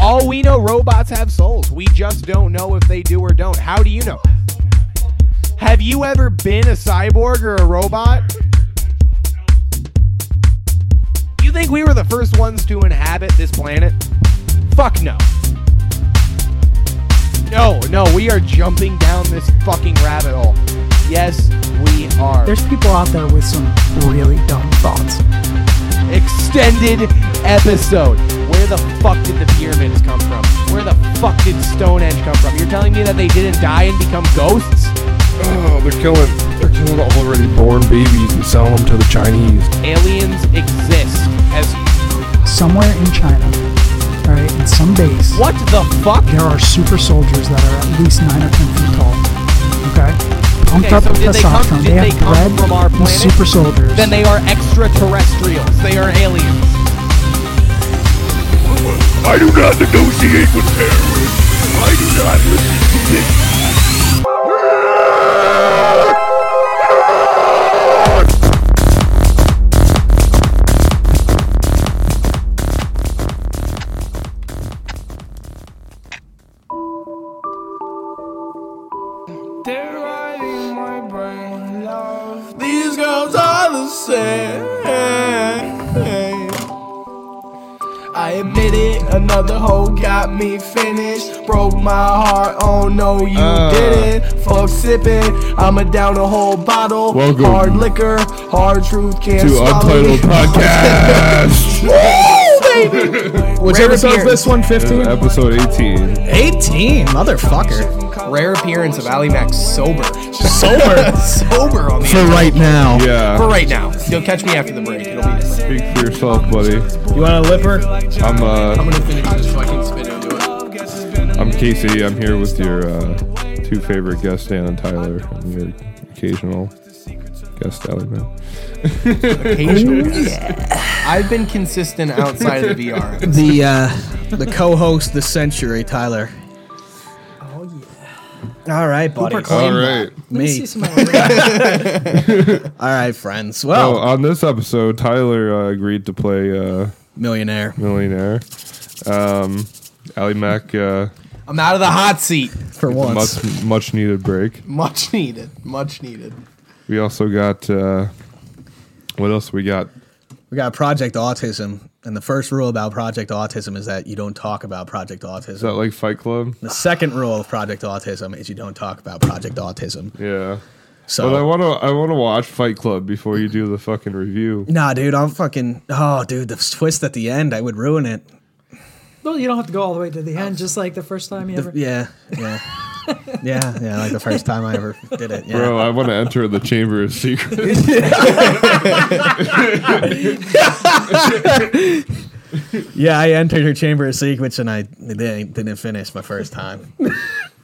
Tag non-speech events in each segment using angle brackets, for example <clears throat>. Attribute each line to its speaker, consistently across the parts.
Speaker 1: all we know, robots have souls. We just don't know if they do or don't. How do you know? Have you ever been a cyborg or a robot? You think we were the first ones to inhabit this planet? Fuck no. No, no, we are jumping down this fucking rabbit hole. Yes, we are.
Speaker 2: There's people out there with some really dumb thoughts.
Speaker 1: extended episode. Where the fuck did the pyramids come from? Where the fuck did Stonehenge come from? You're telling me that they didn't die and become ghosts?
Speaker 3: Oh, they're killing, they're killing already born babies and selling them to the Chinese.
Speaker 1: Aliens exist. As
Speaker 2: Somewhere in China, all right, in some base,
Speaker 1: what the fuck?
Speaker 2: there are super soldiers that are at least nine or ten feet tall. Okay, pumped
Speaker 1: Okay,
Speaker 2: up
Speaker 1: so
Speaker 2: with
Speaker 1: did they come-
Speaker 2: testosterone.
Speaker 1: did they
Speaker 2: have
Speaker 1: come
Speaker 2: bred
Speaker 1: from our
Speaker 2: these
Speaker 1: planet?
Speaker 2: super soldiers.
Speaker 1: Then they are extraterrestrials. They are aliens.
Speaker 3: I do not negotiate with terrorists. I do not listen to this.
Speaker 4: They're writing my brain, love. These girls are the same. I admit it, another hoe got me finished. Broke my heart, oh no, you
Speaker 3: Ah.
Speaker 4: didn't. Fuck sipping, I'ma down a whole bottle.
Speaker 3: Welcome
Speaker 4: hard liquor, hard truth, can't
Speaker 3: To
Speaker 4: swallow. <laughs>
Speaker 3: Untitled Podcast.
Speaker 5: Which
Speaker 4: Rare
Speaker 5: episode's
Speaker 4: appearance.
Speaker 5: this one? 15?
Speaker 3: Uh, Episode 18.
Speaker 5: 18, motherfucker.
Speaker 4: Rare appearance of Ali Mac sober.
Speaker 1: <laughs>
Speaker 5: Sober.
Speaker 4: sober on the
Speaker 5: For right now.
Speaker 4: for
Speaker 3: Yeah.
Speaker 4: right now. You'll catch me after the break. It'll be different.
Speaker 3: Speak for yourself, buddy.
Speaker 5: You want a lipper?
Speaker 3: I'm uh,
Speaker 4: I'm gonna finish this so I can spit into it.
Speaker 3: I'm Casey. I'm here with your uh, two favorite guests, Dan and Tyler, and your occasional guest, Ellie. Man.
Speaker 4: occasional I've been consistent outside of the VR.
Speaker 5: The uh, the co-host, the century, Tyler. Oh, All right, buddy.
Speaker 3: All right.
Speaker 5: Me.
Speaker 2: See some of our-
Speaker 5: <laughs> All right, friends.
Speaker 3: Oh,
Speaker 5: Well,
Speaker 3: on this episode, Tyler uh, agreed to play uh,
Speaker 5: millionaire.
Speaker 3: Millionaire. Um, Ali Mac. Uh,
Speaker 4: I'm out of the hot seat.
Speaker 5: For once.
Speaker 3: much much needed break.
Speaker 4: Much needed. Much needed.
Speaker 3: We also got uh, what else we got?
Speaker 5: We got Project Autism. And the first rule about Project Autism is that you don't talk about Project
Speaker 3: Is
Speaker 5: Autism.
Speaker 3: that like Fight Club?
Speaker 5: The second rule of Project Autism is you don't talk about Project Autism.
Speaker 3: Yeah.
Speaker 5: So
Speaker 3: But I want to I want to watch Fight Club before you do the fucking review.
Speaker 5: Nah, dude, I'm fucking. Oh, dude, the twist at the end, I would ruin it.
Speaker 2: Well, you don't have to go all the way to the
Speaker 1: Oh.
Speaker 2: end, just like the first time you ever.
Speaker 5: Yeah, yeah, yeah, yeah. Like the first time I ever did it. Yeah.
Speaker 3: Bro, I want to enter the Chamber of Secrets.
Speaker 5: Yeah, I entered her chamber of secrets and I didn't, didn't finish my first time.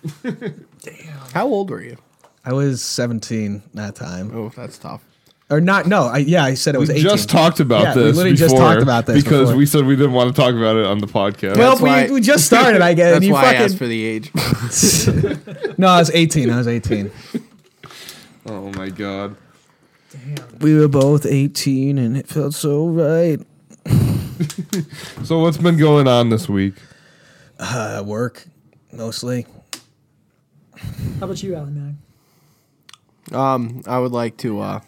Speaker 5: <laughs>
Speaker 4: How old were you?
Speaker 5: I was 17 that time,
Speaker 4: Oh, that's tough.
Speaker 5: or not? No, I yeah, I said it was. 18.
Speaker 3: just talked about
Speaker 5: Yeah, we
Speaker 3: this.
Speaker 5: literally just
Speaker 3: before
Speaker 5: talked about this
Speaker 3: because
Speaker 5: before.
Speaker 3: we said we didn't want to talk about it on the podcast.
Speaker 5: Well,
Speaker 4: That's why-
Speaker 5: we, we just started. I get it.
Speaker 4: That's
Speaker 5: you
Speaker 4: why I
Speaker 5: fucking.
Speaker 4: asked for the age.
Speaker 5: no, I was 18. I was 18.
Speaker 3: oh my god.
Speaker 5: we were both 18, and it felt so right.
Speaker 3: So what's been going on this week?
Speaker 5: Uh, work mostly.
Speaker 2: How about you, Ally Man?
Speaker 4: um, I would like to uh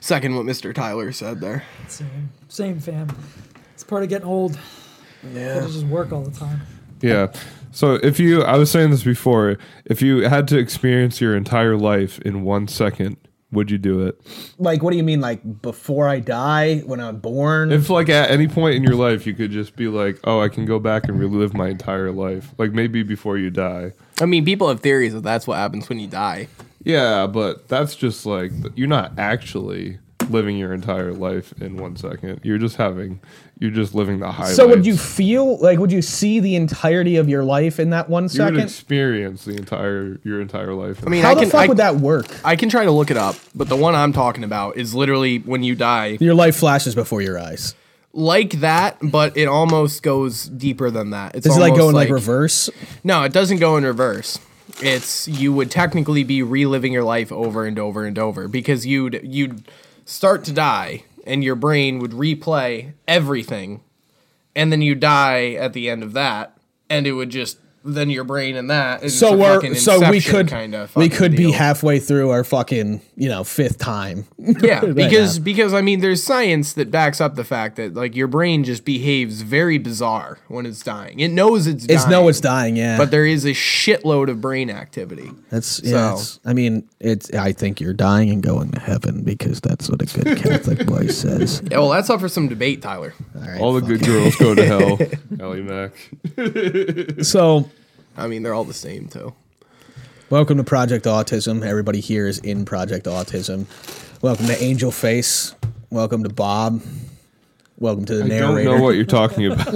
Speaker 4: second what Mr. Tyler said there.
Speaker 2: Same, same fam. It's part of getting old. Yeah. just work all the time.
Speaker 3: Yeah. So if you, I was saying this before, if you had to experience your entire life in one second, would you do it?
Speaker 5: Like, what do you mean? Like before I die, when I'm born?
Speaker 3: If like at any point in your life you could just be like, oh, I can go back and relive my entire life, like maybe before you die.
Speaker 4: I mean, people have theories that that's what happens when you die.
Speaker 3: Yeah, but that's just like you're not actually living your entire life in one second. You're just having, you're just living the highlights.
Speaker 5: so would you feel like would you see the entirety of your life in that one
Speaker 3: You would
Speaker 5: second?
Speaker 3: experience the entire your entire life.
Speaker 4: I mean,
Speaker 5: How
Speaker 4: I
Speaker 5: the
Speaker 4: can
Speaker 5: fuck
Speaker 4: I,
Speaker 5: would that work?
Speaker 4: I can try to look it up, but the one I'm talking about is literally when you die,
Speaker 5: Your life flashes before your eyes.
Speaker 4: like that, but it almost goes deeper than that. It's
Speaker 5: Does it like go
Speaker 4: almost
Speaker 5: in like, reverse?
Speaker 4: No, it doesn't go in reverse. It's you would technically be reliving your life over and over and over because you'd you'd start to die and your brain would replay everything and then you die at the end of that, and it would just then your brain and that. Is
Speaker 5: So
Speaker 4: just a
Speaker 5: we're
Speaker 4: fucking
Speaker 5: so we
Speaker 4: Inception
Speaker 5: could
Speaker 4: kinda
Speaker 5: we
Speaker 4: fucking
Speaker 5: could be
Speaker 4: deal.
Speaker 5: <laughs> halfway through our fucking you know fifth time.
Speaker 4: yeah
Speaker 5: Right
Speaker 4: because
Speaker 5: now.
Speaker 4: because I mean there's science that backs up the fact that like your brain just behaves very bizarre when it's dying. It knows it's dying,
Speaker 5: It's no, it's dying. Yeah,
Speaker 4: but there is a shitload of brain activity.
Speaker 5: that's
Speaker 4: so-
Speaker 5: yeah. It's, I mean, it's I think you're dying and going to heaven because that's what a
Speaker 4: <laughs>
Speaker 5: good Catholic boy says.
Speaker 4: Yeah, well, that's up for some debate, Tyler.
Speaker 5: right,
Speaker 3: All the good girls go to hell. Ellie Mac.
Speaker 5: So
Speaker 4: I mean, they're all the same though.
Speaker 5: Welcome to Project Autism. Everybody here is in Project Autism. Welcome to Angel Face. Welcome to Bob. Welcome to the
Speaker 3: I
Speaker 5: narrator.
Speaker 3: don't know what you're <laughs> talking about.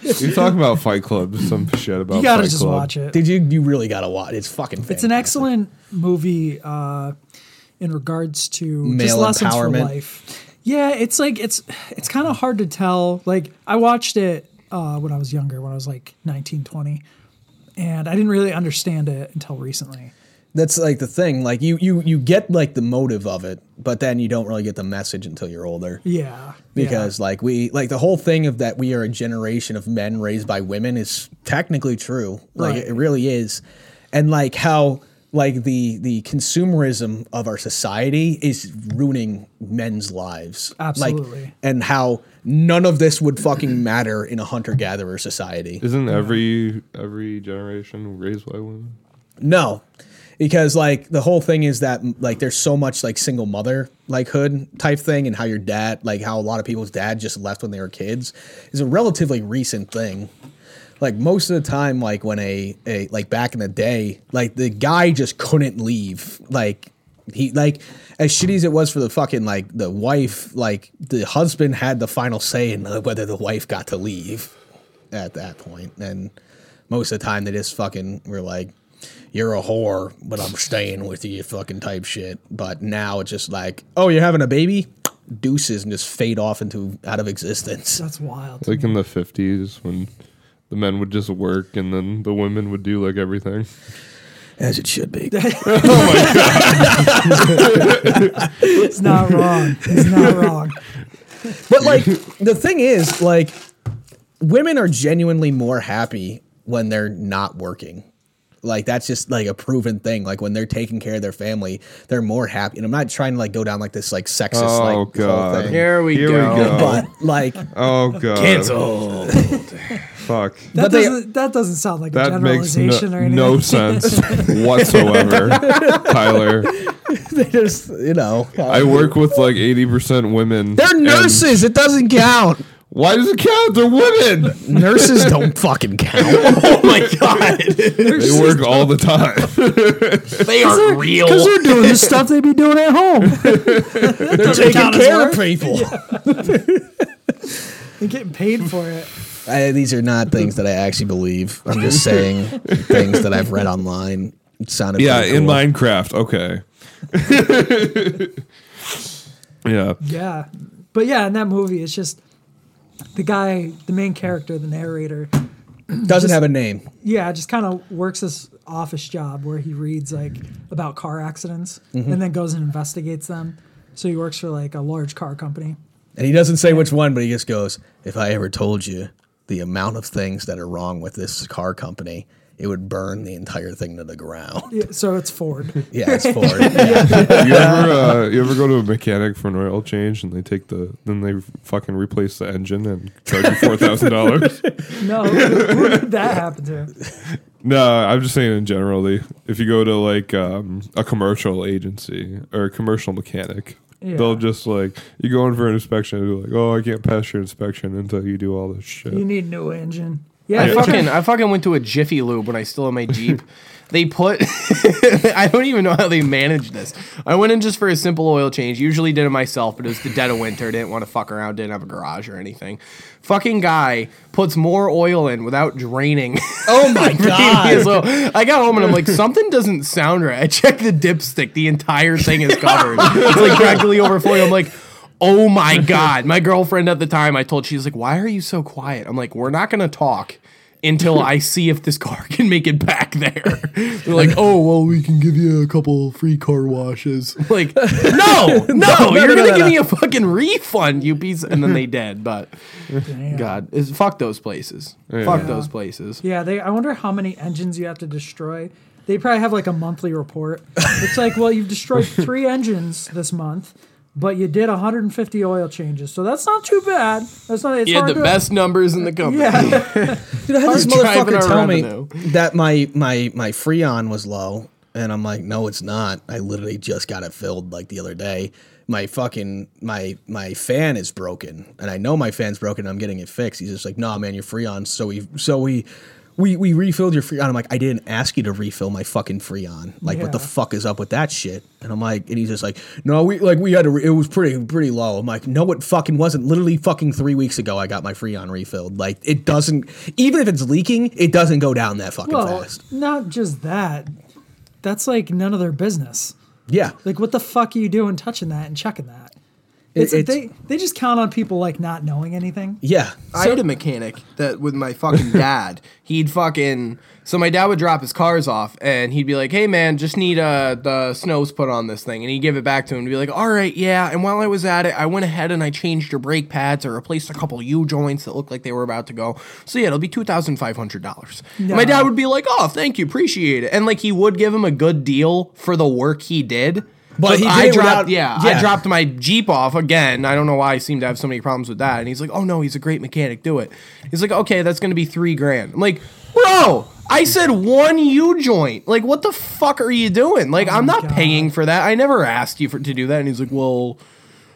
Speaker 3: you're talking about Fight Club. Some shit about.
Speaker 6: You gotta
Speaker 3: Fight
Speaker 6: just
Speaker 3: Club.
Speaker 6: watch it.
Speaker 5: Did you? You really gotta watch. It's fucking.
Speaker 6: It's an
Speaker 5: fantastic.
Speaker 6: excellent movie uh, in regards to
Speaker 5: Male
Speaker 6: just lessons
Speaker 5: empowerment.
Speaker 6: for life. Yeah, it's like it's it's kind of hard to tell. Like I watched it uh, when I was younger, when I was like 19, 20, and I didn't really understand it until recently.
Speaker 5: That's like the thing. Like you, you, you get like the motive of it, but then you don't really get the message until you're older.
Speaker 6: Yeah,
Speaker 5: Because like we, like the whole thing of that we are a generation of men raised by women is technically true. Like
Speaker 6: Right.
Speaker 5: it really is, and like how like the the consumerism of our society is ruining men's lives. Like,
Speaker 6: Absolutely.
Speaker 5: and how none of this would fucking matter in a hunter gatherer society.
Speaker 3: Isn't every every generation raised by women?
Speaker 5: No, because like the whole thing is that like there's so much like single mother like hood type thing, and how your dad like how a lot of people's dad just left when they were kids is a relatively recent thing. Like most of the time, like when a, a like back in the day, like the guy just couldn't leave. Like he like as shitty as it was for the fucking like the wife, like the husband had the final say in whether the wife got to leave at that point. And most of the time, they just fucking were like, "You're a whore, but I'm staying with you," fucking type shit. But now it's just like, "Oh, you're having a baby." Deuces and just fade off into out of existence.
Speaker 6: that's wild.
Speaker 3: Like in the fifties when the men would just work and then the women would do like everything.
Speaker 5: As it should be.
Speaker 3: Oh
Speaker 6: It's not wrong.
Speaker 3: <laughs>
Speaker 6: It's not wrong.
Speaker 5: But like the thing is, like women are genuinely more happy when they're not working. Like that's just like a proven thing. Like when they're taking care of their family, they're more happy. And I'm not trying to like go down like this like sexist like
Speaker 3: Oh
Speaker 5: whole
Speaker 3: god.
Speaker 5: thing.
Speaker 4: Here we go.
Speaker 5: But like <laughs>
Speaker 3: Oh god.
Speaker 5: cancel.
Speaker 3: Fuck.
Speaker 6: That
Speaker 5: But they-
Speaker 6: doesn't that doesn't sound like a
Speaker 3: That makes no,
Speaker 6: generalization or anything. <laughs>
Speaker 3: no sense whatsoever, Tyler.
Speaker 5: they just you know
Speaker 3: I work with like eighty percent women.
Speaker 5: they're
Speaker 3: and-
Speaker 5: nurses. It doesn't count.
Speaker 3: Why does it count? They're women.
Speaker 5: nurses don't fucking count. <laughs> oh my god,
Speaker 3: <laughs> They work all the time.
Speaker 4: They are real.
Speaker 5: because they're doing the stuff they be doing at home. they're taking
Speaker 6: count as
Speaker 5: care
Speaker 6: work.
Speaker 5: of people.
Speaker 6: You're getting paid for it.
Speaker 5: I, these are not things that I actually believe. I'm just saying things that I've read online. It sounded
Speaker 3: Yeah,
Speaker 5: pretty
Speaker 3: <laughs> in
Speaker 5: cool.
Speaker 3: Minecraft. Okay. <laughs> yeah.
Speaker 6: Yeah. But yeah, in that movie, it's just the guy, the main character, the narrator.
Speaker 5: doesn't have a name.
Speaker 6: Yeah, just kind of works this office job where he reads like about car accidents
Speaker 3: Mm-hmm.
Speaker 6: and then goes and investigates them. So he works for like a large car company.
Speaker 5: And he doesn't say which one, but he just goes, If I ever told you the amount of things that are wrong with this car company, it would burn the entire thing to the ground. <laughs>
Speaker 6: Yeah, so it's Ford.
Speaker 5: Yeah, it's Ford. Yeah.
Speaker 3: You
Speaker 6: <laughs>
Speaker 3: ever uh, you ever go to a mechanic for an oil change and they take the then they fucking replace the engine and charge you four thousand
Speaker 6: <laughs>
Speaker 3: dollars?
Speaker 6: No, who did that happen to?
Speaker 3: No, I'm just saying in generally. If you go to like um, a commercial agency or a commercial mechanic,
Speaker 6: Yeah.
Speaker 3: they'll just like you go in for an inspection and they're like, oh, I can't pass your inspection until you do all this shit.
Speaker 6: You need new engine. Yeah,
Speaker 4: I
Speaker 6: they
Speaker 4: fucking
Speaker 6: try-
Speaker 4: I fucking went to a Jiffy Lube when I still had my <laughs> Jeep. they put I don't even know how they managed this. I went in just for a simple oil change. Usually did it myself, but it was the dead of winter. Didn't want to fuck around. Didn't have a garage or anything. Fucking guy puts more oil in without draining. <laughs>
Speaker 5: Oh my
Speaker 4: previous
Speaker 5: God.
Speaker 4: oil. I got home and I'm like, something doesn't sound right. I checked the dipstick. The entire thing is covered. it's like practically overflowing. I'm like. Oh my God. My girlfriend at the time, I told, she's like, why are you so quiet? I'm like, we're not going to talk until I see if this car <laughs> can make it back there. They're like, oh, well, we can give you a couple free car washes. Like,
Speaker 5: <laughs>
Speaker 4: no, no, you're
Speaker 5: no,
Speaker 4: gonna
Speaker 5: no,
Speaker 4: give
Speaker 5: no.
Speaker 4: me a fucking refund, you piece. And then they dead. But God, is fuck those places. Fuck those places.
Speaker 2: Yeah, they. I wonder how many engines you have to destroy. They probably have like a monthly report. It's like, well, you've
Speaker 4: <laughs>
Speaker 2: destroyed three engines this month, but you did 150 oil changes, so that's not too bad. That's not. It's
Speaker 4: You had
Speaker 2: hard
Speaker 4: the
Speaker 2: to,
Speaker 4: best numbers in the company.
Speaker 2: Yeah,
Speaker 5: Dude, I had this
Speaker 4: Hard driving
Speaker 5: motherfucker
Speaker 4: our
Speaker 5: tell
Speaker 4: revenue.
Speaker 5: me that my my my Freon was low, and I'm like, no, it's not. I literally just got it filled like the other day. My fucking my my fan is broken, and I know my fan's broken. and I'm getting it fixed. He's just like, nah, man, your Freon. So we so we. We, we refilled your Freon. I'm like, I didn't ask you to refill my fucking Freon. Like, what the
Speaker 2: Yeah.
Speaker 5: fuck is up with that shit? And I'm like, and he's just like, no, we like we had to. Re- it was pretty pretty low. I'm like, no, it fucking wasn't. Literally, fucking three weeks ago, I got my Freon refilled. Like, it doesn't. Even if it's leaking, it doesn't go down that fucking
Speaker 2: <laughs> well,
Speaker 5: fast.
Speaker 2: not just that. That's like none of their business.
Speaker 5: Yeah,
Speaker 2: Like, what the fuck are you doing touching that and checking that? It's,
Speaker 5: it's-
Speaker 2: they they just count on people like not knowing anything.
Speaker 5: yeah.
Speaker 4: I had a mechanic that with my fucking dad, he'd fucking so my dad would drop his cars off and he'd be like, "Hey man, just need uh the snows put on this thing," and he'd give it back to him and be like, "All right, yeah." And while I was at it, I went ahead and I changed your brake pads, I replaced a couple U joints that looked like they were about to go. So yeah, it'll be two thousand five hundred dollars. My dad would be like, "Oh, thank you, appreciate it," and like he would give him a good deal for the work he did.
Speaker 5: But he
Speaker 4: I
Speaker 5: did it
Speaker 4: dropped,
Speaker 5: without-
Speaker 4: yeah, I
Speaker 5: yeah.
Speaker 4: dropped my Jeep off again. I don't know why I seem to have so many problems with that. And he's like, "Oh no, he's a great mechanic. Do it." He's like, "Okay, that's gonna be three grand." I'm like, "Bro, I said one U joint. Like, what the fuck are you doing?
Speaker 5: Oh
Speaker 4: Like, I'm not paying for that. I never asked you for to do that." And he's like, "Well."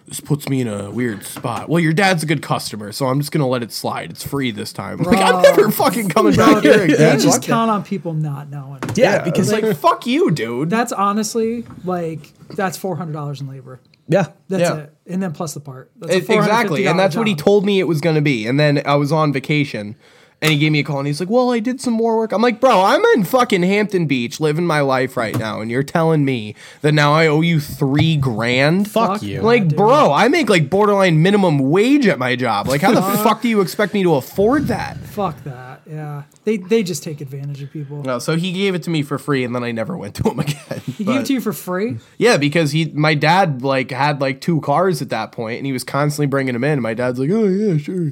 Speaker 4: This puts me in a weird spot. Well, your dad's a good customer, so I'm just gonna let it slide. It's free this time. <laughs> Like I'm never fucking coming back here
Speaker 5: <laughs>
Speaker 2: They
Speaker 4: again.
Speaker 2: just count on people not knowing.
Speaker 5: Yeah, because
Speaker 4: It's
Speaker 5: like,
Speaker 4: like fuck you, dude.
Speaker 2: That's honestly like that's four hundred dollars in labor.
Speaker 5: yeah,
Speaker 2: That's
Speaker 4: Yeah.
Speaker 2: it, and then plus the part. That's a
Speaker 4: It- exactly,
Speaker 2: $450
Speaker 4: and that's what he
Speaker 2: job.
Speaker 4: told me it was going to be. And then I was on vacation, and he gave me a call, and he's like, "Well, I did some more work." I'm like, "Bro, I'm in fucking Hampton Beach, living my life right now, and you're telling me that now I owe you three grand?
Speaker 5: fuck you.
Speaker 4: Like, bro, I make like borderline minimum wage at my job. Like, how the
Speaker 2: Uh-huh.
Speaker 4: fuck do you expect me to afford that?"
Speaker 2: Fuck that. Yeah, they they just take advantage of people.
Speaker 4: No, so he gave it to me for free, and then I never went to him <laughs> again.
Speaker 2: he gave it to you for free.
Speaker 4: Yeah, because he, my dad, like had like two cars at that point, and he was constantly bringing them in. And my dad's like, "Oh
Speaker 2: <laughs>
Speaker 4: yeah, sure."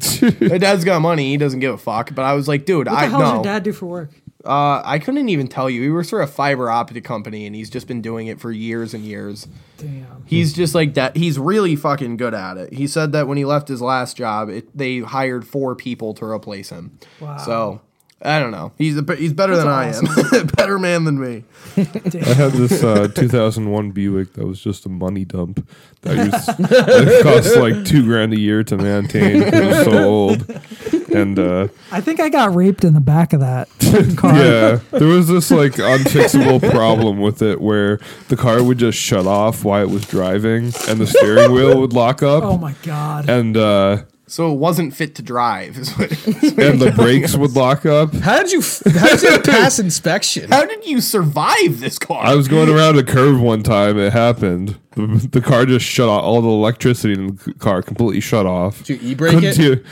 Speaker 4: my dad's got money; he doesn't give a fuck. But I was like, "Dude,
Speaker 2: What the
Speaker 4: I
Speaker 2: hell does your
Speaker 4: know."
Speaker 2: dad do for work?
Speaker 4: Uh, I couldn't even tell you. We were sort of a fiber optic company, and he's just been doing it for years and years.
Speaker 2: Damn.
Speaker 4: He's just like that. He's really fucking good at it. He said that when he left his last job, it, they hired four people to replace him.
Speaker 2: Wow.
Speaker 4: So I don't know. He's a, he's better than I am. <laughs> better man than me.
Speaker 3: I had this
Speaker 6: <laughs>
Speaker 3: uh, 2001 Buick that was just a money dump that
Speaker 6: <laughs>
Speaker 3: used, it cost like two grand a year to maintain. 'cause It was so old, and uh,
Speaker 2: I think I got raped in the back of that car.
Speaker 3: yeah, there was this like unfixable problem with it where the car would just shut off while it was driving, and the steering wheel would lock up,
Speaker 2: Oh my god.
Speaker 3: and uh,
Speaker 4: So it wasn't fit to drive. Is what,
Speaker 3: and the brakes would lock up.
Speaker 5: how did you? f- How did
Speaker 2: <laughs>
Speaker 5: you pass inspection?
Speaker 4: How did you survive this car?
Speaker 3: I was going around a curve one time. It happened. The, the car just shut off. All the electricity in the c- car completely shut off.
Speaker 5: Did you e-brake
Speaker 3: Couldn't
Speaker 5: it?
Speaker 3: hear-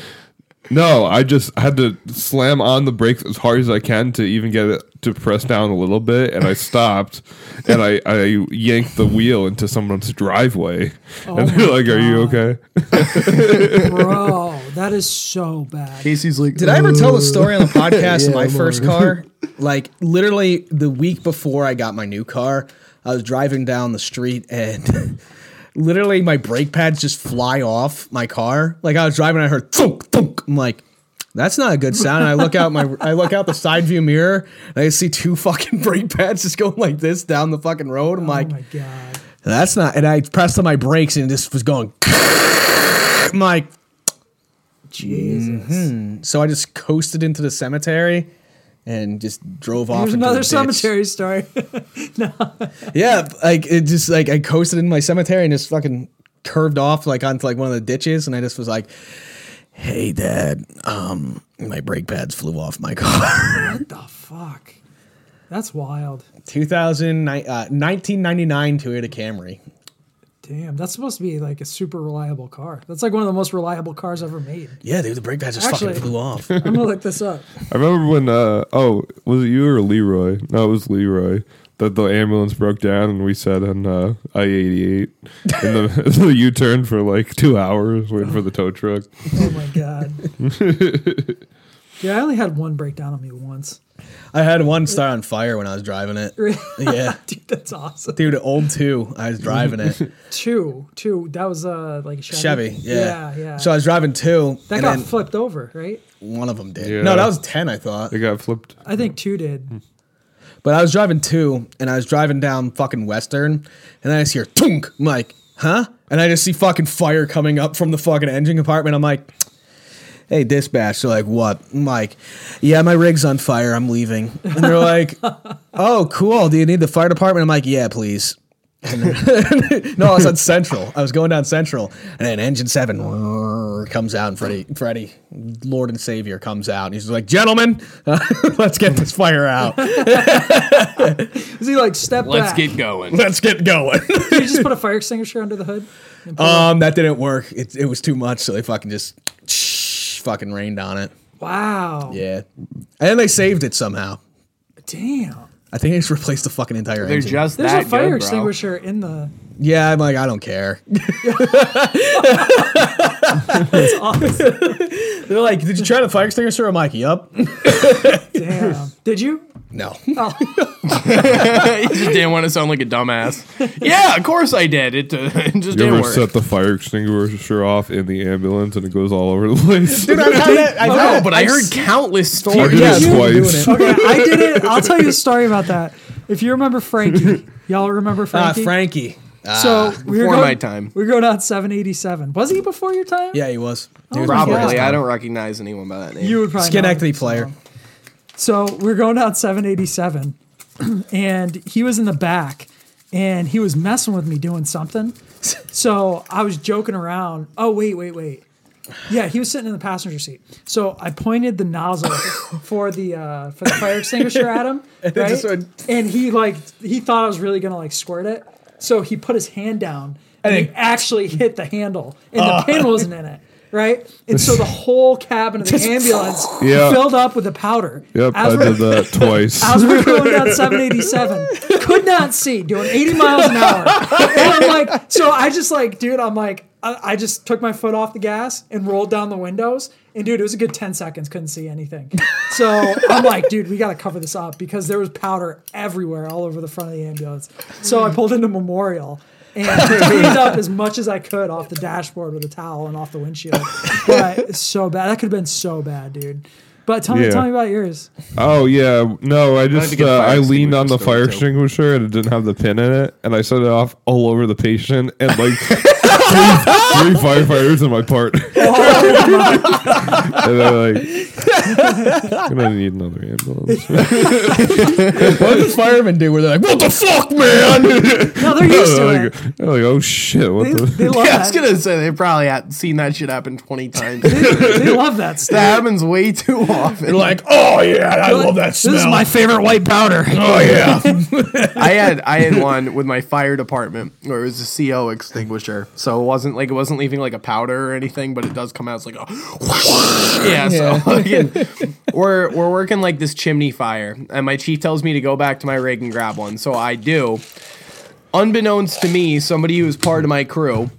Speaker 3: No, I just had to slam on the brakes as hard as I can to even get it to press down a little bit, and I stopped, and I, I yanked the wheel into someone's driveway, and they're like, "Are you okay?"
Speaker 5: <laughs>
Speaker 2: Bro, that is so bad.
Speaker 4: Casey's like,
Speaker 5: Did I ever tell the story
Speaker 2: <laughs>
Speaker 5: on the podcast of my first car? Like literally the week before I got my new car, I was driving down the street and <laughs> literally my brake pads just fly off my car. Like I was driving, I heard thunk thunk. I'm like, that's not a good sound. And I look out my I look out the side view mirror and I see two <laughs> fucking brake pads just going like this down the fucking road. I'm
Speaker 2: oh
Speaker 5: like, Mm-hmm.
Speaker 2: my god.
Speaker 5: that's not and I pressed on my brakes and this was going <laughs> I'm like
Speaker 2: Jesus.
Speaker 5: So I just coasted into the cemetery and just drove off.
Speaker 2: Here's
Speaker 5: into the
Speaker 2: another
Speaker 5: ditch.
Speaker 2: cemetery story.
Speaker 5: <laughs>
Speaker 2: <laughs>
Speaker 5: Yeah, like it just like I coasted into my cemetery and just fucking curved off like onto like one of the ditches, and I just was like, "Hey, Dad, um, my brake pads flew off my <laughs> car."
Speaker 2: what the fuck? That's wild.
Speaker 5: 2009, uh, 1999 Toyota Camry.
Speaker 6: Damn, that's supposed to be like a super reliable car. That's like one of the most reliable cars ever made.
Speaker 5: Yeah, dude, the brake pads just
Speaker 6: Actually-
Speaker 5: fucking flew off.
Speaker 6: <laughs> I'm gonna look this up.
Speaker 3: I remember when uh oh was it you or Leroy? No, it was Leroy. That the ambulance broke down and we sat on uh, I eighty eight in the, <laughs> the U turn for like two hours waiting for the tow truck.
Speaker 6: Oh
Speaker 5: <laughs>
Speaker 6: my god. yeah, I only had one breakdown on me
Speaker 2: <laughs>
Speaker 6: once.
Speaker 5: I had one star on fire when I was driving it. Yeah.
Speaker 6: Dude, that's awesome.
Speaker 5: Dude, old two. I was driving
Speaker 6: <laughs>
Speaker 5: it.
Speaker 6: Two, two. That was uh like a Chevy.
Speaker 5: Chevy. Yeah.
Speaker 6: yeah. yeah.
Speaker 5: So I was driving two,
Speaker 6: that
Speaker 5: and
Speaker 6: got
Speaker 5: then
Speaker 6: flipped over, right?
Speaker 5: one of them did.
Speaker 3: Yeah.
Speaker 5: No, that was 10, I thought.
Speaker 3: It got flipped.
Speaker 6: I think two
Speaker 4: Hmm.
Speaker 6: did.
Speaker 5: But I was driving two, and I was driving down fucking Western, and I just hear tunk. I'm like, huh? And I just see fucking fire coming up from the fucking engine compartment. I'm like, hey, dispatch. They're like, what? I'm like, yeah, my rig's on fire. I'm leaving. And they're like, oh, cool. Do you need the fire department? I'm like, yeah, please. <laughs> no, I was on Central. I was going down Central, and then Engine Seven comes out, and Freddie, Freddie, Lord and Savior, comes out, and he's like, "Gentlemen, <laughs> let's get this fire out.
Speaker 6: Is he like step
Speaker 4: Let's
Speaker 6: back?
Speaker 4: get going.
Speaker 5: let's get going."
Speaker 6: Did you just put a fire extinguisher under the hood?
Speaker 5: <laughs> Um, that didn't work. It, it was too much, so they fucking just fucking rained on it.
Speaker 6: Wow.
Speaker 5: Yeah, and then they saved it somehow.
Speaker 6: Damn.
Speaker 5: I think they just replaced the fucking entire
Speaker 4: They're
Speaker 5: engine.
Speaker 4: just
Speaker 6: There's
Speaker 4: that
Speaker 6: a fire
Speaker 4: good, bro.
Speaker 6: extinguisher in the.
Speaker 5: yeah, I'm like, I don't care. <laughs> They're like, did you try the fire extinguisher? I'm like, yup.
Speaker 6: Damn. Did you?
Speaker 5: <laughs> No.
Speaker 4: <laughs> you just didn't want to sound like a dumbass. <laughs> yeah, of course I did. It, uh, <laughs> it just
Speaker 3: You
Speaker 4: didn't
Speaker 3: ever
Speaker 4: work.
Speaker 3: set the fire extinguisher off in the ambulance and it goes all over the <laughs> place?
Speaker 5: Dude, I've had that. I've
Speaker 4: no,
Speaker 5: had-
Speaker 4: but I heard countless
Speaker 3: I
Speaker 4: stories.
Speaker 3: did
Speaker 5: yeah,
Speaker 3: it
Speaker 5: you were doing it.
Speaker 3: twice.
Speaker 6: Okay, I did it. I'll tell you a story about that. If you remember Frankie, y'all remember
Speaker 5: Ah,
Speaker 6: Frankie.
Speaker 5: Frankie.
Speaker 6: So we were
Speaker 4: before
Speaker 6: going,
Speaker 4: my time.
Speaker 6: We were going out 787. Was he before your time?
Speaker 5: Yeah, he was. He was before his
Speaker 4: Probably.
Speaker 5: time.
Speaker 4: I don't recognize anyone by that name.
Speaker 6: You would probably know
Speaker 5: Schenectady
Speaker 6: him.
Speaker 5: player.
Speaker 6: So we're going down 787, <clears throat> and he was in the back, and he was messing with me doing something. <laughs> So I was joking around. Oh wait, wait, wait. Yeah, he was sitting in the passenger seat. So I pointed the nozzle for the uh, for the fire extinguisher at him,
Speaker 5: it
Speaker 6: right?
Speaker 5: just went-
Speaker 6: And he like he thought I was really gonna like squirt it. So he put his hand down
Speaker 5: And
Speaker 6: and, he
Speaker 5: it-
Speaker 6: actually hit the handle, and the pin wasn't in it. Right, and so the whole cabin of the ambulance
Speaker 3: Yeah.
Speaker 6: filled up with the powder.
Speaker 3: Yep,
Speaker 6: as
Speaker 3: I
Speaker 6: we're-
Speaker 3: did that
Speaker 5: <laughs>
Speaker 3: twice.
Speaker 6: <laughs> as we're going
Speaker 3: <laughs>
Speaker 6: down 787, could not see, doing 80 miles an hour. And I'm like, so I just like, dude, I'm like, I, I just took my foot off the gas and rolled down the windows. And dude, it was a good 10 seconds, couldn't see anything. So I'm like, dude, we got to cover this up because there was powder everywhere all over the front of the ambulance. So I pulled into Memorial. And cleaned up as much as I could off the dashboard with a towel and off the windshield. But it's so bad. That could have been so bad, dude. But tell me,
Speaker 3: Yeah.
Speaker 6: tell me about yours.
Speaker 3: Oh yeah, no, I
Speaker 4: to
Speaker 3: just
Speaker 4: get
Speaker 3: uh,
Speaker 4: fire
Speaker 3: I leaned on the
Speaker 4: extinguisher
Speaker 3: fire
Speaker 4: story, too.
Speaker 3: extinguisher and it didn't have the pin in it, and I set it off all over the patient
Speaker 4: <laughs>
Speaker 3: and like three, three firefighters in my part.
Speaker 4: Oh
Speaker 3: and they're like, "We're gonna need another ambulance." <laughs>
Speaker 5: What did the firemen do? Where they're like, "What the fuck, man?"
Speaker 6: No, they're used to
Speaker 3: they're,
Speaker 6: it.
Speaker 3: like, they're like, "Oh shit, what
Speaker 6: They,
Speaker 3: the?"
Speaker 6: they love
Speaker 4: yeah, <laughs> I was
Speaker 6: that.
Speaker 4: gonna say they probably had seen that shit happen twenty <laughs> times.
Speaker 6: They love that stuff.
Speaker 4: that happens way too often.
Speaker 5: They're like, "Oh yeah, I love that
Speaker 6: This
Speaker 5: smell."
Speaker 6: is my favorite white powder.
Speaker 5: oh yeah.
Speaker 4: I had I had one with my fire department where it was a CO extinguisher, so it wasn't like it wasn't leaving like a powder or anything, but it does come out. It's like a <laughs> yeah. <laughs> So again, we're we're working like this chimney fire, and my chief tells me to go back to my rig and grab one, so I do. Unbeknownst to me, somebody who was part of my crew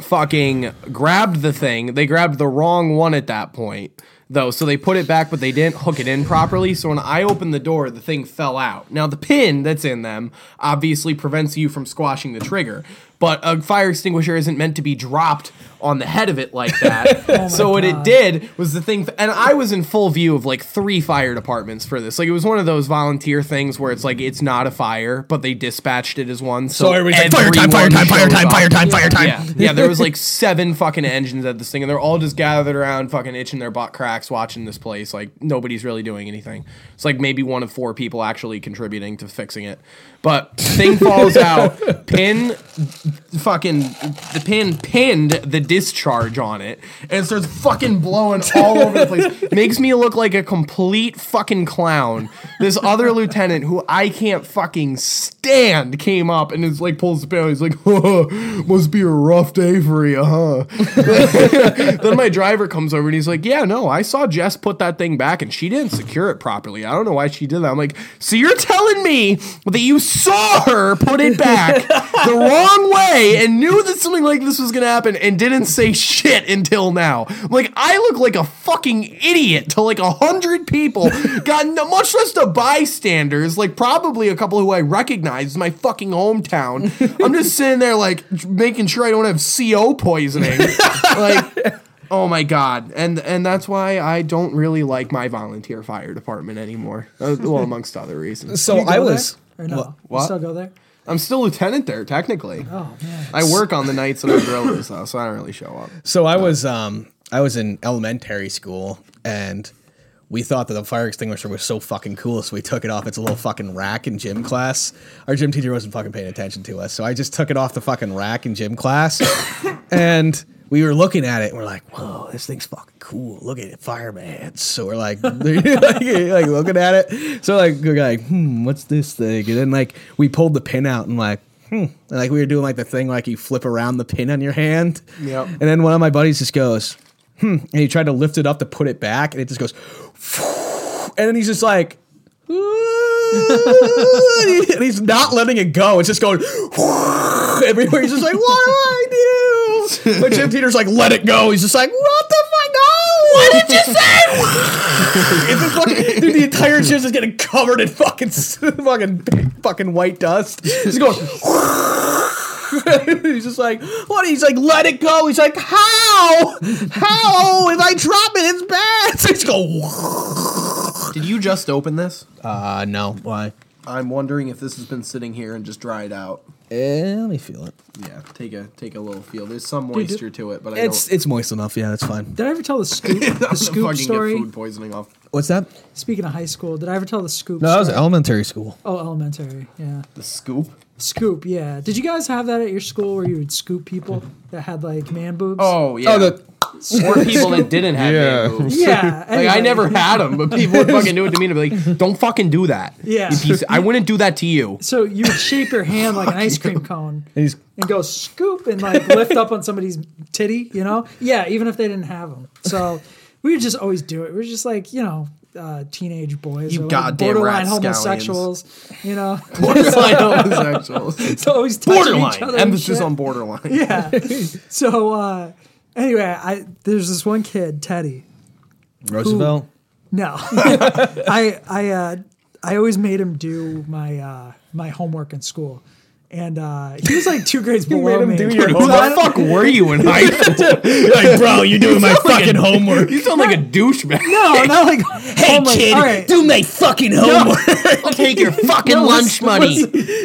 Speaker 4: fucking grabbed the thing. They grabbed the wrong one at that point, though. So they put it back, but they didn't hook it in properly. So when I opened the door, the thing fell out. Now, the pin that's in them obviously prevents you from squashing the trigger, but a fire extinguisher isn't meant to be dropped on the head of it like that. so what it
Speaker 6: God.
Speaker 4: did was the thing, and I was in full view of like three fire departments for this. Like it was one of those volunteer things where it's like it's not a fire, but they dispatched it as one. So,
Speaker 5: So everybody's like, "Fire time! Fire time!
Speaker 4: everyone
Speaker 5: Fire
Speaker 4: shows
Speaker 5: time!
Speaker 4: up."
Speaker 5: Fire time! Fire time!"
Speaker 4: Yeah, yeah. There was like seven fucking engines at this thing, and they're all just gathered around, fucking itching their butt cracks, watching this place. Like nobody's really doing anything. It's like maybe one of four people actually contributing to fixing it. But thing falls out, pin, fucking the pin pinned the discharge on it and starts fucking blowing all over the place. Makes me look like a complete fucking clown. This other lieutenant who I can't fucking stand came up and is like pulls the barrel. He's like, <laughs> must be a rough day for you, huh? <laughs> then my driver comes over and he's like, Yeah, no, I saw Jess put that thing back and she didn't secure it properly. I don't know why she did that. I'm like, So you're telling me that you saw her put it back the wrong way and knew that something like this was going to happen and didn't say shit until now? I'm like, I look like a fucking idiot to like a hundred
Speaker 6: <laughs>
Speaker 4: people, got no, much less to bystanders, like probably a couple who I recognize in my fucking
Speaker 6: <laughs>
Speaker 4: hometown. I'm just sitting there like making sure I don't have CO
Speaker 6: <laughs>
Speaker 4: poisoning. like oh my god and and that's why i don't really like my volunteer fire department anymore Uh, well amongst other reasons
Speaker 5: So
Speaker 6: You go
Speaker 5: I was.
Speaker 6: there? Or no?
Speaker 4: Oh, what?
Speaker 6: You still go there?
Speaker 4: i'm still lieutenant there technically
Speaker 6: Oh man.
Speaker 4: i work on the nights that i drill this though so i don't really show up
Speaker 5: So I was um I was in elementary school and we thought that the fire extinguisher was so fucking cool, so we took it off its little fucking rack in gym class. Our gym teacher wasn't fucking paying attention to us, so I just took it off the fucking rack in gym class, and we were looking at it. and We're like, "Whoa, this thing's fucking cool! Look at it, fireman!" ants." So we're like, <laughs> like, like looking at it. So like we're like, "Hmm, what's this thing?" And then like we pulled the pin out and like, "Hmm," And, like we were doing like the thing like you flip around the pin on your hand.
Speaker 4: Yep.
Speaker 5: And then one of my buddies just goes, "Hmm," and he tried to lift it up to put it back, and it just goes and then he's just like, and he's not letting it go. It's just going everywhere. He's just like, what do I do? But Jim Peter's like, let it go. He's just like, what the fuck? No, what did you say? <laughs> it's just fucking, dude, the entire ship's just getting covered in fucking <laughs> fucking fucking white dust. He's going. <laughs> he's just like, what? He's like, let it go. He's like, how? How? If I drop it, it's bad. <laughs> So he's going.
Speaker 4: did you just open this
Speaker 5: Uh, no. Why?
Speaker 4: i'm wondering if this has been sitting here and just dried out
Speaker 5: Eh, let me feel it.
Speaker 4: yeah take a take a little feel there's some
Speaker 6: do-
Speaker 4: moisture to it but i
Speaker 5: It's
Speaker 4: don't
Speaker 5: it's moist enough. Yeah, that's fine.
Speaker 6: Did I ever tell
Speaker 4: <laughs>
Speaker 6: the scoop? the
Speaker 4: I'm
Speaker 6: scoop
Speaker 4: fucking
Speaker 6: story.
Speaker 4: get food poisoning off
Speaker 5: What's that?
Speaker 6: Speaking of high school, did I ever tell the scoop?
Speaker 5: No, that was
Speaker 6: story?
Speaker 5: elementary school.
Speaker 6: Oh, elementary. Yeah.
Speaker 4: the scoop
Speaker 6: Scoop. Yeah. Did you guys have that at your school where you would scoop people that had like man boobs?
Speaker 4: oh yeah or people that didn't have
Speaker 3: Yeah.
Speaker 4: man boobs.
Speaker 6: Yeah.
Speaker 4: <laughs> Like I
Speaker 6: anyway.
Speaker 4: never had them, but people would fucking do it to me and be like, "Don't fucking do that."
Speaker 6: Yeah.
Speaker 4: you piece- I wouldn't do that to you.
Speaker 6: So you would shape your
Speaker 4: <laughs>
Speaker 6: hand like an ice cream cone
Speaker 5: And he's <laughs>
Speaker 6: and go scoop and like lift up on somebody's titty, you know? Yeah, even if they didn't have them. So we would just always do it. We were just like, you know, uh, teenage boys,
Speaker 4: You
Speaker 6: or, like,
Speaker 4: goddamn
Speaker 6: borderline
Speaker 4: rat
Speaker 6: homosexuals, you know? <laughs>
Speaker 4: Borderline homosexuals.
Speaker 6: so always touching each
Speaker 4: Borderline.
Speaker 6: other. and
Speaker 4: Emphasis
Speaker 6: shit.
Speaker 4: on borderline.
Speaker 6: Yeah. so uh, anyway, I there's this one kid, Teddy.
Speaker 5: <laughs> Roosevelt.
Speaker 6: No, <laughs> I I uh, I always made him do my uh, my homework in school, and uh, he was like two
Speaker 4: <laughs>
Speaker 6: grades below me.
Speaker 4: Who the fuck were you in high school?
Speaker 5: like, bro, you're doing my fucking homework.
Speaker 4: You sound like a douchebag.
Speaker 6: <laughs> No, Oh not like
Speaker 4: <laughs>
Speaker 6: hey
Speaker 5: Kid, do my fucking homework.
Speaker 4: I'll take your fucking
Speaker 6: No,
Speaker 4: lunch
Speaker 6: let's-
Speaker 4: money.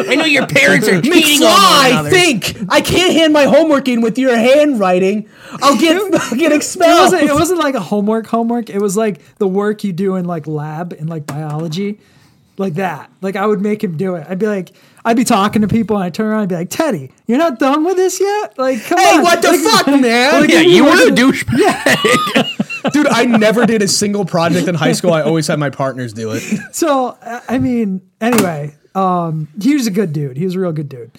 Speaker 4: I know your parents are cheating on one
Speaker 5: Why?
Speaker 4: another.
Speaker 5: Think I can't hand my homework in with your handwriting. I'll get fucking
Speaker 6: It
Speaker 5: expelled.
Speaker 6: wasn't, it wasn't like a homework homework. It was like the work you do in like lab in like biology, like that. Like I would make him do it. I'd be like, I'd be talking to people and I turn around and I'd be like, Teddy, you're not done with this yet. Like, come
Speaker 5: Hey,
Speaker 6: on.
Speaker 5: what the
Speaker 6: Like-
Speaker 5: fuck, man?
Speaker 4: Yeah, you were a
Speaker 6: wasn't-
Speaker 4: douchebag.
Speaker 5: Dude, I never did a single project in high school. I always had my partners do it.
Speaker 6: So I I mean, anyway, um, he was a good dude. He was a real good dude.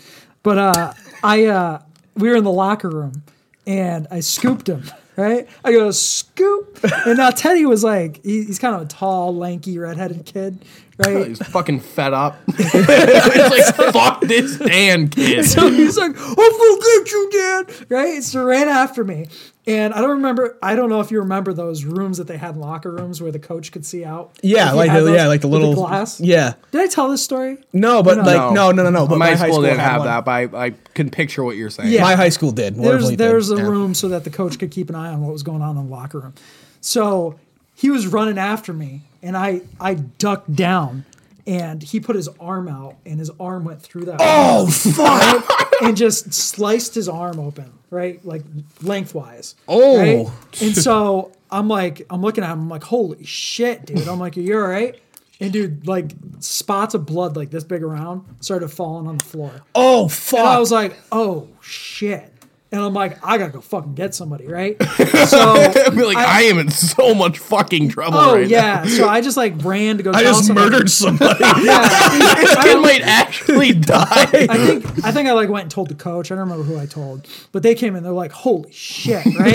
Speaker 6: But uh, I uh, we were in the locker room, and I scooped him. Right, I go scoop, and now Teddy was like, he, he's kind of a tall, lanky, redheaded kid, right?
Speaker 4: He's fucking fed
Speaker 5: <laughs>
Speaker 4: up. <laughs> it's like fuck this Dan kid.
Speaker 6: so <laughs> he's like, "I'll forget you, Dad." Right? So ran after me, and I don't remember. I don't know if you remember those rooms that they had in locker rooms where the coach could see out.
Speaker 5: Yeah,
Speaker 6: If you
Speaker 5: like
Speaker 6: had
Speaker 5: the,
Speaker 6: those
Speaker 5: yeah, like the
Speaker 6: with
Speaker 5: little
Speaker 6: glass.
Speaker 5: Yeah.
Speaker 6: Did I tell this story?
Speaker 5: No, but
Speaker 6: No.
Speaker 5: like no, no, no, no. Oh, But
Speaker 4: my,
Speaker 5: my
Speaker 4: school,
Speaker 5: high school
Speaker 4: didn't
Speaker 5: had
Speaker 4: have
Speaker 5: one.
Speaker 4: that, but I, I can picture what you're saying.
Speaker 6: Yeah.
Speaker 5: My high school did.
Speaker 6: there's
Speaker 5: Waterville
Speaker 6: there's
Speaker 5: did.
Speaker 6: a
Speaker 5: Yeah.
Speaker 6: room so that the coach could keep an eye on what was going on in the locker room. So he was running after me, and I I ducked down, and he put his arm out, and his arm went through that. Oh fuck! and just sliced his arm open, right, like lengthwise.
Speaker 5: Oh.
Speaker 6: right? and so I'm like, I'm looking at him, I'm like, holy shit, dude! I'm like, you're all right. And dude, like spots of blood like this big around started falling on the floor.
Speaker 5: Oh fuck!
Speaker 6: And I was like, oh shit. And I'm like, I gotta go fucking get somebody, right? So
Speaker 4: I'd be like, I, am in so much fucking trouble
Speaker 6: Oh
Speaker 4: right now.
Speaker 6: yeah. So I just like ran to go.
Speaker 5: <laughs> I
Speaker 6: tell
Speaker 5: just
Speaker 6: somebody.
Speaker 5: murdered
Speaker 6: <laughs>
Speaker 5: somebody.
Speaker 6: Yeah.
Speaker 4: This kid might
Speaker 5: <laughs>
Speaker 4: actually die.
Speaker 6: I think I think I like went and told the coach. I don't remember who I told, but they came in. They're like,
Speaker 5: <laughs>
Speaker 6: "Holy shit!" Right?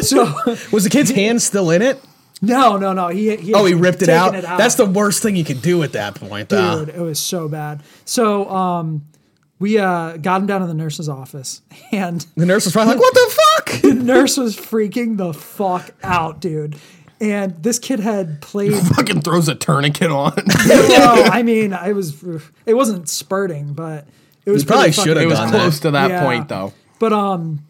Speaker 6: so <laughs>
Speaker 5: Was the kid's hand still in it?
Speaker 6: no, no, no. He, he
Speaker 5: <laughs>
Speaker 6: had
Speaker 5: Oh, he ripped it
Speaker 6: taken
Speaker 5: out. That's the worst thing you could do at that point, though.
Speaker 6: dude. It was so bad. So um, we uh, got him down to the nurse's office, <laughs> and
Speaker 5: The nurse was probably like, "What
Speaker 6: <laughs>
Speaker 5: the fuck?"
Speaker 6: the nurse was freaking the fuck out, dude. And this kid
Speaker 5: <laughs>
Speaker 6: had played
Speaker 4: Fucking throws a tourniquet on.
Speaker 6: no, I mean, I was. It wasn't spurting, but it was.
Speaker 5: You probably
Speaker 6: pretty fucking-
Speaker 5: should
Speaker 4: it
Speaker 5: have
Speaker 4: was
Speaker 5: done that.
Speaker 4: close to that
Speaker 6: Yeah.
Speaker 4: point though.
Speaker 6: But um,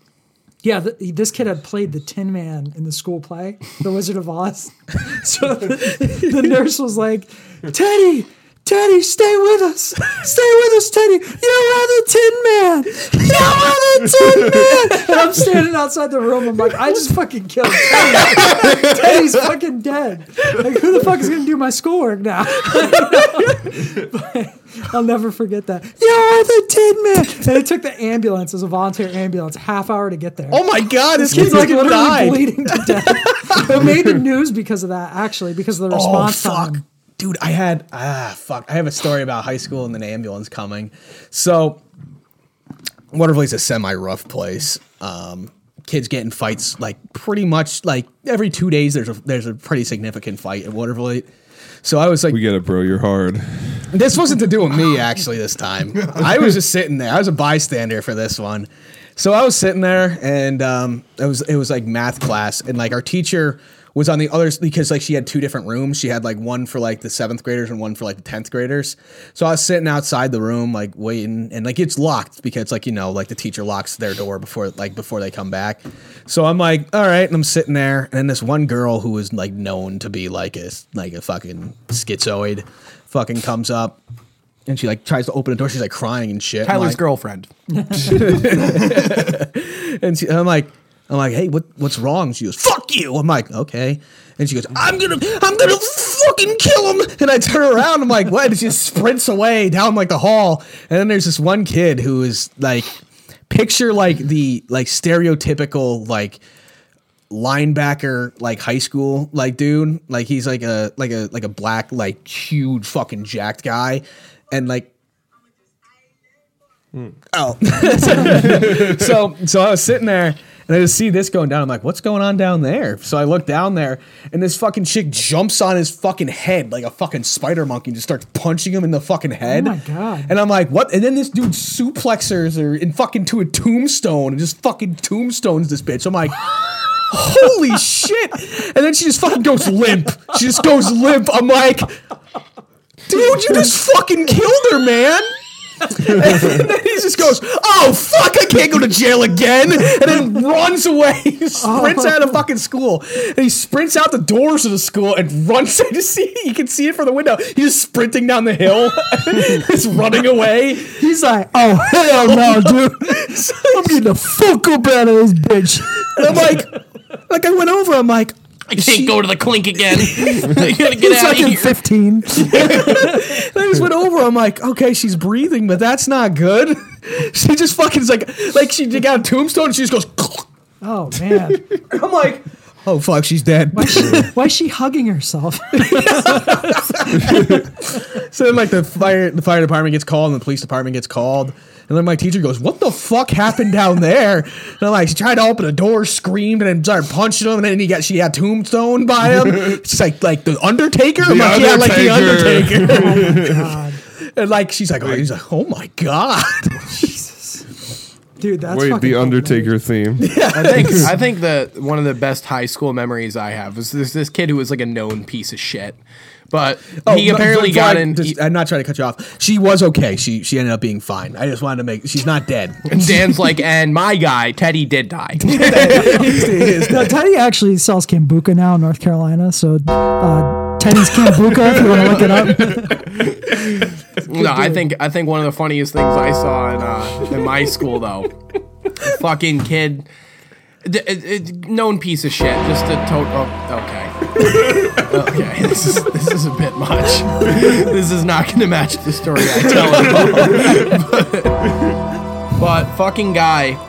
Speaker 6: yeah, th- this kid had played the Tin Man in the school play, The Wizard of Oz. <laughs> so the, the nurse was like, "Teddy, Teddy, stay with us, stay with us, Teddy. You are the Tin Man. You are the Tin Man." And I'm standing outside the room. I'm like, I just fucking killed Teddy. Teddy's fucking dead. Like, who the fuck is gonna do my schoolwork now? <laughs> I'll never forget that. You're the Tin Man. And it took the ambulance, it was a volunteer ambulance, half hour to get there.
Speaker 5: Oh my god, this
Speaker 6: He's
Speaker 5: kid's
Speaker 6: like
Speaker 5: like
Speaker 6: literally
Speaker 5: died.
Speaker 6: bleeding to death. it made the news because of that, actually, because of the
Speaker 5: Oh
Speaker 6: response
Speaker 5: fuck,
Speaker 6: time.
Speaker 5: dude! I had ah fuck. I have a story about high school and an ambulance coming. So, Waterville's a semi-rough place. Um, kids get in fights like pretty much like every two days. There's a there's a pretty significant fight at Waterville. So I was like,
Speaker 3: We get it, bro. You're hard.
Speaker 5: This wasn't to do with me actually this time. I was just sitting there. I was a bystander for this one. So I was sitting there and um, it was it was like math class and like our teacher was on the other because like she had two different rooms. She had like one for like the seventh graders and one for like the tenth graders. So I was sitting outside the room like waiting and like it's locked because like you know like the teacher locks their door before like before they come back. So I'm like all right and I'm sitting there and then this one girl who was like known to be like a like a fucking schizoid fucking comes up and she like tries to open the door. She's like crying and shit.
Speaker 4: Tyler's
Speaker 5: like,
Speaker 4: girlfriend.
Speaker 5: and she, I'm like, I'm like, hey, what what's wrong? She goes, fuck you. I'm like, okay. And she goes, I'm gonna, I'm gonna fucking kill him. And I turn around, I'm like, what? And she just sprints away down like the hall. And then there's this one kid who is like, picture like the like stereotypical like linebacker like high school like dude like he's like a like a like a black like huge fucking jacked guy and like oh <laughs> so so I was sitting there and I just see this going down. I'm like, what's going on down there? So I look down there and this fucking chick jumps on his fucking head like a fucking spider monkey and just starts punching him in the fucking head.
Speaker 6: Oh my God.
Speaker 5: And I'm like, what? And then this dude suplexers her and fucking to a tombstone and just fucking tombstones this bitch. I'm
Speaker 6: <laughs>
Speaker 5: like Holy shit! And then she just fucking goes limp. She just goes limp. I'm like, dude, you just fucking killed her, man. and then he just goes, "Oh fuck, I can't go to jail again!" And then runs away, <laughs> He sprints out of fucking school, and he sprints out the doors of the school and runs. <laughs> I just see you can see it from the window. He's just sprinting down the hill, <laughs> he's running away.
Speaker 6: He's like, oh, hell no, dude. I'm getting the fuck up out of this <laughs> bitch.
Speaker 5: And I'm like, like I went over. I'm like,
Speaker 4: I can't go to the clink
Speaker 5: <laughs>
Speaker 4: again. <laughs> I gotta get
Speaker 6: He's
Speaker 4: out of
Speaker 6: like in
Speaker 4: here.
Speaker 6: 15.
Speaker 5: And I just went over. I'm like, okay, she's breathing, but that's not good. <laughs> She just fucking is like, like she got a tombstone. And she just goes. <laughs>
Speaker 6: Oh, man.
Speaker 5: I'm like, oh fuck, she's dead.
Speaker 6: Why is she, why is she hugging herself? <laughs>
Speaker 5: So then, like the fire, the fire department gets called, and the police department gets called. And then my teacher goes, "What the fuck happened down there?" And I'm like, she tried to open a door, screamed, and then started punching him. And then he got she got tombstone by
Speaker 4: <laughs>
Speaker 5: him. She's like, like the Undertaker. I'm
Speaker 3: The
Speaker 5: like, yeah, like the
Speaker 3: Undertaker."
Speaker 5: Undertaker.
Speaker 4: <laughs> Oh
Speaker 6: God.
Speaker 5: <laughs> and like she's like, oh, he's like, oh my god.
Speaker 6: Dude, that's
Speaker 3: Wait,
Speaker 6: fucking
Speaker 3: the Undertaker theme.
Speaker 4: <laughs> I think I think that one of the best high school memories I have was this this kid who was like a known piece of shit, but he
Speaker 5: Oh, but-
Speaker 4: apparently
Speaker 5: but
Speaker 4: got
Speaker 5: I-
Speaker 4: in.
Speaker 5: just- I'm not trying to cut you off. She was okay. She she ended up being fine. I just wanted to make. She's
Speaker 4: <laughs>
Speaker 5: not dead.
Speaker 4: and Dan's like, and my guy Teddy did
Speaker 5: <laughs>
Speaker 4: die.
Speaker 6: No,
Speaker 2: <laughs>
Speaker 6: Teddy actually sells Kambuka now in North Carolina. So uh, Teddy's Kambuka, if you want to look it up.
Speaker 4: <laughs> No, I think I think one of the funniest things I saw in uh, in my school though, <laughs> fucking kid, d- it- it- known piece of shit. Just a total. Oh, okay, okay. <laughs> This is this is a bit much. <laughs> This is not going to match <laughs> the story I tell. at all. but, but fucking guy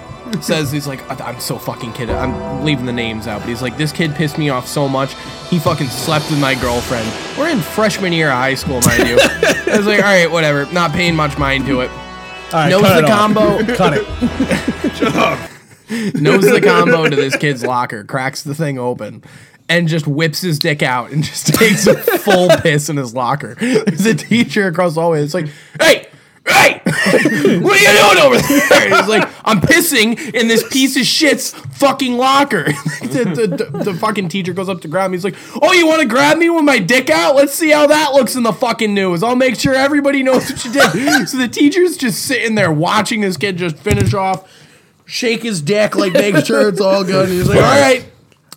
Speaker 4: says he's like, "I- I'm so fucking kidding. I'm leaving the names out, but he's like, this kid pissed me off so much. He fucking slept with my girlfriend. We're in freshman year of high school, mind
Speaker 5: <laughs>
Speaker 4: you. I was like, all right, whatever. Not paying much mind to it.
Speaker 5: All right,
Speaker 4: Knows
Speaker 5: cut
Speaker 4: the
Speaker 5: it off.
Speaker 4: combo.
Speaker 5: Cut it.
Speaker 4: knows the combo to this kid's locker, cracks the thing open, and just whips his dick out and just <laughs> takes a full piss in his locker. There's a teacher across the hallway. It's like, hey, hey, what are you doing over there? He's like, I'm pissing in this piece of shit's fucking locker. <laughs> the, the, the fucking teacher goes up to grab me. He's like, oh, you want to grab me with my dick out? Let's see how that looks in the fucking news. I'll make sure everybody knows what you did. so the teacher's just sitting there watching this kid just finish off shake his dick, like make sure it's all good. And he's like, all right,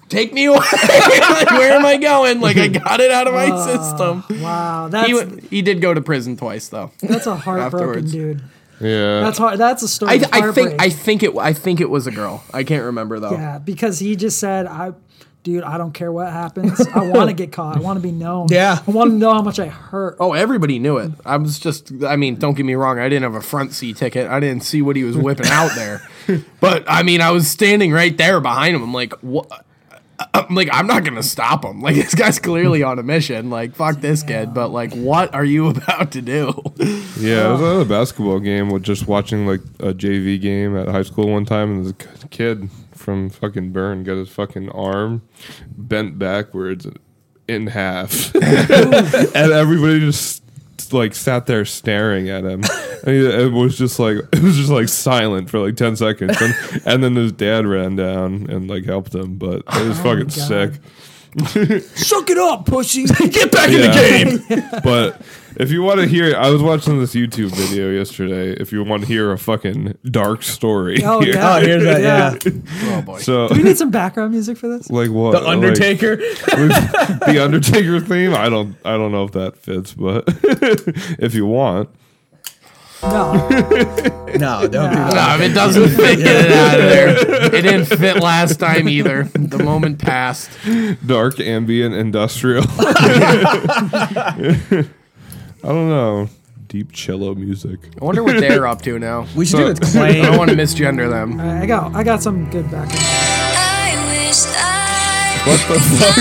Speaker 4: take me away. <laughs> like, where am I going? Like, I got it out of my system.
Speaker 2: Wow, that's
Speaker 4: He, went- he did go to prison twice, though.
Speaker 2: that's a heartbroken
Speaker 4: afterwards.
Speaker 2: dude.
Speaker 3: Yeah.
Speaker 2: That's hard. That's a story.
Speaker 4: I,
Speaker 2: of
Speaker 4: I think
Speaker 2: heartbreak.
Speaker 4: I think it I think it was a girl. I can't remember though.
Speaker 2: yeah, because he just said, "I, dude, I don't care what happens. I want to get caught. I want to be known.
Speaker 5: Yeah.
Speaker 2: I want to know how much I hurt.
Speaker 4: Oh, everybody knew it. I was just I mean, don't get me wrong, I didn't have a front seat ticket. I didn't see what he was whipping out <laughs> there. But I mean, I was standing right there behind him. I'm like, what? I'm like, I'm not gonna stop him. Like <laughs> this guy's clearly on a mission. Like, fuck this kid. But like, what are you <laughs> about to do?
Speaker 3: Yeah, it was another basketball game. With just watching like a JV game at high school one time, and this k- kid from fucking Burn got his fucking arm bent backwards in half, <laughs> and everybody just like sat there staring at him. And he, it was just like <laughs> it was just like silent for like ten seconds, and, and then his dad ran down and like helped him. But it was fucking
Speaker 2: God.
Speaker 3: sick.
Speaker 2: Suck it up, pussy.
Speaker 5: Get back in the
Speaker 3: Yeah.
Speaker 5: game. <laughs>
Speaker 3: but if you want to hear, I was watching this YouTube video yesterday. If you want to hear a fucking dark story,
Speaker 2: <laughs>
Speaker 3: <laughs>
Speaker 2: Oh,
Speaker 3: here.
Speaker 2: yeah.
Speaker 5: Oh, here's that.
Speaker 4: <laughs>
Speaker 5: Yeah.
Speaker 4: Oh boy.
Speaker 3: so
Speaker 2: we need some background music for this.
Speaker 3: like what
Speaker 5: The Undertaker. <laughs>
Speaker 3: Like, <laughs> the Undertaker theme. I don't, I don't know if that fits, but <laughs> if you want,
Speaker 2: No,
Speaker 5: no, don't do that.
Speaker 4: no, if it <laughs> doesn't fit, get it out of <laughs> there. It didn't fit last time either. The moment passed.
Speaker 3: dark ambient industrial. <laughs> I don't know. Deep cello music.
Speaker 4: I wonder what they're up to now.
Speaker 5: We should do it. <laughs> with
Speaker 4: I don't
Speaker 5: Clay.
Speaker 4: want to misgender them.
Speaker 2: All right, I got I got some good background.
Speaker 7: I wish I
Speaker 3: What the <laughs> fuck?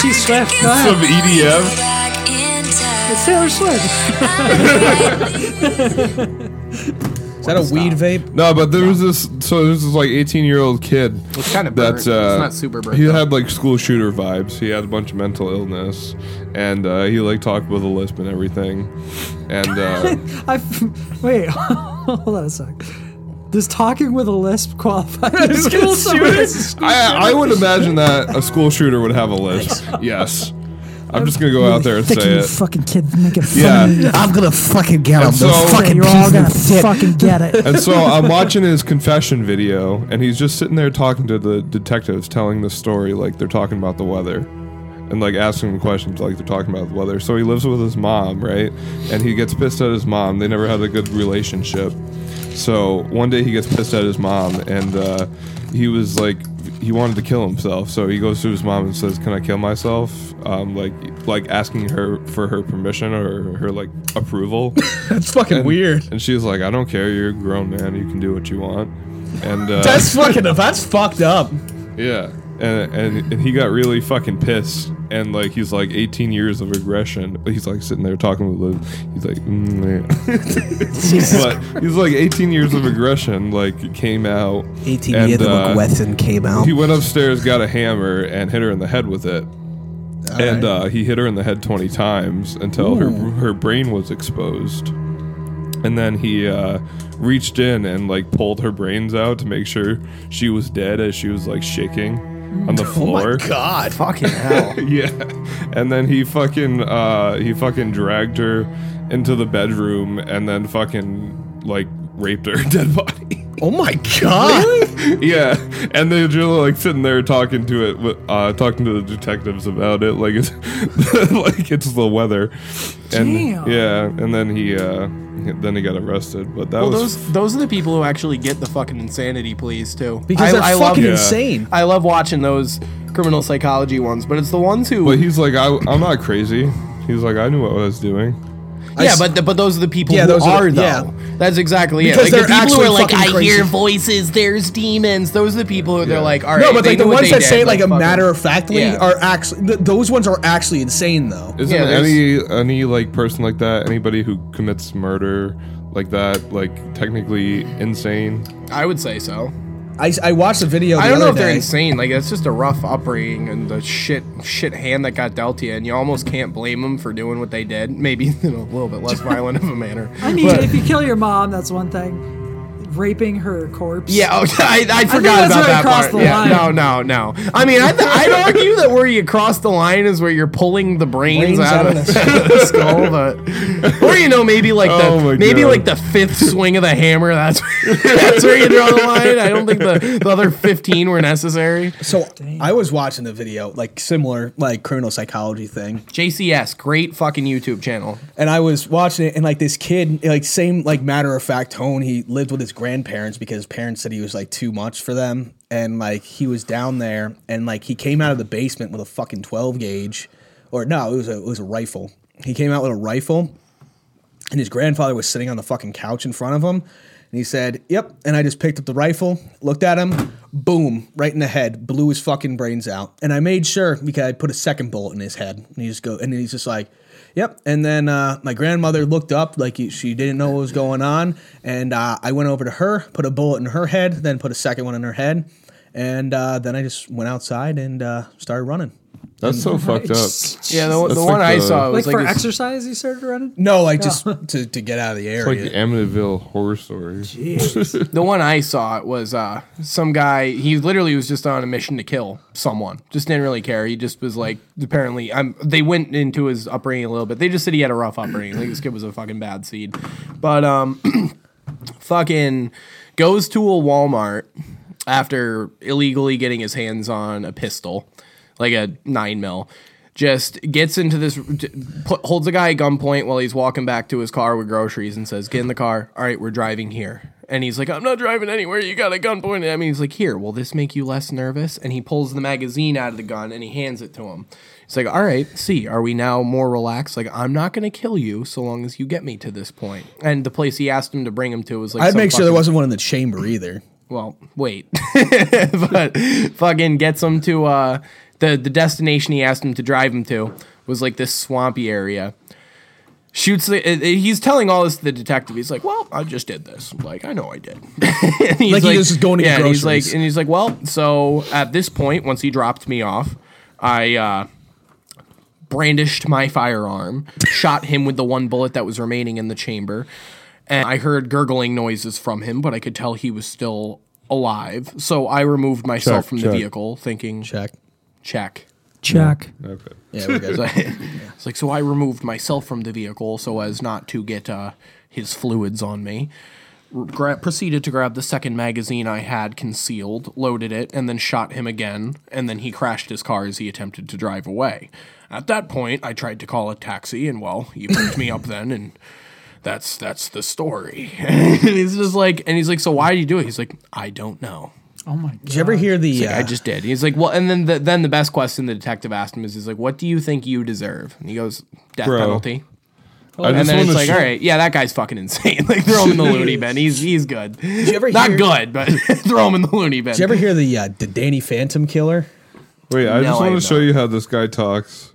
Speaker 2: T Swift, go ahead.
Speaker 3: Some EDM.
Speaker 6: <laughs>
Speaker 7: go back in time.
Speaker 2: It's Taylor Swift.
Speaker 5: Is that a weed vape?
Speaker 3: No, but there was this. So there's this like 18 year old kid.
Speaker 4: It's kind of burnt.
Speaker 3: That's uh,
Speaker 4: it's not super burnt.
Speaker 3: He
Speaker 4: though.
Speaker 3: had like school shooter vibes. He had a bunch of mental illness, and uh, he like talked with a lisp and everything. And
Speaker 2: <laughs>
Speaker 3: uh,
Speaker 2: <laughs> I wait, <laughs> hold on a sec. Does talking with a lisp <laughs> qualify? as skill service?
Speaker 3: I, I would imagine that a school shooter would have a lisp. Yes, I'm just gonna go out there and
Speaker 2: Thick
Speaker 3: say
Speaker 2: you
Speaker 3: it.
Speaker 2: fucking kid making fun
Speaker 3: Yeah.
Speaker 2: of me.
Speaker 8: I'm gonna fucking get him.
Speaker 3: So-
Speaker 8: those fucking
Speaker 2: You're all
Speaker 8: pieces
Speaker 2: gonna
Speaker 8: of shit.
Speaker 2: fucking get it.
Speaker 3: And so I'm watching his confession video, and he's just sitting there talking to the detectives, telling the story like they're talking about the weather, and like asking them questions like they're talking about the weather. So he lives with his mom, right? And he gets pissed at his mom. They never had a good relationship. So one day he gets pissed at his mom, and uh, he was like, he wanted to kill himself. So he goes to his mom and says, "Can I kill myself?" Um, like, like asking her for her permission or her like approval.
Speaker 5: That's fucking weird.
Speaker 3: And she was like, I don't care. You're a grown man. You can do what you want. And uh,
Speaker 5: That's fucking. That's fucked up.
Speaker 3: yeah. And, and and he got really fucking pissed. And like he's like 18 years of regression. He's like sitting there talking with Liv. He's like, mm, yeah. but he's like 18 years of aggression. Like came out.
Speaker 8: 18
Speaker 3: and,
Speaker 8: year the
Speaker 3: uh,
Speaker 8: McWesson came out.
Speaker 3: He went upstairs, got a hammer, and hit her in the head with it. and uh, he hit her in the head 20 times until her, her brain was exposed. And then he uh, reached in and like pulled her brains out to make sure she was dead as she was like shaking
Speaker 8: <laughs>
Speaker 3: on
Speaker 8: Oh
Speaker 3: the floor.
Speaker 5: God.
Speaker 4: fucking hell.
Speaker 3: <laughs> Yeah, and then he fucking uh, he fucking dragged her into the bedroom and then fucking like raped her <laughs> dead body.
Speaker 5: Oh my god.
Speaker 3: Yeah, and they're just like sitting there talking to it, with- uh, talking to the detectives about it, like it's <laughs> like it's the weather. And
Speaker 2: Damn.
Speaker 3: yeah, and then he uh, then he got arrested. But that
Speaker 4: Well,
Speaker 3: was
Speaker 4: those those are the people who actually get the fucking insanity pleas too. I,
Speaker 5: Because that's
Speaker 4: I
Speaker 5: fucking
Speaker 4: love,
Speaker 5: insane.
Speaker 4: I love watching those criminal psychology ones, but it's the ones who.
Speaker 3: but he's like, I, I'm not crazy. He's like, I knew what I was doing.
Speaker 4: yeah, but the, but those are the people
Speaker 5: Yeah,
Speaker 4: who
Speaker 5: those
Speaker 4: are,
Speaker 5: are the-
Speaker 4: though.
Speaker 5: yeah.
Speaker 4: That's exactly it.
Speaker 5: Because
Speaker 4: Like
Speaker 5: they're
Speaker 4: the people who
Speaker 5: actually
Speaker 4: are like, I
Speaker 5: fucking crazy."
Speaker 4: hear voices, there's demons. Those are the people who they're like, all right.
Speaker 5: no, but
Speaker 4: they
Speaker 5: like
Speaker 4: knew
Speaker 5: the
Speaker 4: what
Speaker 5: ones
Speaker 4: they
Speaker 5: that
Speaker 4: did,
Speaker 5: say it like a
Speaker 4: fuck 'em.
Speaker 5: matter of factly
Speaker 4: Yeah.
Speaker 5: are actually th- those ones are actually insane though.
Speaker 3: Isn't
Speaker 4: Yeah, there's-
Speaker 3: any any like person like that, anybody who commits murder like that, like technically insane?
Speaker 4: I would say so.
Speaker 5: I, I watched a video. The
Speaker 4: I don't know
Speaker 5: other
Speaker 4: if they're
Speaker 5: day.
Speaker 4: insane. Like that's just a rough upbringing and the shit shit hand that got dealt to you, and you almost can't blame them for doing what they did. Maybe <laughs> in a little bit less violent of a manner.
Speaker 2: <laughs> I mean, if you kill your mom, that's one thing. Raping her corpse.
Speaker 4: Yeah, oh, <laughs> I, I forgot
Speaker 2: that's
Speaker 4: about
Speaker 2: where I
Speaker 4: that
Speaker 2: crossed
Speaker 4: part.
Speaker 2: the
Speaker 4: yeah,
Speaker 2: line.
Speaker 4: no, no, no. I mean, I th- I'd argue that where you cross the line is where you're pulling the brains,
Speaker 5: Brains
Speaker 4: out,
Speaker 5: out
Speaker 4: of <laughs>
Speaker 5: of
Speaker 4: the, skull, but or you know maybe like the
Speaker 3: Oh my
Speaker 4: maybe
Speaker 3: God.
Speaker 4: like the fifth swing of the hammer. That's <laughs> that's where you draw the line. I don't think the, the other fifteen were necessary.
Speaker 5: So I was watching a video like similar like criminal psychology thing,
Speaker 4: JCS, great fucking YouTube channel.
Speaker 5: and I was watching it and like this kid like same like matter of fact tone. He lived with his grandparents because his parents said he was like too much for them, and like he was down there and like he came out of the basement with a fucking twelve gauge, or no, it was a it was a rifle. He came out with a rifle. and his grandfather was sitting on the fucking couch in front of him and he said yep and i just picked up the rifle looked at him boom right in the head blew his fucking brains out and i made sure because i put a second bullet in his head and he just go and he's just like yep and then uh, my grandmother looked up like she didn't know what was going on and uh, i went over to her put a bullet in her head then put a second one in her head and uh, then i just went outside and uh, started running
Speaker 3: That's so
Speaker 4: <laughs>
Speaker 3: fucked up.
Speaker 2: It's
Speaker 4: Yeah, the,
Speaker 3: That's
Speaker 4: the
Speaker 3: like
Speaker 4: one I
Speaker 3: the-
Speaker 4: saw
Speaker 2: Like,
Speaker 4: was like,
Speaker 2: for
Speaker 4: this-
Speaker 2: exercise, you started running.
Speaker 5: no like just to, to get out of the
Speaker 3: It's like
Speaker 5: area
Speaker 3: the Amityville horror story.
Speaker 4: the one I saw was uh, some guy. He literally was just on a mission to kill someone. Just didn't really care. He just was like, apparently, i They went into his upbringing a little bit. They just said he had a rough upbringing. Like this kid was a fucking bad seed, but um, <clears throat> fucking goes to a Walmart after illegally getting his hands on a pistol, like a nine mil. Just gets into this, t- pu- holds a guy at gunpoint while he's walking back to his car with groceries and says, "Get in the car. All right, we're driving here." And he's like, "I'm not driving anywhere. You got a gun pointed at me." He's like, "Here, will this make you less nervous?" And he pulls the magazine out of the gun and he hands it to him. He's like, all right, see, are we now more relaxed? Like, I'm not going to kill you so long as you get me to this point. And the place he asked him to bring him to was like,
Speaker 5: i'd
Speaker 4: some
Speaker 5: make sure there
Speaker 4: fucking-
Speaker 5: wasn't one in the chamber either
Speaker 4: Well, wait, <laughs> but fucking gets him to uh, the the destination he asked him to drive him to was like this swampy area. Shoots. The, uh, he's telling all this to the detective. He's like, "Well, I just did this. Like, I know I did." <laughs> and he's
Speaker 5: Like he was just going to get
Speaker 4: and he's
Speaker 5: groceries.
Speaker 4: like, and he's like, "Well, so at this point, once he dropped me off, I." uh brandished my firearm, shot him with the one bullet that was remaining in the chamber. And I heard gurgling noises from him, but I could tell he was still alive. So I removed myself
Speaker 3: Check,
Speaker 4: from
Speaker 3: check.
Speaker 4: the vehicle, thinking, check.
Speaker 5: check
Speaker 2: Check.
Speaker 3: Okay.
Speaker 5: yeah we're good
Speaker 4: <laughs> it's like, so I removed myself from the vehicle so as not to get uh, his fluids on me. Gra- proceeded to grab the second magazine I had concealed, loaded it, and then shot him again. And then he crashed his car as he attempted to drive away. At that point, I tried to call a taxi, and well, you picked me up then, and that's that's the story. <laughs> and he's just like, and he's like, so why did you do it? He's like, I don't know.
Speaker 2: Oh my god.
Speaker 5: Did you ever hear the? uh,
Speaker 4: Like, I just did. He's like, well, and then the, then the best question the detective asked him is, he's like, what do you think you deserve? And he goes, death
Speaker 3: Bro.
Speaker 4: penalty.
Speaker 3: I
Speaker 4: Oh, And
Speaker 3: just
Speaker 4: then
Speaker 3: wanna
Speaker 4: it's like,
Speaker 3: sh-
Speaker 4: all right, yeah, that guy's fucking insane. <laughs> Like throw him in the loony bin. He's he's good.
Speaker 5: you ever
Speaker 4: Not
Speaker 5: hear-
Speaker 4: good, but <laughs> throw him in the loony bin.
Speaker 5: did
Speaker 4: <laughs>
Speaker 5: you ever hear the uh, the Danny Phantom killer?
Speaker 3: Wait, I
Speaker 4: No,
Speaker 3: just
Speaker 4: I
Speaker 3: want to
Speaker 4: don't.
Speaker 3: show you how this guy talks.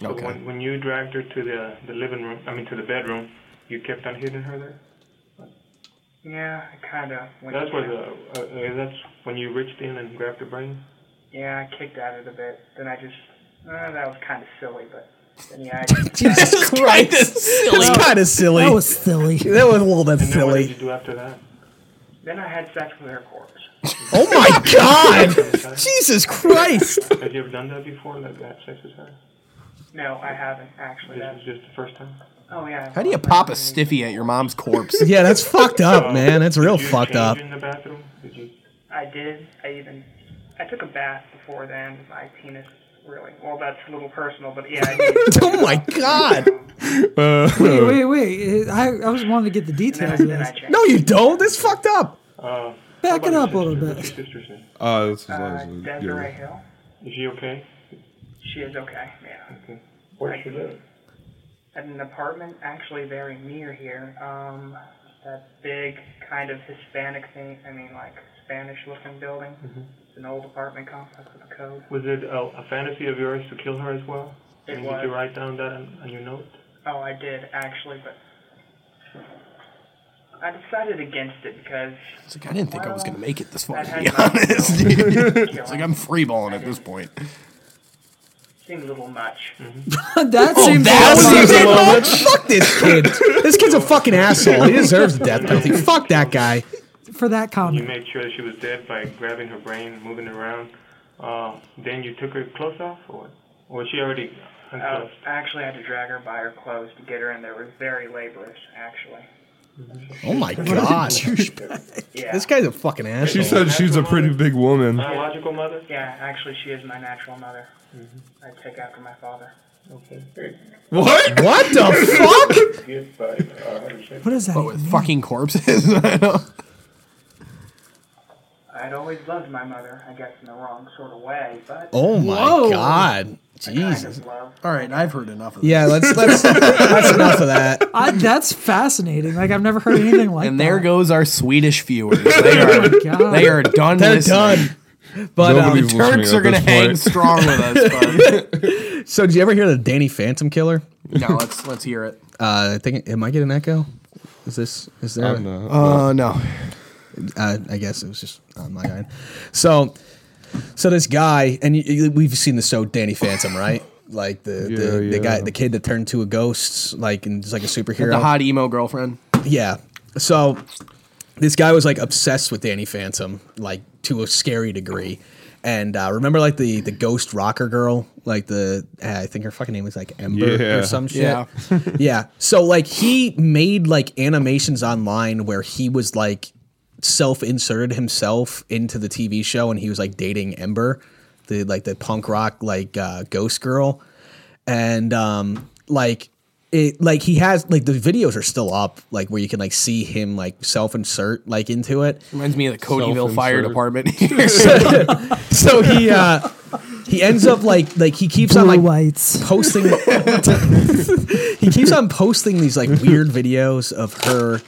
Speaker 9: But
Speaker 4: okay.
Speaker 9: When, when you dragged her to the the living room, I mean to the bedroom, you kept on hitting her there.
Speaker 10: Yeah, I kind of.
Speaker 9: That's where the uh, uh, that's when you reached in and grabbed her brain.
Speaker 10: Yeah, I kicked at it a bit. Then I just. Uh, that was kind of silly, but. Then yeah, I just.
Speaker 5: Jesus Christ, it's kind of silly.
Speaker 2: That was silly.
Speaker 5: <laughs> That was a little bit
Speaker 9: Then what did
Speaker 5: silly.
Speaker 9: you do after that?
Speaker 10: then I had sex with her corpse.
Speaker 5: Oh my God! Jesus Christ!
Speaker 9: Have you ever done that before? Like had sex with her?
Speaker 10: No, I haven't, actually.
Speaker 9: This
Speaker 10: That's,
Speaker 9: was just the first time.
Speaker 10: oh, yeah.
Speaker 4: How do you pop a stiffy at your mom's corpse?
Speaker 5: Yeah, that's fucked up, man. That's real
Speaker 9: Did you
Speaker 5: fucked
Speaker 9: change
Speaker 5: up.
Speaker 9: In the bathroom? Did you?
Speaker 10: I did. I even. I took a bath before then. My penis, really. Well, that's a little personal, but yeah, I
Speaker 5: <laughs>
Speaker 10: did.
Speaker 5: Oh my God!
Speaker 2: Wait, wait, wait. I, I was wanting to get the
Speaker 10: Then I,
Speaker 2: details of
Speaker 10: then I
Speaker 2: this.
Speaker 10: changed.
Speaker 5: No, you don't. That's fucked up.
Speaker 9: Uh,
Speaker 2: Back it up a little
Speaker 9: what's
Speaker 2: bit.
Speaker 9: your sister's name?
Speaker 3: Uh, this is
Speaker 10: Uh,
Speaker 3: awesome.
Speaker 10: Desiree Hill.
Speaker 9: Is she okay?
Speaker 10: She is okay, yeah.
Speaker 9: Where does she live?
Speaker 10: At an apartment actually very near here. Um, that big kind of Hispanic thing. I mean, like Spanish-looking building. It's an old apartment complex with a code.
Speaker 9: Mm-hmm. Was it a, a fantasy of yours to kill her as well?
Speaker 10: It
Speaker 9: I mean,
Speaker 10: was.
Speaker 9: Did you write down that on, on your note?
Speaker 10: Oh, I did actually, but I decided against it because
Speaker 4: It's like I didn't think I was gonna make it this far.
Speaker 10: that
Speaker 4: To <laughs> be
Speaker 10: had nothing to
Speaker 4: honest,
Speaker 10: do with
Speaker 4: dude.
Speaker 10: killing.
Speaker 4: it's like I'm freeballing at this point.
Speaker 10: seemed a little much.
Speaker 2: <laughs> Oh, that seems
Speaker 5: That
Speaker 2: awesome.
Speaker 5: seems a little much. Fuck this kid. This kid's a fucking asshole. He deserves the death penalty. Fuck that guy.
Speaker 2: for that
Speaker 9: You
Speaker 2: comment.
Speaker 9: made sure she was dead by grabbing her brain, moving it around. Uh, then you took her clothes off, or what? Or was she already
Speaker 10: Uh,
Speaker 9: unclothed?
Speaker 10: I actually had to drag her by her clothes to get her in there. It was very laborious, actually.
Speaker 5: Oh my god.
Speaker 10: Yeah.
Speaker 5: This guy's a fucking
Speaker 3: She
Speaker 5: asshole.
Speaker 3: said she's a pretty big woman.
Speaker 9: Biological mother? Mm-hmm.
Speaker 10: Yeah, actually, she is my natural mother. I take after my father.
Speaker 9: Okay.
Speaker 3: What?
Speaker 5: what the fuck?
Speaker 9: Yes, by uh, Henderson.
Speaker 2: What is that?
Speaker 4: But with fucking corpses. <laughs> I know.
Speaker 10: I'd always loved my mother, I guess in the wrong sort of way, but
Speaker 5: Oh my
Speaker 2: Whoa.
Speaker 5: god.
Speaker 10: kind
Speaker 5: Jesus.
Speaker 10: of love.
Speaker 4: All right, I've heard enough of this.
Speaker 5: Yeah, let's let's that's enough of that.
Speaker 2: I, that's fascinating. Like I've never heard anything like
Speaker 4: And
Speaker 2: that.
Speaker 4: there goes our Swedish <laughs> viewers. They are,
Speaker 2: God.
Speaker 4: they are done.
Speaker 5: <laughs> They're
Speaker 4: listening.
Speaker 5: done. But um,
Speaker 3: Nobody's
Speaker 4: Turks
Speaker 3: listening
Speaker 4: are
Speaker 3: at
Speaker 4: gonna
Speaker 3: this
Speaker 4: hang
Speaker 3: point.
Speaker 4: strong with
Speaker 5: <laughs>
Speaker 4: us. But
Speaker 5: so did you ever hear the Danny Phantom killer?
Speaker 4: no, let's let's hear it.
Speaker 5: Uh, I think am I getting an echo? Is this is there?
Speaker 3: I'm not.
Speaker 4: Uh, no.
Speaker 5: uh, I guess it was just on my iron. So, so this guy, and you, you- we've seen the show Danny Phantom, right? Like the the,
Speaker 3: Yeah,
Speaker 5: the guy,
Speaker 3: yeah.
Speaker 5: the kid that turned to a ghost, like and just like a superhero.
Speaker 4: The hot emo girlfriend.
Speaker 5: yeah. So, this guy was like obsessed with Danny Phantom, like to a scary degree. And uh, remember, like the the ghost rocker girl, like the uh, I think her fucking name was like Ember
Speaker 3: Yeah.
Speaker 5: or some shit
Speaker 4: Yeah.
Speaker 5: yeah. So like he made like animations online where he was like self-inserted himself into the TV show and he was like dating Ember, the like the punk rock like uh, ghost girl, and um like it like he has like the videos are still up like where you can like see him like self-insert like into it.
Speaker 4: Reminds me of the Codyville Fire
Speaker 5: <laughs>
Speaker 3: Self-insert.
Speaker 4: Department.
Speaker 5: So he uh he ends up like like he keeps on
Speaker 2: Blue
Speaker 5: like
Speaker 2: lights.
Speaker 5: posting he keeps on posting these like weird videos of her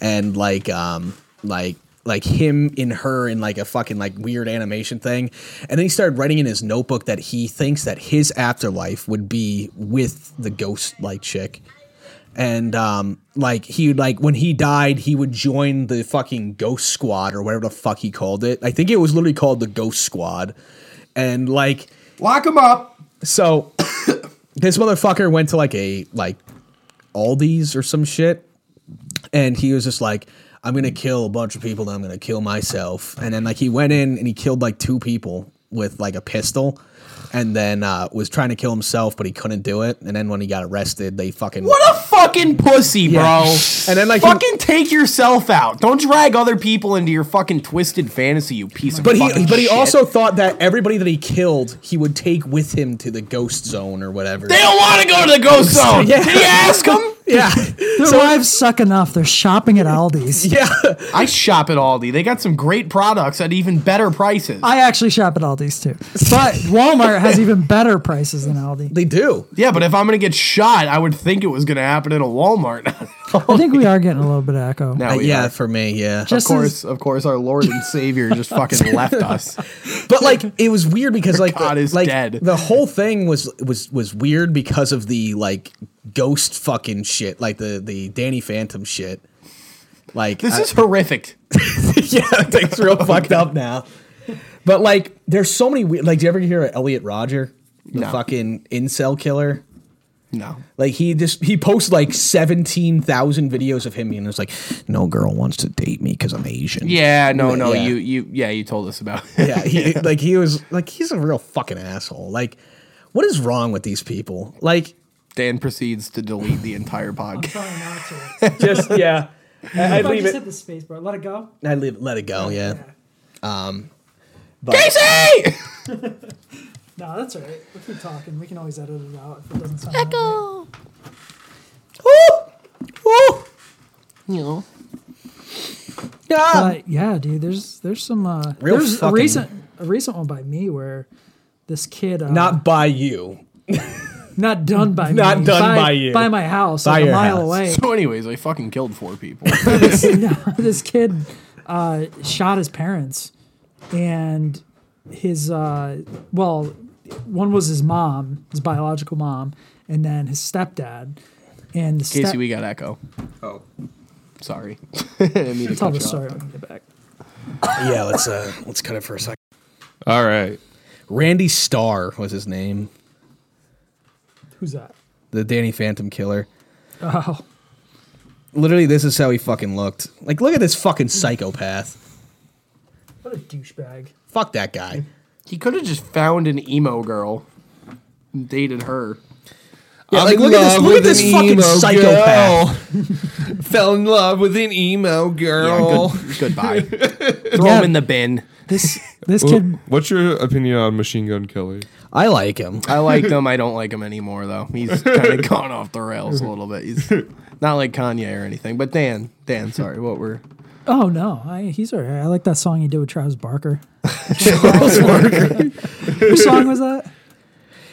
Speaker 5: and like um like like him in her in like a fucking like weird animation thing and then he started writing in his notebook that he thinks that his afterlife would be with the ghost like chick and um like he would like when he died he would join the fucking ghost squad or whatever the fuck he called it i think it was literally called the ghost squad and like
Speaker 4: Lock him up.
Speaker 5: so <coughs> this motherfucker went to like a like Aldi's or some shit, and he was just like, "I'm gonna kill a bunch of people, then I'm gonna kill myself." And then like he went in and he killed like two people with like a pistol, and then uh, was trying to kill himself, but he couldn't do it. And then when he got arrested, they fucking
Speaker 4: What a fucking pussy,
Speaker 5: Yeah.
Speaker 4: bro.
Speaker 5: And then like he-
Speaker 4: fucking take yourself out. Don't drag other people into your fucking twisted fantasy, you piece of
Speaker 5: But he,
Speaker 4: fucking
Speaker 5: but he
Speaker 4: shit.
Speaker 5: also thought that everybody that he killed, he would take with him to the ghost zone or whatever.
Speaker 4: They don't want to go to the
Speaker 5: <laughs>
Speaker 4: ghost zone. Did you ask them?
Speaker 5: yeah, <laughs>
Speaker 2: Their lives suck enough. They're shopping at Aldi's.
Speaker 5: yeah.
Speaker 4: I shop at Aldi. They got some great products at even better prices.
Speaker 2: I actually shop at Aldi's too, but Walmart has even better prices than Aldi.
Speaker 5: They do.
Speaker 4: yeah, but if I'm gonna get shot, I would think it was gonna happen at a Walmart. <laughs>
Speaker 2: I think we are getting a little bit of echo.
Speaker 4: now
Speaker 5: Uh,
Speaker 4: we
Speaker 5: yeah,
Speaker 4: are.
Speaker 5: for me, yeah.
Speaker 4: Of course, of course, our Lord and Savior just <laughs> fucking left us.
Speaker 5: but like
Speaker 4: <laughs>
Speaker 5: it was weird because like
Speaker 4: God
Speaker 5: the,
Speaker 4: is
Speaker 5: like,
Speaker 4: dead.
Speaker 5: the whole thing was was was weird because of the like ghost fucking shit like the the Danny Phantom shit like
Speaker 4: This
Speaker 5: I-
Speaker 4: is horrific.
Speaker 5: <laughs>
Speaker 4: <laughs>
Speaker 5: yeah things real fucked up now but like there's so many weird like do you ever hear of Elliot Roger the
Speaker 4: No.
Speaker 5: fucking incel killer
Speaker 4: No.
Speaker 5: like he just he posted like seventeen thousand videos of him and it's like no girl wants to date me because I'm Asian
Speaker 4: Yeah, no, no.
Speaker 5: Yeah.
Speaker 4: You, you, yeah. You told us about.
Speaker 5: yeah, he, like he was like he's a real fucking asshole. Like, what is wrong with these people? Like,
Speaker 4: <laughs> Dan proceeds to delete the entire <laughs> podcast.
Speaker 2: Trying not
Speaker 5: <laughs>
Speaker 2: to.
Speaker 5: just yeah, I, I'd
Speaker 2: I
Speaker 5: leave
Speaker 2: just
Speaker 5: it.
Speaker 2: hit the space bar. Let it go.
Speaker 5: I'd leave it, let it go. Yeah,
Speaker 4: Casey!
Speaker 2: No, that's all right. We'll keep talking. We can always edit it out if it doesn't sound echo. But yeah, dude, there's there's some uh,
Speaker 5: Real
Speaker 2: there's a
Speaker 5: fucking-
Speaker 2: recent a recent one by me where this kid uh,
Speaker 5: not by you.
Speaker 2: Not done by
Speaker 5: Not
Speaker 2: me.
Speaker 5: done
Speaker 2: by,
Speaker 5: by you.
Speaker 2: By my house,
Speaker 5: By
Speaker 2: like a
Speaker 5: your
Speaker 2: mile
Speaker 5: house.
Speaker 2: away.
Speaker 4: So, anyways, I fucking killed four people.
Speaker 2: this, no, this kid uh, shot his parents, and his uh, well, one was his mom, his biological mom, and then his stepdad. And the
Speaker 4: Casey,
Speaker 2: step-
Speaker 4: we got echo.
Speaker 3: Oh.
Speaker 4: Sorry. <laughs> I mean to
Speaker 2: tell
Speaker 4: cut
Speaker 2: the
Speaker 4: you off.
Speaker 2: story when we get back.
Speaker 5: yeah, let's uh, let's cut it for a second.
Speaker 3: All right.
Speaker 5: Randy Starr was his name,
Speaker 2: Who's that?
Speaker 5: the Danny Phantom killer.
Speaker 2: Oh,
Speaker 5: Literally, this is how he fucking looked. Like, look at this fucking psychopath.
Speaker 2: what a douchebag.
Speaker 5: Fuck that guy.
Speaker 4: He could have just found an emo girl and dated her.
Speaker 5: Yeah,
Speaker 3: I'm
Speaker 5: like,
Speaker 3: in
Speaker 5: look at this.
Speaker 3: love
Speaker 5: Look at
Speaker 3: with
Speaker 5: this
Speaker 3: an
Speaker 5: fucking
Speaker 3: emo
Speaker 5: psychopath.
Speaker 3: girl. <laughs> Fell in love with an emo girl.
Speaker 4: Good-
Speaker 3: <laughs>
Speaker 4: goodbye. Throw him in the bin.
Speaker 2: This this kid.
Speaker 3: What's your opinion on Machine Gun Kelly?
Speaker 5: I like him.
Speaker 4: I liked him. I don't like him anymore, though. He's
Speaker 3: <laughs>
Speaker 4: kind of gone off the rails a little bit. He's not like Kanye or anything. But Dan, Dan, sorry, what
Speaker 3: <laughs>
Speaker 4: were
Speaker 2: Oh no, I, he's alright. I like that song he did with Travis <laughs> Barker. <laughs> Whose song was that?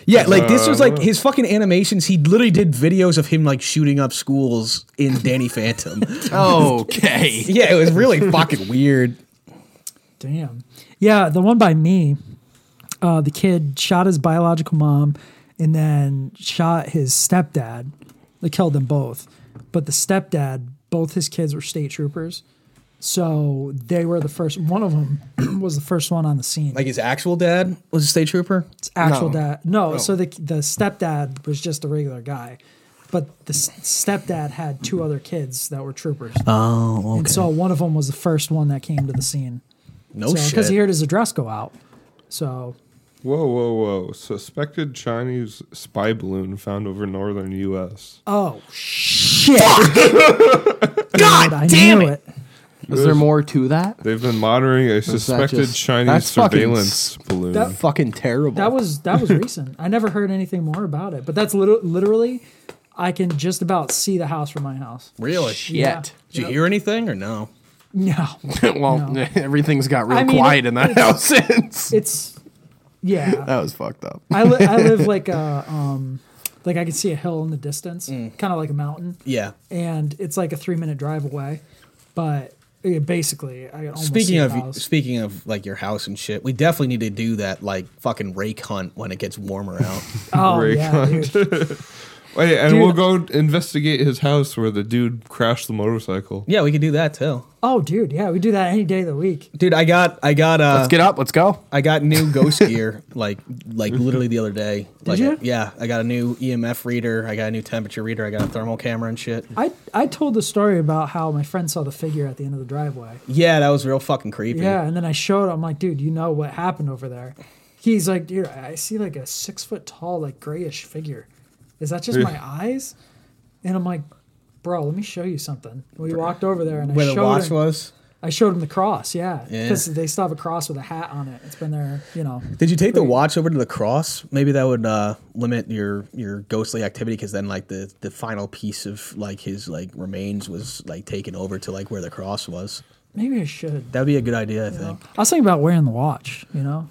Speaker 5: Yeah, like this was
Speaker 2: Uh.
Speaker 5: like his fucking animations. He literally did videos of him like shooting up schools in
Speaker 2: <laughs>
Speaker 5: Danny Phantom.
Speaker 4: okay?
Speaker 5: yeah, it was really fucking weird.
Speaker 2: Damn. Yeah, the one by me. Uh, the kid shot his biological mom, and then shot his stepdad. They killed them both, but the stepdad, both his kids were state troopers, so they were the first. One of them <clears throat> was the first one on the scene.
Speaker 5: Like his actual dad was a state trooper.
Speaker 2: It's actual
Speaker 4: No.
Speaker 2: dad. No,
Speaker 5: Oh.
Speaker 2: so the the stepdad was just a regular guy, but the s- stepdad had two other kids that were troopers,
Speaker 5: Oh,
Speaker 2: and so one of them was the first one that came to the scene.
Speaker 5: no
Speaker 2: So
Speaker 5: shit.
Speaker 2: because he heard his address go out, so
Speaker 3: Whoa, whoa, whoa. Suspected Chinese spy balloon found over northern U.S.
Speaker 2: oh shit! <laughs> God damn it!
Speaker 4: Is there more to that?
Speaker 3: They've been monitoring a suspected
Speaker 4: just-
Speaker 3: Chinese
Speaker 4: that's fucking s-
Speaker 3: surveillance balloon.
Speaker 2: that-
Speaker 4: Fucking terrible.
Speaker 2: That was that was recent. I never heard anything more about it, but that's lit- literally, I can just about see the house from my house.
Speaker 5: really?
Speaker 4: shit.
Speaker 2: Yeah.
Speaker 5: Did you hear anything or no?
Speaker 2: No,
Speaker 4: well,
Speaker 2: No.
Speaker 4: <laughs> everything's got real
Speaker 2: I mean,
Speaker 4: quiet
Speaker 2: it-
Speaker 4: in that house <laughs>
Speaker 2: <laughs>
Speaker 4: since.
Speaker 2: it's yeah.
Speaker 4: that was fucked up.
Speaker 2: I, li- I live like a um, like I can see a hill in the distance, kind of like a mountain,
Speaker 5: Yeah.
Speaker 2: and it's like a three minute drive away. But yeah, basically, I almost see
Speaker 5: Speaking
Speaker 2: a
Speaker 5: of
Speaker 2: house.
Speaker 5: speaking of like your house and shit, we definitely need to do that like fucking rake hunt when it gets warmer
Speaker 2: <laughs>
Speaker 5: out.
Speaker 2: oh
Speaker 3: Rick
Speaker 2: yeah, dude.
Speaker 3: Wait, and
Speaker 2: Dude.
Speaker 3: we'll go investigate his house where the dude crashed the motorcycle.
Speaker 5: yeah, we could do that too.
Speaker 2: oh dude, yeah, we do that any day of the week.
Speaker 5: Dude, I got I got uh
Speaker 4: Let's get up. Let's go.
Speaker 5: I got new ghost gear like like literally the other day. like
Speaker 2: you?
Speaker 5: yeah, I got a new EMF reader, I got a new temperature reader, I got a thermal camera and shit.
Speaker 2: I I told the story about how my friend saw the figure at the end of the driveway.
Speaker 5: Yeah, that was real fucking creepy.
Speaker 2: Yeah, and then I showed. I'm like, dude, you know what happened over there? He's like, dude, I I see like a six foot tall, like grayish figure. Is that just my eyes? And I'm like, bro, let me show you something. We walked over there and I
Speaker 5: Where the
Speaker 2: showed
Speaker 5: watch
Speaker 2: him.
Speaker 5: was?
Speaker 2: I showed him the cross. Yeah,
Speaker 5: Yeah.
Speaker 2: because they still have a cross with a hat on it. It's been there, you know.
Speaker 5: Did you take the watch over to the cross? Maybe that would uh, limit your your ghostly activity because then like the the final piece of like his like remains was like taken over to like where the cross was.
Speaker 2: Maybe I should.
Speaker 5: That'd be a good idea, I think.
Speaker 2: I was thinking about wearing the watch. You know,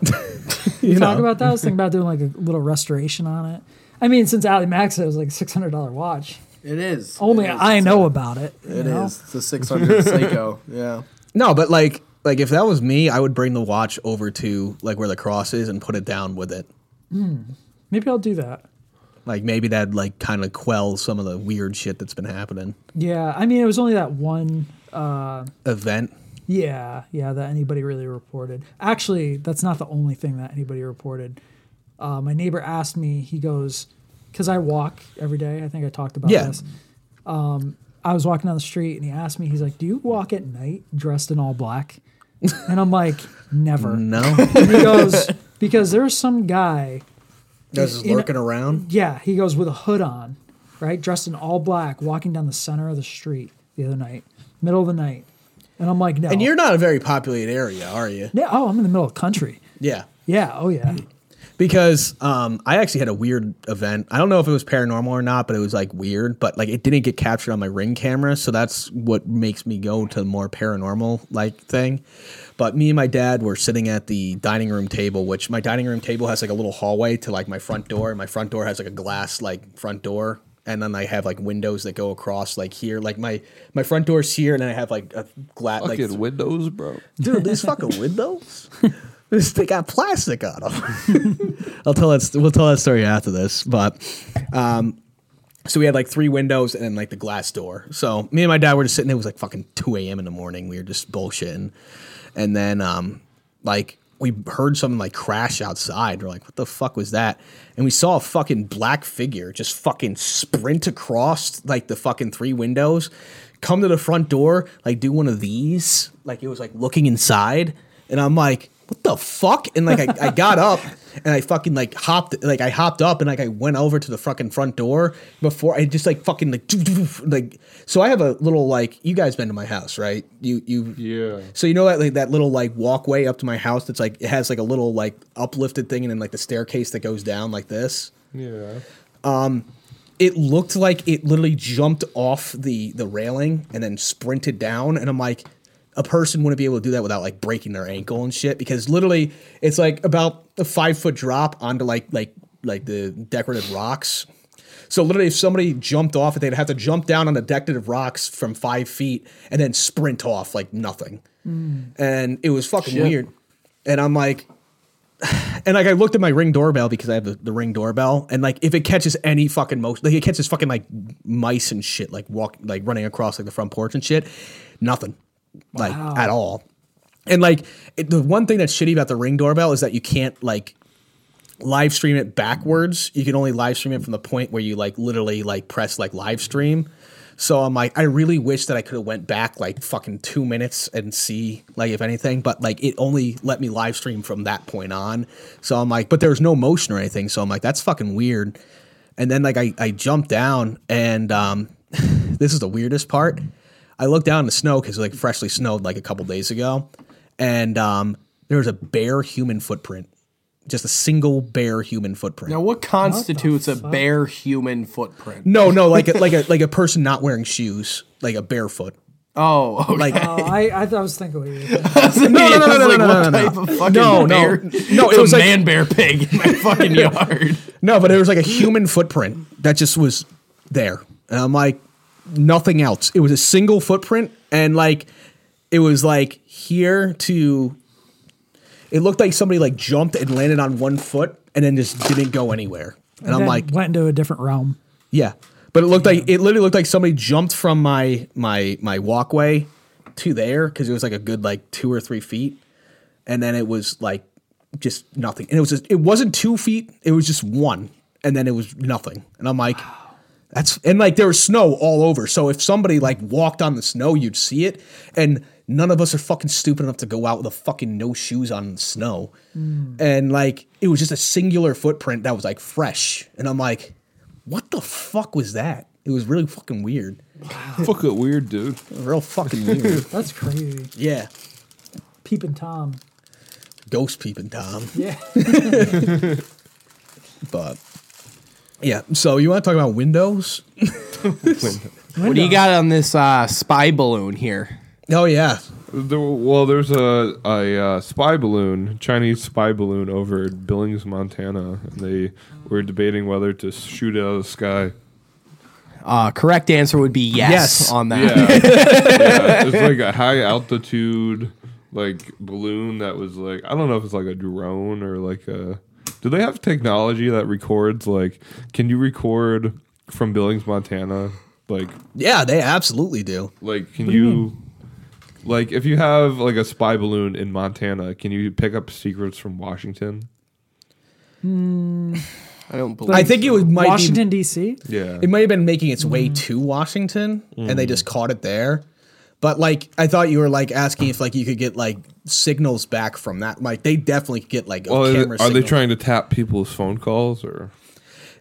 Speaker 5: You
Speaker 2: talk
Speaker 5: know?
Speaker 2: about that. I was thinking about doing like a little restoration on it. I mean, since Ali Max said it was like a six hundred dollar watch,
Speaker 4: It is.
Speaker 2: only I know about it. It is.
Speaker 4: It is. It's
Speaker 2: <laughs>
Speaker 4: a 600 psycho. Yeah.
Speaker 5: No, but like like if that was me, I would bring the watch over to like where the cross is and put it down with it.
Speaker 2: Maybe I'll do that.
Speaker 5: Like maybe that like kind of quells some of the weird shit that's been happening.
Speaker 2: Yeah, I mean, it was only that one.
Speaker 5: Event.
Speaker 2: Yeah, yeah, that anybody really reported. Actually, that's not the only thing that anybody reported. Uh, my neighbor asked me. He goes, because I walk every day. I think I talked about
Speaker 5: Yeah.
Speaker 2: this. Um, I was walking down the street, and he asked me. He's like, "Do you walk at night dressed in all
Speaker 4: <laughs>
Speaker 2: black?" And I'm like, "Never." <laughs>
Speaker 4: Mm.
Speaker 5: No,
Speaker 2: And he goes, "Because there's some guy
Speaker 5: that's just
Speaker 2: You know-
Speaker 5: lurking around.
Speaker 2: yeah, he goes with a hood on, right? Dressed in all black, walking down the center of the street the other night, middle of the night. And I'm like, no.
Speaker 5: And you're not a very populated area, are you?
Speaker 2: Yeah, oh, I'm in the middle of country.
Speaker 5: Yeah.
Speaker 2: Yeah, oh yeah.
Speaker 5: because um, I actually had a weird event. I don't know if it was paranormal or not, but it was like weird. But like it didn't get captured on my ring camera, so that's what makes me go to the more paranormal like thing. But me and my dad were sitting at the dining room table, which my dining room table has like a little hallway to like my front door. and My front door has like a glass like front door. And then I have like windows that go across like here, like my my front door's here, and then I have like a glass like
Speaker 3: Fucking windows, bro.
Speaker 5: dude, these fucking windows. <laughs> This- They got plastic on them. I'll tell that. We'll tell that story after this. But, um, so we had like three windows and then like the glass door. So me and my dad were just sitting. there. It was like fucking two a.m. in the morning. We were just bullshitting, and then um, like we heard something like crash outside. We're like, what the fuck was that? And we saw a fucking black figure just fucking sprint across like the fucking three windows, come to the front door, like do one of these. Like it was like looking inside. And I'm like, what the fuck? And like I, I got up and I fucking like hopped like I hopped up and like I went over to the fucking front door before I just like fucking like like so I have a little like you guys been to my house, right? You you
Speaker 3: Yeah.
Speaker 5: so you know that like that little like walkway up to my house that's like it has like a little like uplifted thing and then like the staircase that goes down like this.
Speaker 3: Yeah.
Speaker 5: It looked like it literally jumped off the the railing and then sprinted down and I'm like a person wouldn't be able to do that without like breaking their ankle and shit because literally it's like about a 5 foot drop onto like like like the decorative rocks. So literally if somebody jumped off it they'd have to jump down on the decorative rocks from 5 feet and then sprint off like nothing. And it was fucking weird. And I'm like, and like I looked at my ring doorbell because I have the, the ring doorbell, and like if it catches any fucking motion, like it catches fucking like mice and shit, like walk, like running across like the front porch and shit, nothing, like at all. And like it, the one thing that's shitty about the ring doorbell is that you can't like live stream it backwards. You can only live stream it from the point where you like literally like press like live stream. So I'm like, I really wish that I could have went back like fucking two minutes and see like if anything, but like it only let me live stream from that point on. So I'm like, but there was no motion or anything. So I'm like, that's fucking weird. And then like I, I jumped down and um, <laughs> this is the weirdest part. I looked down in the snow because like freshly snowed like a couple days ago, and um, there was a bare human footprint, just a single bare human footprint.
Speaker 4: Now, what constitutes a bare human footprint?
Speaker 5: No, no, like a, like a like a person not wearing shoes, like a barefoot.
Speaker 4: Oh, <laughs> okay.
Speaker 5: Like
Speaker 2: Oh, I, I, thought I was thinking what you were thinking.
Speaker 4: no,
Speaker 5: <laughs>
Speaker 4: <laughs>
Speaker 5: no, no, no,
Speaker 4: like,
Speaker 5: no, no,
Speaker 4: what
Speaker 5: no, no.
Speaker 4: type of fucking
Speaker 5: No, no.
Speaker 4: bear?
Speaker 5: No, it
Speaker 4: It's a
Speaker 5: was like-
Speaker 4: man bear pig in my
Speaker 2: <laughs>
Speaker 4: fucking yard.
Speaker 5: no, but it was like a human footprint that just was there, and I'm like nothing else. It was a single footprint, and like it was like here to. It looked like somebody like jumped and landed on one foot and then just didn't go anywhere. And, I'm
Speaker 2: Then
Speaker 5: like,
Speaker 2: went into a different realm.
Speaker 5: Yeah, but it looked like it literally looked like somebody jumped from my my my walkway to there because it was like a good like two or three feet, and then it was like just nothing. And it was just, it wasn't two feet; it was just one, and then it was nothing. And I'm like, that's and like there was snow all over. So if somebody like walked on the snow, you'd see it. And none of us are fucking stupid enough to go out with a fucking no shoes on in the snow. And like it was just a singular footprint that was like fresh. And I'm like, what the fuck was that? It was really fucking weird.
Speaker 3: <laughs> Fuck it, weird, dude.
Speaker 5: Real
Speaker 2: <laughs>
Speaker 5: fucking weird.
Speaker 2: That's crazy.
Speaker 5: yeah.
Speaker 2: Peeping Tom.
Speaker 5: Ghost peeping Tom.
Speaker 2: Yeah.
Speaker 5: But yeah. So you want to talk about windows?
Speaker 4: What do you got on this uh, spy balloon here?
Speaker 5: Oh yeah.
Speaker 3: There, well, there's a a uh, spy balloon, Chinese spy balloon over at Billings, Montana, and they were debating whether to shoot it out of the sky.
Speaker 4: Uh, correct answer would be yes, <laughs>
Speaker 5: Yes.
Speaker 4: on that.
Speaker 5: <laughs>
Speaker 3: Yeah. Yeah, it's like a high altitude like balloon that was like I don't know if it's like a drone or like a. Do they have technology that records like? Can you record from Billings, Montana? Like,
Speaker 5: Yeah, they absolutely do.
Speaker 3: like can you? Like if you have like a spy balloon in Montana, can you pick up secrets from Washington?
Speaker 4: I don't believe.
Speaker 5: I think it was might be
Speaker 2: Washington, D.C.
Speaker 3: Yeah.
Speaker 5: It might have been making its
Speaker 2: Mm.
Speaker 5: way to Washington and they just caught it there. But like I thought you were like asking if like you could get like signals back from that. Like they definitely could get like a
Speaker 3: Well, is it-
Speaker 5: camera
Speaker 3: are they
Speaker 5: signal.
Speaker 3: trying to tap people's phone calls or?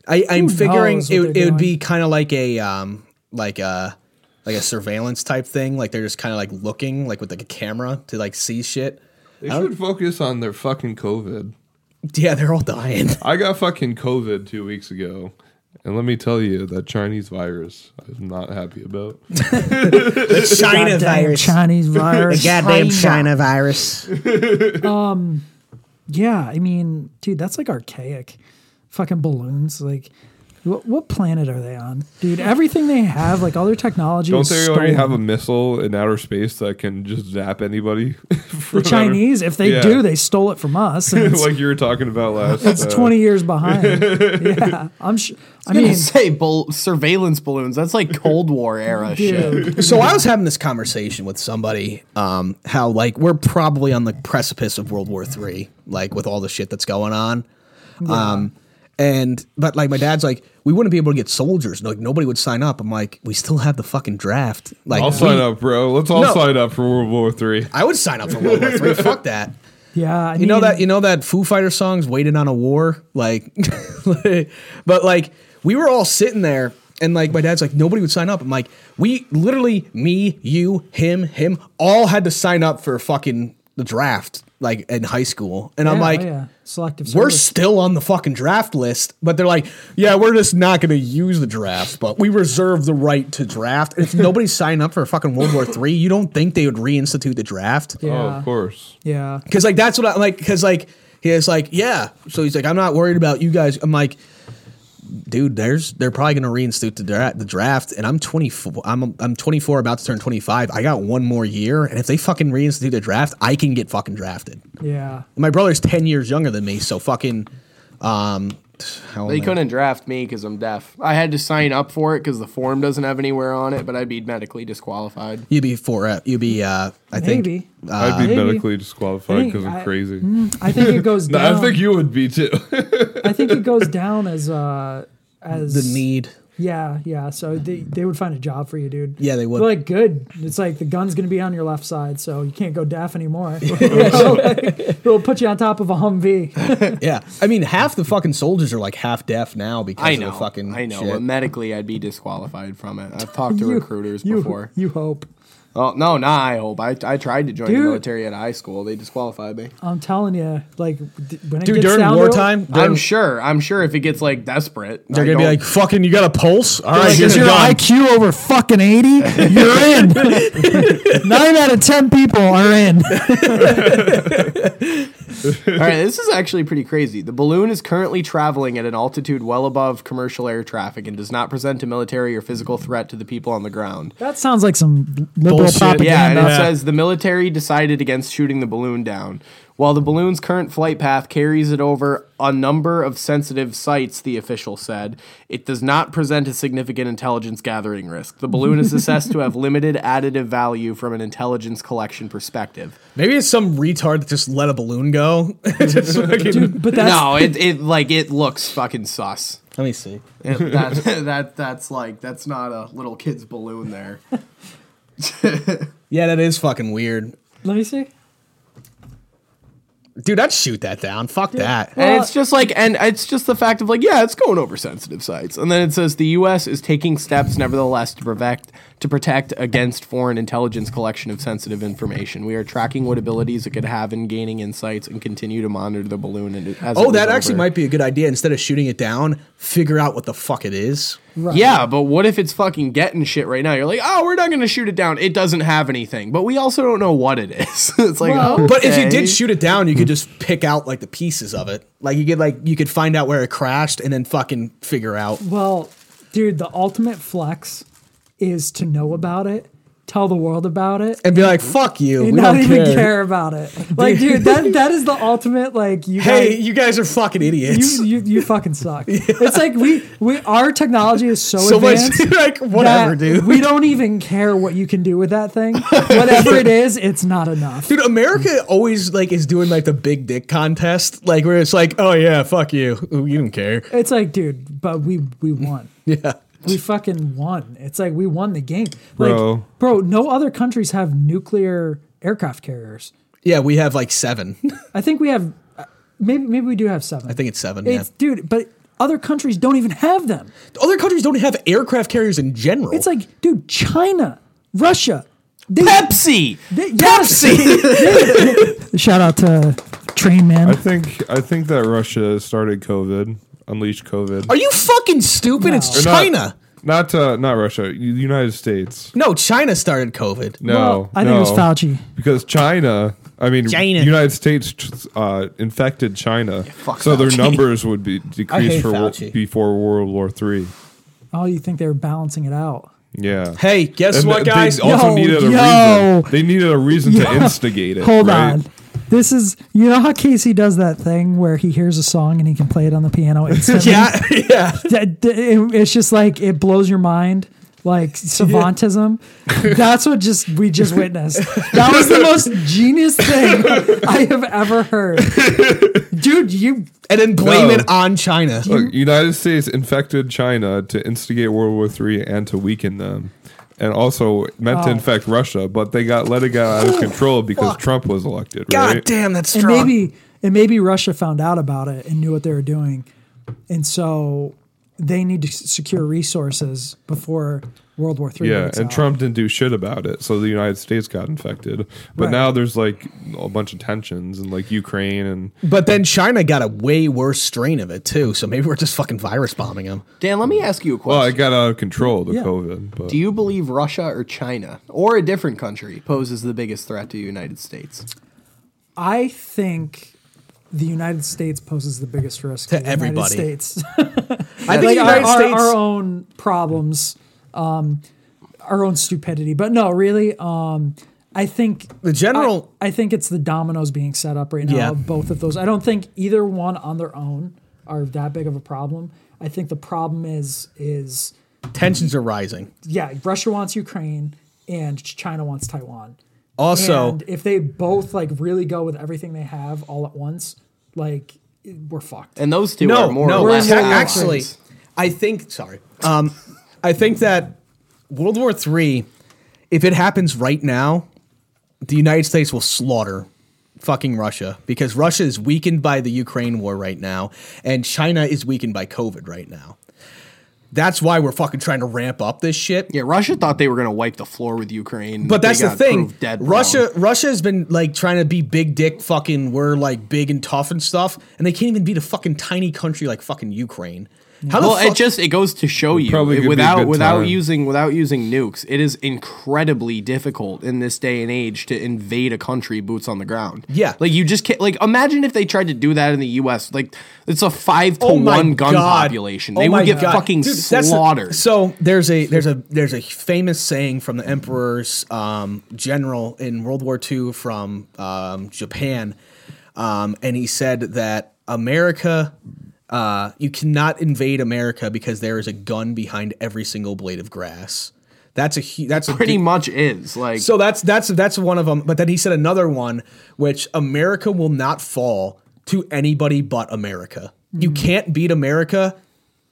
Speaker 5: I, I'm
Speaker 2: Who
Speaker 5: figuring
Speaker 2: knows what
Speaker 5: it, would-
Speaker 2: they're
Speaker 5: it would be kind of like a um like a like a surveillance type thing. Like they're just kind of like looking like with like a camera to like see shit.
Speaker 3: They should focus on their fucking COVID.
Speaker 5: Yeah, they're
Speaker 2: <laughs>
Speaker 5: all dying.
Speaker 3: I got fucking COVID two weeks ago. And let me tell you, that Chinese virus I'm not happy about.
Speaker 5: China
Speaker 2: Goddamn
Speaker 5: virus.
Speaker 2: Chinese
Speaker 5: <laughs>
Speaker 2: virus.
Speaker 8: Goddamn China virus.
Speaker 2: Yeah, I mean, dude, that's like archaic. Fucking balloons. Like, what, what planet are they on, dude? Everything they have, like all their technology.
Speaker 3: Don't
Speaker 2: is
Speaker 3: they already
Speaker 2: stolen.
Speaker 3: have a missile in outer space that can just zap anybody? <laughs>
Speaker 2: The Chinese, if they
Speaker 3: Yeah.
Speaker 2: do, they stole it from us.
Speaker 3: <laughs>
Speaker 2: And it's,
Speaker 3: like you were talking about last.
Speaker 2: it's
Speaker 3: uh,
Speaker 2: twenty years
Speaker 3: <laughs>
Speaker 2: behind. yeah, I'm sure. I mean,
Speaker 4: say bal- surveillance balloons. That's like Cold War era shit.
Speaker 2: dude,
Speaker 5: So I was having this conversation with somebody, um, how like we're probably on the precipice of World War Three, like with all the shit that's going on. Um, and but like my dad's like, we wouldn't be able to get soldiers. Like nobody would sign up. I'm like, we still have the fucking draft. Like
Speaker 3: I'll
Speaker 5: we-
Speaker 3: sign up, bro. Let's all
Speaker 5: No.
Speaker 3: sign up for World War Three.
Speaker 5: I would sign up for World War
Speaker 3: <laughs>
Speaker 5: Three. Fuck that.
Speaker 2: yeah, I
Speaker 5: You know
Speaker 2: mean,
Speaker 5: that you know that Foo Fighter songs "Waiting on a War," like, <laughs> but like we were all sitting there, and like my dad's like nobody would sign up. I'm like, we literally, me, you, him, him, all had to sign up for fucking the draft, like in high school, and I'm
Speaker 2: yeah,
Speaker 5: like.
Speaker 2: oh, yeah. selective.
Speaker 5: We're
Speaker 2: service.
Speaker 5: still on the fucking draft list, but they're like, yeah, we're just not going to use the draft, but we reserve the right to draft. And if <laughs> nobody's signing up for fucking World War Three, you don't think they would reinstitute the draft?
Speaker 2: yeah,
Speaker 3: Oh, of course.
Speaker 2: yeah.
Speaker 5: Cause like that's what I like. Cause like he is like yeah. So he's like I'm not worried about you guys. I'm like, dude, there's they're probably gonna reinstitute the draft, the draft, and I'm 24. I'm I'm 24, about to turn 25. I got one more year, and if they fucking reinstitute the draft, I can get fucking drafted.
Speaker 2: Yeah.
Speaker 5: And my brother's 10 years younger than me, so fucking. Um, how
Speaker 4: They
Speaker 5: old am I?
Speaker 4: couldn't draft me because I'm deaf. I had to sign up for it because the form doesn't have anywhere on it, but I'd be medically disqualified.
Speaker 5: You'd be four. Uh, you'd be. Uh, I think.
Speaker 2: Maybe.
Speaker 3: I'd be
Speaker 2: Uh, maybe.
Speaker 3: medically disqualified because
Speaker 2: I- mm,
Speaker 3: I'm crazy.
Speaker 2: I think it goes
Speaker 3: <laughs> No,
Speaker 2: down.
Speaker 3: I think you would
Speaker 2: <laughs>
Speaker 3: be too.
Speaker 2: I think it goes down as uh as
Speaker 5: The need.
Speaker 2: Yeah, yeah. So they, they would find a job for you, dude.
Speaker 5: Yeah, they would.
Speaker 2: They're like, good. It's like the gun's gonna be on your left side, so you can't go deaf
Speaker 5: <laughs>
Speaker 2: anymore. <laughs> It'll put you on top of a Humvee.
Speaker 5: Yeah. I mean, half the fucking soldiers are like half deaf now because
Speaker 4: I know.
Speaker 5: of the fucking.
Speaker 4: I know.
Speaker 5: shit.
Speaker 4: But medically, I'd be disqualified from it. I've talked
Speaker 2: <laughs>
Speaker 4: to
Speaker 2: You-
Speaker 4: recruiters
Speaker 2: you,
Speaker 4: before.
Speaker 2: You hope.
Speaker 4: Oh, no, nah, I hope. I, I tried to join
Speaker 2: Dude.
Speaker 4: the military at high school. They disqualified me.
Speaker 2: I'm telling you, like d- when it
Speaker 5: Dude,
Speaker 2: gets
Speaker 5: during
Speaker 2: down
Speaker 5: wartime, during-
Speaker 4: I'm sure. I'm sure if it gets like desperate,
Speaker 5: They're
Speaker 4: I
Speaker 5: gonna be
Speaker 4: don't-
Speaker 5: like, "Fucking, you got a pulse? All right,
Speaker 8: Like,
Speaker 5: here's
Speaker 8: is
Speaker 5: a
Speaker 8: your
Speaker 5: gun."
Speaker 8: IQ over fucking 80? You're
Speaker 2: <laughs>
Speaker 8: in. Nine out of 10 people are
Speaker 4: <laughs>
Speaker 8: in.
Speaker 4: All right, this is actually pretty crazy. The balloon is currently traveling at an altitude well above commercial air traffic and does not present a military or physical threat to the people on the ground.
Speaker 2: That sounds like some liberal
Speaker 5: Bullshit.
Speaker 4: Yeah, and
Speaker 2: propaganda.
Speaker 4: it says the military decided against shooting the balloon down. While the balloon's current flight path carries it over a number of sensitive sites, the official said, it does not present a significant intelligence gathering risk. The balloon is assessed to have limited additive value from an intelligence collection perspective.
Speaker 5: Maybe it's some retard that just let a balloon go. <laughs> Just fucking-
Speaker 2: But
Speaker 4: <laughs>
Speaker 2: that's
Speaker 4: no, it, it like it looks fucking sus.
Speaker 5: Let me see.
Speaker 4: It- that, <laughs> that that's like that's not a little kid's balloon there.
Speaker 5: Yeah, that is fucking weird,
Speaker 2: let me see.
Speaker 5: dude. I'd shoot that down. Fuck that.
Speaker 4: And it's just like and it's just the fact of like yeah, it's going over sensitive sites. And then it says the US is taking steps nevertheless to protect to protect against foreign intelligence collection of sensitive information. We are tracking what abilities it could have in gaining insights and continue to monitor the balloon and as it
Speaker 5: Oh,
Speaker 4: moves
Speaker 5: that actually
Speaker 4: over.
Speaker 5: might be a good idea. Instead of shooting it down, figure out what the fuck it is.
Speaker 4: Yeah, but what if it's fucking getting shit right now? You're like, "Oh, we're not going to shoot it down. It doesn't have anything." But we also don't know what it is. <laughs> it's like,
Speaker 2: Well-
Speaker 5: But if you
Speaker 4: okay.
Speaker 5: did shoot it down, you could just pick out like the pieces of it. Like you could like you could find out where it crashed and then fucking figure out.
Speaker 2: Well, dude, the ultimate flex is to know about it, tell the world about it,
Speaker 5: And be like, fuck you.
Speaker 2: and
Speaker 5: we
Speaker 2: not
Speaker 5: don't
Speaker 2: even
Speaker 5: care.
Speaker 2: care. about it. Like, dude, that that is the ultimate. Like, you
Speaker 5: Hey,
Speaker 2: guys,
Speaker 5: you guys are fucking idiots.
Speaker 2: you, you you fucking
Speaker 5: <laughs>
Speaker 2: suck. It's like we we our technology is so,
Speaker 5: so much
Speaker 2: advanced.
Speaker 5: like <laughs> whatever,
Speaker 2: that
Speaker 5: dude.
Speaker 2: We don't even care what you can do with that
Speaker 5: <laughs>
Speaker 2: thing. Whatever it is, it's not enough.
Speaker 5: Dude, America always like is doing like the big dick contest, like where it's like, oh yeah, fuck you, Ooh, you don't care.
Speaker 2: <laughs> It's like, dude, but we we won.
Speaker 5: Yeah,
Speaker 2: We fucking won. It's like we won the game.
Speaker 3: Bro.
Speaker 2: Like, bro, no other countries have nuclear aircraft carriers.
Speaker 5: yeah, we have like seven.
Speaker 2: I think we have, uh, maybe maybe we do have seven.
Speaker 5: I think it's seven.
Speaker 2: it's dude, but other countries don't even have them.
Speaker 5: yeah, other countries don't have aircraft carriers in general.
Speaker 2: It's like, dude, China, Russia, they,
Speaker 4: Pepsi.
Speaker 2: they- yes, <laughs>
Speaker 4: Pepsi.
Speaker 2: Shout out to
Speaker 8: Train
Speaker 3: I
Speaker 8: man.
Speaker 3: think I think that Russia started COVID, unleashed COVID.
Speaker 5: Are you fucking stupid? It's
Speaker 3: Or not-
Speaker 5: China.
Speaker 3: Not uh, not Russia, U- United States.
Speaker 5: No, China started COVID.
Speaker 3: No,
Speaker 8: Well, I think it was
Speaker 3: no.
Speaker 8: Fauci.
Speaker 3: because China. I mean,
Speaker 5: China.
Speaker 3: United States uh, infected China,
Speaker 4: fuck
Speaker 3: so their
Speaker 4: Fauci.
Speaker 3: numbers would be decreased
Speaker 5: hate
Speaker 3: for wo-
Speaker 5: Fauci.
Speaker 3: before World War Three.
Speaker 2: Oh, you think they were balancing it out?
Speaker 3: Yeah.
Speaker 5: Hey, guess
Speaker 3: And
Speaker 5: what,
Speaker 3: they
Speaker 5: guys?
Speaker 3: also
Speaker 8: Yo,
Speaker 3: needed a
Speaker 8: yo.
Speaker 3: reason. They needed a reason to
Speaker 8: <laughs>
Speaker 3: instigate it.
Speaker 8: Hold
Speaker 3: right?
Speaker 8: on. This is you know how Casey does that thing where he hears a song and he can play it on the piano
Speaker 5: <laughs>
Speaker 8: instantly.
Speaker 5: <laughs> yeah, yeah.
Speaker 8: That- that- it- it's just like it blows your mind
Speaker 5: <laughs>
Speaker 8: like savantism that's what just we just
Speaker 5: <laughs>
Speaker 8: witnessed that was the most genius thing i have ever heard dude you
Speaker 5: And then blame
Speaker 3: No.
Speaker 5: it on China.
Speaker 3: Look, United States infected China to instigate World War Three and to weaken them, and also meant
Speaker 8: Oh.
Speaker 3: to infect Russia, but they got let it get out of control because Trump was elected.
Speaker 5: God
Speaker 3: right?
Speaker 5: damn, that's
Speaker 2: And
Speaker 5: strong.
Speaker 2: maybe and maybe Russia found out about it and knew what they were doing, and so they need to s- secure resources before World War Three.
Speaker 3: Yeah,
Speaker 2: breaks
Speaker 3: and
Speaker 2: out.
Speaker 3: Trump didn't do shit about it, so the United States got infected. But
Speaker 2: Right.
Speaker 3: now there's like a bunch of tensions and like Ukraine and
Speaker 5: But then China got a way worse strain of it too. So maybe we're just fucking virus bombing them.
Speaker 4: Dan, let me ask you a
Speaker 3: well,
Speaker 4: question.
Speaker 3: it got out of control the COVID. But
Speaker 4: Do you believe Russia or China or a different country poses the biggest threat to the United States?
Speaker 2: I think the United States poses the biggest risk
Speaker 5: To
Speaker 2: the
Speaker 5: everybody.
Speaker 2: United States,
Speaker 5: I think
Speaker 2: like
Speaker 5: the
Speaker 2: our,
Speaker 5: United
Speaker 2: our-
Speaker 5: States.
Speaker 2: our own problems, um, our own stupidity. But no, really, um, I think
Speaker 5: the general.
Speaker 2: I, I think it's the dominoes being set up right now
Speaker 5: Yeah.
Speaker 2: of both of those. I don't think either one on their own are that big of a problem. I think the problem is is
Speaker 5: tensions are rising.
Speaker 2: yeah, Russia wants Ukraine and China wants Taiwan.
Speaker 5: Also,
Speaker 2: and if they both like really go with everything they have all at once, like it- we're fucked.
Speaker 4: And those two
Speaker 5: no,
Speaker 4: are more
Speaker 5: no.
Speaker 4: or less
Speaker 5: ac-
Speaker 4: allies.
Speaker 5: actually, I think. Sorry, um, I think that World War Three, if it happens right now, the United States will slaughter fucking Russia because Russia is weakened by the Ukraine war right now, and China is weakened by COVID right now. That's why we're fucking trying to ramp up this shit.
Speaker 4: yeah, Russia thought they were going to wipe the floor with Ukraine,
Speaker 5: But
Speaker 4: they
Speaker 5: that's the
Speaker 4: got
Speaker 5: thing.
Speaker 4: proved Dead wrong.
Speaker 5: Russia Russia has been like trying to be big dick fucking we're like big and tough and stuff, and they can't even beat a fucking tiny country like fucking Ukraine. How the
Speaker 4: Well,
Speaker 5: fuck
Speaker 4: it just it goes to show you
Speaker 3: probably
Speaker 4: it-
Speaker 3: could be a
Speaker 4: without
Speaker 3: good
Speaker 4: without
Speaker 3: time.
Speaker 4: using without using nukes, it is incredibly difficult in this day and age to invade a country boots on the ground.
Speaker 5: Yeah.
Speaker 4: like you just can't. Like imagine if they tried to do that in the U.S. Like it's a five to
Speaker 5: Oh
Speaker 4: one
Speaker 5: my
Speaker 4: gun
Speaker 5: God.
Speaker 4: population.
Speaker 5: Oh
Speaker 4: They
Speaker 5: my
Speaker 4: would get
Speaker 5: God.
Speaker 4: fucking
Speaker 5: Dude, that's the-
Speaker 4: slaughtered.
Speaker 5: so there's a there's a there's a famous saying from the emperor's um, general in World War II from um, Japan, um, and he said that America. Uh, you cannot invade America because there is a gun behind every single blade of grass. That's a hu- that's a
Speaker 4: pretty
Speaker 5: big-
Speaker 4: much is like
Speaker 5: So that's that's that's one of them. But then he said another one, which America will not fall to anybody but America. You can't beat America.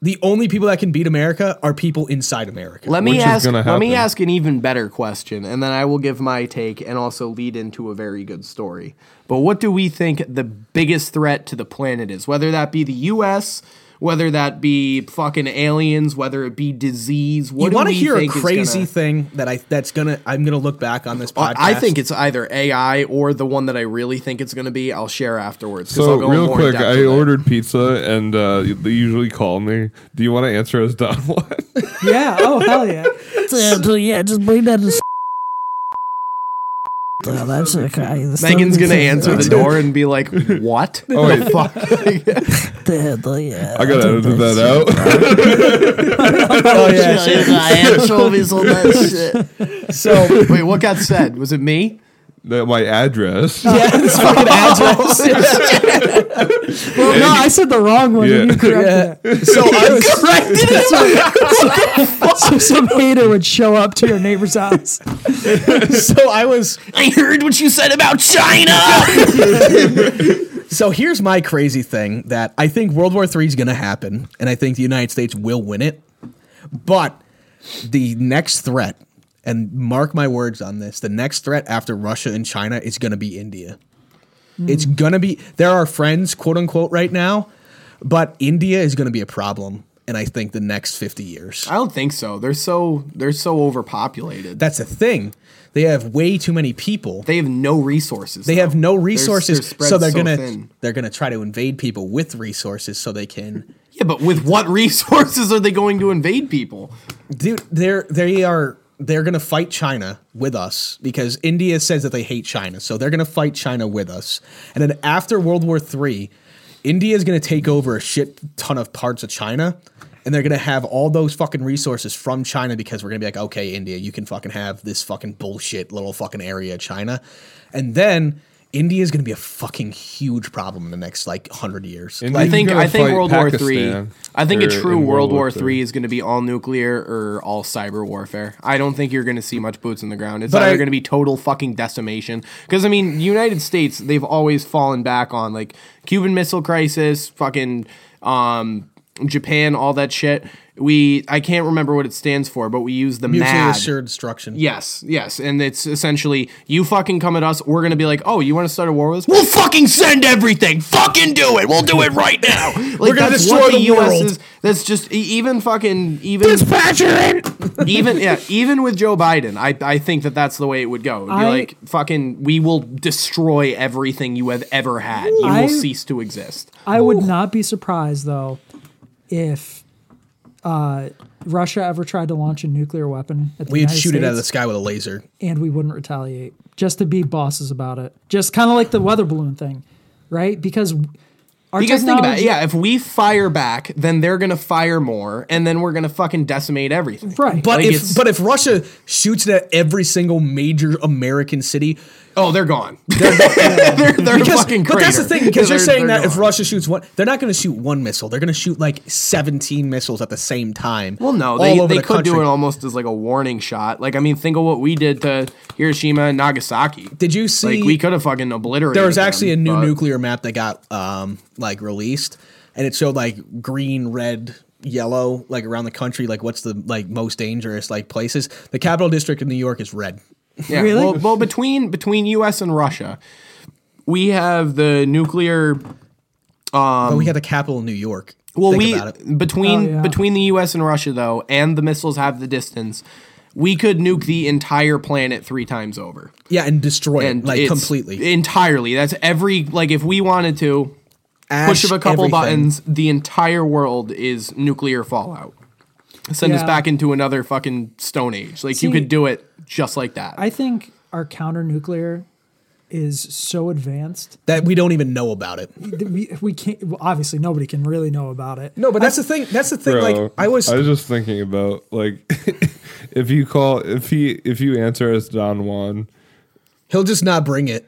Speaker 5: The only people that can beat America are people inside America.
Speaker 4: Let me
Speaker 3: Which is
Speaker 4: ask.
Speaker 3: gonna
Speaker 4: Let me
Speaker 3: happen.
Speaker 4: ask an even better question, and then I will give my take and also lead into a very good story. But what do we think the biggest threat to the planet is? Whether that be the U.S., whether that be fucking aliens, whether it be disease. What
Speaker 5: you
Speaker 4: want to
Speaker 5: hear a
Speaker 4: think is
Speaker 5: crazy
Speaker 4: gonna-
Speaker 5: thing that I that's gonna I'm gonna look back on this podcast.
Speaker 4: I I
Speaker 5: <laughs>
Speaker 4: think it's either AI or the one that I really think it's going to be. I'll share <laughs> afterwards. 'cause
Speaker 3: so
Speaker 4: I'll go
Speaker 3: real
Speaker 4: more
Speaker 3: quick,
Speaker 4: in-depth
Speaker 3: I
Speaker 4: with it.
Speaker 3: ordered pizza and uh, they usually call me. Do you want to answer as <laughs> Don Juan?
Speaker 2: yeah. Oh
Speaker 8: <laughs>
Speaker 2: hell yeah.
Speaker 8: yeah just bring that to well, that's okay.
Speaker 4: Megan's going to answer the door and be like, <laughs> "What?
Speaker 3: Oh wait,
Speaker 4: <laughs>
Speaker 8: yeah.
Speaker 3: I gotta edit
Speaker 2: <laughs>
Speaker 3: that out. <laughs>
Speaker 5: oh yeah. So
Speaker 4: Wait, what got said? Was it me?
Speaker 3: That My address.
Speaker 8: no, I said the wrong one.
Speaker 3: Yeah.
Speaker 8: And you corrected it.
Speaker 5: <laughs> so
Speaker 2: <laughs>
Speaker 5: I was
Speaker 8: Corrected it. So, so some hater would show up to your neighbor's house.
Speaker 5: <laughs> so I was
Speaker 4: I heard what you said about China.
Speaker 5: So here's my crazy thing that I think World War III is going to happen, and I think the United States will win it. But the next threat, and mark my words on this, the next threat after Russia and China is going to be India. It's
Speaker 4: Hmm.
Speaker 5: going to be, they're our friends, quote unquote, right now, but India is going to be a problem. in I think the next 50 years.
Speaker 4: I don't think so. They're so they're so overpopulated.
Speaker 5: That's the thing. They have way too many people.
Speaker 4: they have no resources.
Speaker 5: They
Speaker 4: though.
Speaker 5: have no
Speaker 4: They're-
Speaker 5: resources,
Speaker 4: spread
Speaker 5: so they're gonna
Speaker 4: thin.
Speaker 5: they're gonna try to invade people with resources so they can.
Speaker 4: Yeah, but with what resources are they going to invade people?
Speaker 5: Dude, they're they are they're gonna fight China with us because India says that they hate China, so they're gonna fight China with us. And then after World War III, India is gonna take over a shit ton of parts of China, and they're gonna have all those fucking resources from China because we're gonna be like, okay, India, you can fucking have this fucking bullshit little fucking area of China, and then. India is going to be a fucking huge problem in the next like hundred years.
Speaker 3: India's
Speaker 4: I think
Speaker 3: gonna
Speaker 4: I think
Speaker 3: fight
Speaker 4: World War
Speaker 3: Pakistan.
Speaker 4: Three. I think a
Speaker 3: Or
Speaker 4: true
Speaker 3: in
Speaker 4: World War
Speaker 3: III.
Speaker 4: Three is going to be all nuclear or all cyber warfare. I don't think you're going to see much boots in the ground. It's
Speaker 5: But
Speaker 4: either
Speaker 5: I-
Speaker 4: going to be total fucking decimation. Because I mean, United States they've always fallen back on like Cuban Missile Crisis, fucking um, Japan, all that shit. We I can't remember what it stands for, but we use the
Speaker 5: Mutually
Speaker 4: MAD.
Speaker 5: assured destruction.
Speaker 4: Yes, yes, and it's essentially you fucking come at us. We're gonna be like, oh, you want to start a war with us? We'll fucking send everything. Fucking do it. We'll do it <laughs> right now. Like, we're
Speaker 5: gonna destroy the world.
Speaker 4: Is, that's just e- even fucking even <laughs> even yeah even with Joe Biden, I I think that that's the way it would go. It'd be
Speaker 2: I-
Speaker 4: like fucking, we will destroy everything you have ever had. You
Speaker 2: I-
Speaker 4: will cease to exist.
Speaker 2: I would not be surprised though if uh, Russia ever tried to launch a nuclear weapon at the
Speaker 5: We'd
Speaker 2: United
Speaker 5: shoot it out of the
Speaker 2: States,
Speaker 5: sky with a laser.
Speaker 2: and we wouldn't retaliate just to be bosses about it. Just kind of like the weather balloon thing, right? Because our
Speaker 4: You guys think about it.
Speaker 2: technology-
Speaker 4: Yeah, if we fire back, then they're gonna fire more, and then we're gonna fucking decimate everything.
Speaker 2: right.
Speaker 5: But
Speaker 4: Like, it's-
Speaker 5: if but if Russia shoots it at every single major American city,
Speaker 4: Oh, they're
Speaker 5: <laughs>
Speaker 4: gone. They're, <laughs> they're,
Speaker 5: because
Speaker 4: fucking
Speaker 5: but that's
Speaker 4: crater.
Speaker 5: the thing because
Speaker 4: <laughs>
Speaker 5: you're
Speaker 4: They're-
Speaker 5: saying
Speaker 4: they're
Speaker 5: that if
Speaker 4: gone.
Speaker 5: Russia shoots one, they're not going to shoot one missile. They're going to shoot like 17 missiles at the same time.
Speaker 4: Well, no, they, they could do it almost as like a warning shot. Like, I mean, think of what we did to Hiroshima and Nagasaki.
Speaker 5: Did you see?
Speaker 4: like, we could have fucking obliterated.
Speaker 5: there was actually
Speaker 4: them,
Speaker 5: a new
Speaker 4: but-
Speaker 5: nuclear map that got um like released and it showed like green red yellow like around the country like what's the like most dangerous like places the capital district of new york is red
Speaker 4: Yeah,
Speaker 2: Really?
Speaker 4: Well, well, between between U.S. and Russia, we have the nuclear.
Speaker 5: but we got the capital of new york
Speaker 4: Um, Well,
Speaker 5: Think
Speaker 4: we
Speaker 5: about it.
Speaker 4: between
Speaker 2: Oh, yeah.
Speaker 4: between the U.S. and Russia though, and the missiles have the distance. We could nuke the entire planet three times over.
Speaker 5: yeah and destroy
Speaker 4: and
Speaker 5: it like
Speaker 4: it's-
Speaker 5: completely
Speaker 4: entirely. That's every like if we wanted to push
Speaker 5: Ash,
Speaker 4: of a couple
Speaker 5: everything.
Speaker 4: buttons, the entire world is nuclear fallout. Send us
Speaker 2: Yeah.
Speaker 4: back into another fucking stone age. Like
Speaker 2: See,
Speaker 4: you could do it just like that.
Speaker 2: I think our counter nuclear is so advanced
Speaker 5: that we don't even know about it
Speaker 2: that we we can't. well, Obviously, nobody can really know about it.
Speaker 5: no but that's the thing that's the thing like i was
Speaker 3: I was just thinking about like <laughs> if you call if he if you answer as Don Juan.
Speaker 5: he'll just not bring <laughs> it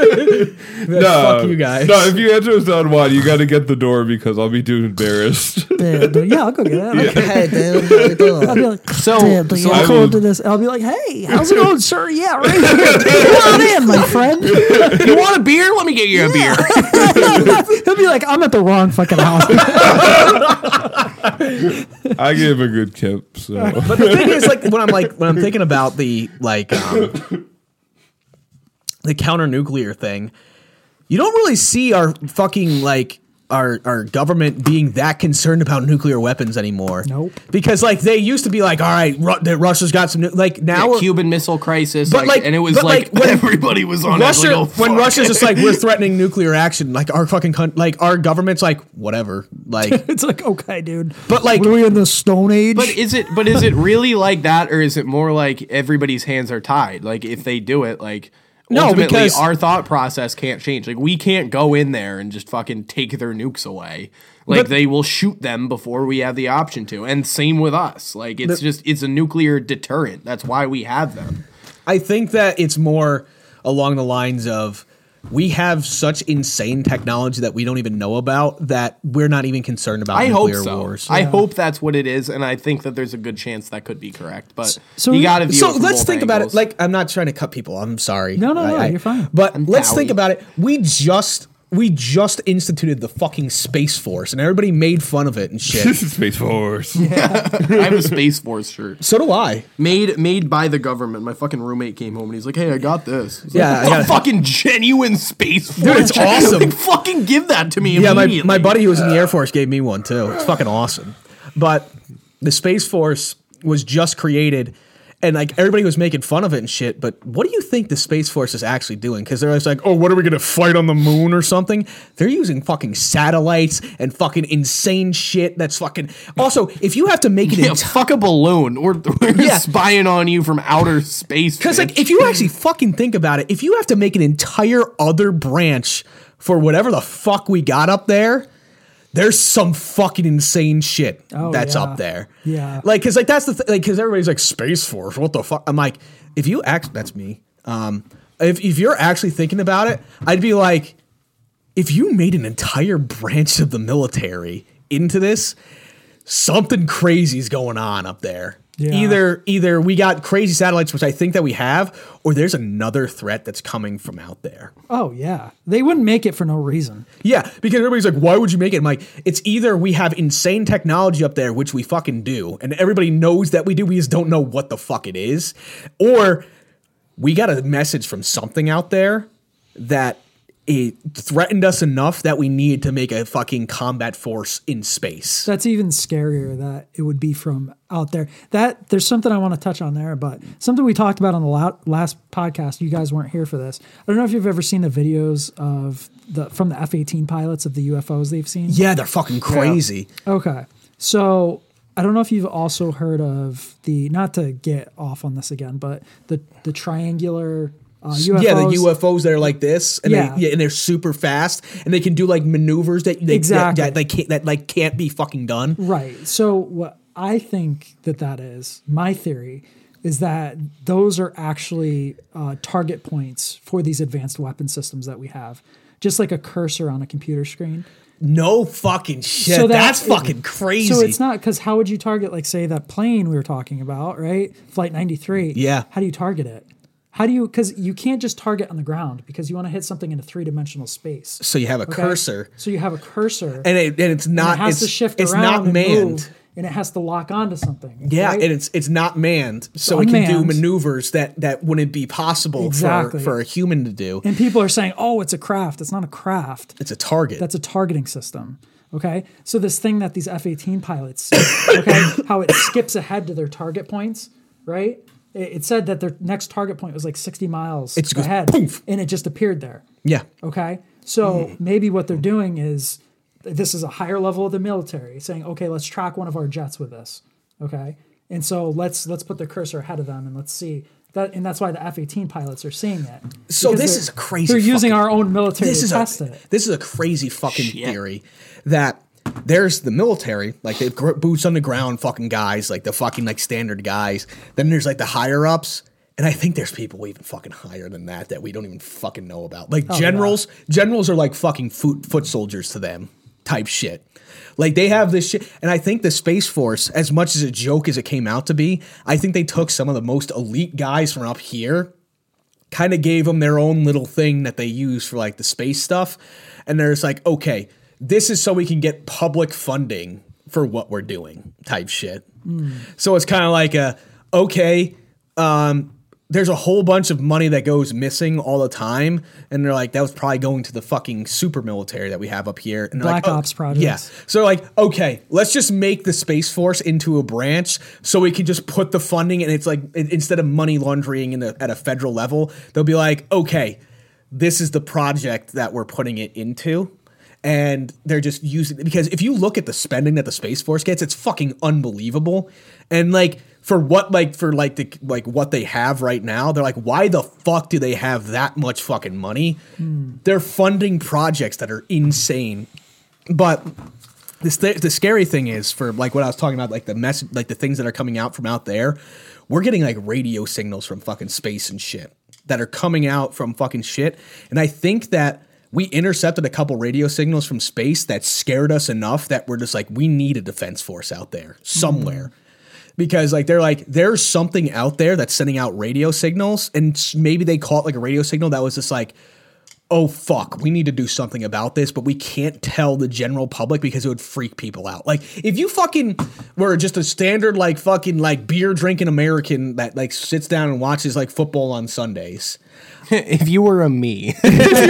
Speaker 3: No,
Speaker 5: fuck you guys.
Speaker 3: No, if you answer as Don Juan, you got to get the door because I'll be too embarrassed.
Speaker 5: <laughs>
Speaker 2: Yeah, dude, yeah, I'll go get it. I'll
Speaker 5: hey dude how you doing?
Speaker 2: I'll be like,
Speaker 4: So-
Speaker 2: "Damn, dude,
Speaker 4: so
Speaker 2: you're
Speaker 3: I
Speaker 2: cool
Speaker 3: will-
Speaker 2: to this. I'll be like, hey, how's it going, sir? Yeah, right.
Speaker 4: <laughs>
Speaker 2: Come on in, my friend.
Speaker 4: you want a beer? Let me get you a beer.
Speaker 5: <laughs>
Speaker 2: He'll be like, I'm at the wrong fucking house. <laughs>
Speaker 3: I gave a good
Speaker 4: <laughs>
Speaker 3: tip, so
Speaker 5: But the thing is, like when I'm like when I'm thinking about the like um, the counter nuclear thing, you don't really see our fucking like our our government being that concerned about nuclear weapons anymore.
Speaker 2: Nope.
Speaker 5: Because like they used to be like, all right, Ru- that Russia's got some nu-. like now
Speaker 4: Yeah,
Speaker 5: we're-
Speaker 4: Cuban Missile Crisis, like,
Speaker 5: But, like-
Speaker 4: and it was
Speaker 5: but,
Speaker 4: like,
Speaker 5: like,
Speaker 4: <laughs>
Speaker 5: when-
Speaker 4: everybody was on
Speaker 5: Russia
Speaker 4: it. Like, oh,
Speaker 5: when
Speaker 4: fuck.
Speaker 5: Russia's just like we're threatening nuclear action, like our fucking con- like our government's like whatever,
Speaker 2: <laughs>
Speaker 5: like
Speaker 2: it's like, okay, dude.
Speaker 5: But, like-
Speaker 2: what are we in the Stone Age?
Speaker 4: But is it but
Speaker 5: <laughs>
Speaker 4: is it really like that, or is it more like everybody's hands are tied? Like if they do it, like
Speaker 5: No,
Speaker 4: ultimately
Speaker 5: because-
Speaker 4: our thought process can't change. Like we can't go in there and just fucking take their nukes away. Like
Speaker 5: But-
Speaker 4: they will shoot them before we have the option to. And same with us. Like it's just it's a nuclear deterrent. That's why we have them.
Speaker 5: I think that it's more along the lines of we have such insane technology that we don't even know about that we're not even concerned about
Speaker 4: I hope
Speaker 5: nuclear
Speaker 4: so.
Speaker 5: wars.
Speaker 4: I hope that's what it is, and I think that there's a good chance that could be correct. But
Speaker 2: so-
Speaker 4: you got to
Speaker 5: so let's think about it. Like I'm not trying to cut people. I'm sorry.
Speaker 2: No, no,
Speaker 5: I-
Speaker 2: no,
Speaker 5: I-
Speaker 2: you're fine.
Speaker 5: But
Speaker 4: I'm
Speaker 5: let's
Speaker 4: dowie.
Speaker 5: think about it. We just we just instituted the fucking space force, and everybody made fun of it and shit.
Speaker 3: <laughs> <laughs> this is Space Force.
Speaker 4: <laughs> I have a space force shirt.
Speaker 5: so do I.
Speaker 4: made made by the government. My fucking roommate came home and he's like, "Hey, I got this." It's
Speaker 5: Yeah,
Speaker 4: like,
Speaker 5: I
Speaker 4: it's
Speaker 5: got
Speaker 4: a
Speaker 5: it.
Speaker 4: fucking genuine space force. <laughs>
Speaker 5: it's awesome.
Speaker 4: Like, fucking give that to me.
Speaker 5: Yeah, my
Speaker 4: immediately.
Speaker 5: my buddy who was in the Air Force gave me one too. It's fucking awesome. But the Space Force was just created. And like everybody was making fun of it and shit, but what do you think the Space Force is actually doing? Because they're always like, oh, what are we gonna fight on the moon or something? They're using fucking satellites and fucking insane shit that's fucking. Also, if you have to make
Speaker 4: <laughs> <laughs>
Speaker 5: it
Speaker 4: Yeah,
Speaker 5: enti-
Speaker 4: fuck a balloon. We're, we're
Speaker 5: Yeah.
Speaker 4: spying on you from outer space.
Speaker 5: Because
Speaker 4: bitch.
Speaker 5: like, if you actually fucking think about it, if you have to make an entire other branch for whatever the fuck we got up there, there's some fucking insane shit
Speaker 2: Oh,
Speaker 5: that's
Speaker 2: yeah.
Speaker 5: up there.
Speaker 2: Yeah.
Speaker 5: Like, cause like that's the thing. Like, cause everybody's like space force. What the fuck? I'm like, if you act, that's me. Um, if if you're actually thinking about it, I'd be like, if you made an entire branch of the military into this, something crazy's going on up there.
Speaker 2: Yeah.
Speaker 5: Either either we got crazy satellites, which I think that we have, or there's another threat that's coming from out there.
Speaker 2: Oh yeah, they wouldn't make it for no reason.
Speaker 5: Yeah, because everybody's like, why would you make it? I'm like, it's either we have insane technology up there, which we fucking do, and everybody knows that we do, we just don't know what the fuck it is, or we got a message from something out there that it threatened us enough that we needed to make a fucking combat force in space.
Speaker 2: That's even scarier that it would be from out there. That there's something I want to touch on there, but something we talked about on the la- last podcast. You guys weren't here for this. I don't know if you've ever seen the videos of the from the F-18 pilots of the UFOs they've seen.
Speaker 5: Yeah, they're fucking crazy.
Speaker 2: Okay. So I don't know if you've also heard of the not to get off on this again, but the the triangular uh, UFOs.
Speaker 5: Yeah, the UFOs that are like this, and
Speaker 2: Yeah.
Speaker 5: they yeah, and they're super fast, and they can do like maneuvers that they
Speaker 2: Exactly.
Speaker 5: that, that they can't that like can't be fucking done.
Speaker 2: Right. So what I think that that is, my theory is that those are actually uh, target points for these advanced weapon systems that we have, just like a cursor on a computer screen.
Speaker 5: No fucking shit.
Speaker 2: So that-
Speaker 5: That's fucking crazy.
Speaker 2: So it's not because how would you target, like, say, that plane we were talking about, right? Flight 93.
Speaker 5: Yeah.
Speaker 2: How do you target it? How do you, because you can't just target on the ground because you want to hit something in a three dimensional space.
Speaker 5: So you have a
Speaker 2: okay?
Speaker 5: cursor,
Speaker 2: So you have a cursor.
Speaker 5: and it and it's not
Speaker 2: and it has
Speaker 5: it's,
Speaker 2: to shift
Speaker 5: it's
Speaker 2: around
Speaker 5: not
Speaker 2: and
Speaker 5: manned.
Speaker 2: move, and it has to lock onto something.
Speaker 5: Yeah,
Speaker 2: right?
Speaker 5: and it's it's not manned, so it can do
Speaker 2: unmanned.
Speaker 5: maneuvers that that wouldn't be possible
Speaker 2: Exactly.
Speaker 5: for for a human to do.
Speaker 2: and people are saying, "Oh, it's a craft. It's not a craft.
Speaker 5: It's a target.
Speaker 2: That's a targeting system." Okay, so this thing that these F-18 pilots, see,
Speaker 5: <coughs>
Speaker 2: okay, how it skips ahead to their target points, right? It, it said that their next target point was like 60 miles
Speaker 5: It just goes
Speaker 2: ahead,
Speaker 5: poof.
Speaker 2: and it just appeared there.
Speaker 5: yeah.
Speaker 2: Okay. So
Speaker 5: Mm-hmm.
Speaker 2: maybe what they're doing is this is a higher level of the military saying, okay, let's track one of our jets with this. Okay. And so let's let's put the cursor ahead of them and let's see that and that's why the F eighteen pilots are seeing it.
Speaker 5: So
Speaker 2: Because
Speaker 5: this
Speaker 2: they're-
Speaker 5: is crazy
Speaker 2: They're using
Speaker 5: fucking-
Speaker 2: our own military
Speaker 5: this
Speaker 2: to
Speaker 5: is
Speaker 2: test
Speaker 5: a,
Speaker 2: it.
Speaker 5: This is a crazy fucking theory that there's the military, like the gr- boots on the ground fucking guys, like the fucking like standard guys. Then there's like the higher ups. And I think there's people even fucking higher than that that we don't even fucking know about.
Speaker 2: Oh,
Speaker 5: Like generals, generals are like fucking foot foot soldiers to them type shit. Like they have this shit, and I think the Space Force, as much as a joke as it came out to be, I think they took some of the most elite guys from up here kind of gave them their own little thing that they use for like the space stuff. And there's like, okay, this is so we can get public funding for what we're doing type shit.
Speaker 2: Hmm.
Speaker 5: So it's kind of like a, okay, um, there's a whole bunch of money that goes missing all the time. And they're like, that was probably going to the fucking super military that we have up here. And they're
Speaker 2: Black
Speaker 5: like, "Oh,
Speaker 2: Ops projects.
Speaker 5: Yeah. So like, okay, let's just make the Space Force into a branch so we can just put the funding and it's like in- instead of money laundering in the, at a federal level, they'll be like, okay, this is the project that we're putting it into. And they're just using because if you look at the spending that the Space Force gets, it's fucking unbelievable. And like for what like for like the like what they have right now, they're like, why the fuck do they have that much fucking money? They're funding projects that are insane. But the, st- the scary thing is for like what I was talking about, like the mess, like the things that are coming out from out there, we're getting like radio signals from fucking space and shit that are coming out from fucking shit. And I think that we intercepted a couple radio signals from space that scared us enough that we're just like, we need a defense force out there somewhere. Because like they're like there's something out there that's sending out radio signals, and s- maybe they caught like a radio signal that was just like, oh fuck, we need to do something about this, but we can't tell the general public because it would freak people out. Like if you fucking were just a standard like fucking like beer drinking American that like sits down and watches like football on Sundays.
Speaker 4: if you were a me,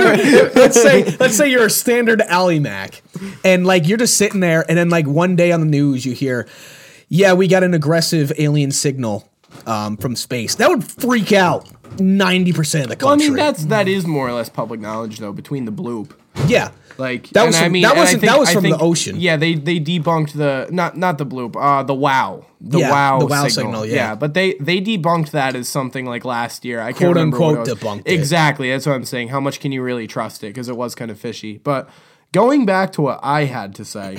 Speaker 5: let's
Speaker 4: <laughs>
Speaker 5: say let's say you're a standard alley mac and like you're just sitting there and then like one day on the news you hear yeah we got an aggressive alien signal um, from space that would freak out 90% of the country
Speaker 4: well, I mean that's that is more or less public knowledge though between the bloop.
Speaker 5: yeah
Speaker 4: Like
Speaker 5: That
Speaker 4: and
Speaker 5: was
Speaker 4: I
Speaker 5: from-
Speaker 4: mean,
Speaker 5: that
Speaker 4: and I
Speaker 5: wasn't- that
Speaker 4: think-
Speaker 5: was
Speaker 4: I
Speaker 5: from the
Speaker 4: think-
Speaker 5: ocean.
Speaker 4: Yeah, they they debunked the not not the bloop, uh, the wow, the
Speaker 5: Yeah,
Speaker 4: wow,
Speaker 5: the wow signal,
Speaker 4: signal.
Speaker 5: yeah.
Speaker 4: but they they debunked that as something like last year. I
Speaker 5: Quote,
Speaker 4: can't remember what
Speaker 5: unquote,
Speaker 4: it was.
Speaker 5: debunked it.
Speaker 4: Exactly, that's what I'm saying. How much can you really trust it? Because it was kind of fishy. But going back to what I had to say,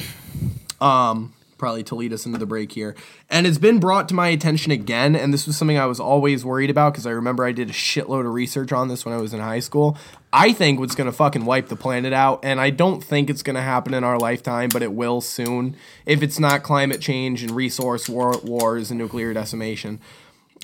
Speaker 4: um, probably to lead us into the break here, and it's been brought to my attention again. And this was something I was always worried about because I remember I did a shitload of research on this when I was in high school. I think what's gonna fucking wipe the planet out, and I don't think it's gonna happen in our lifetime, but it will soon if it's not climate change and resource war- wars and nuclear decimation.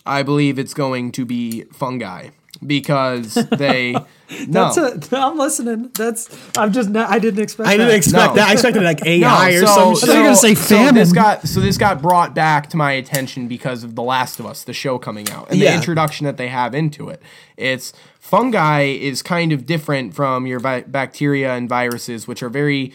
Speaker 4: I believe it's going to be fungi because they
Speaker 5: Oh.
Speaker 4: no.
Speaker 2: That's it. <laughs> I'm listening. That's. I'm just. Not, I didn't expect.
Speaker 5: i didn't
Speaker 2: that.
Speaker 5: expect
Speaker 4: No.
Speaker 5: that i
Speaker 4: <laughs>
Speaker 5: expected like ai or some shit
Speaker 8: I thought you were gonna say
Speaker 4: So this
Speaker 8: famine.
Speaker 4: got so this got brought back to my attention because of The Last of Us, the show coming out, and
Speaker 5: Yeah.
Speaker 4: the introduction that they have into it. It's fungi is kind of different from your vi- bacteria and viruses, which are very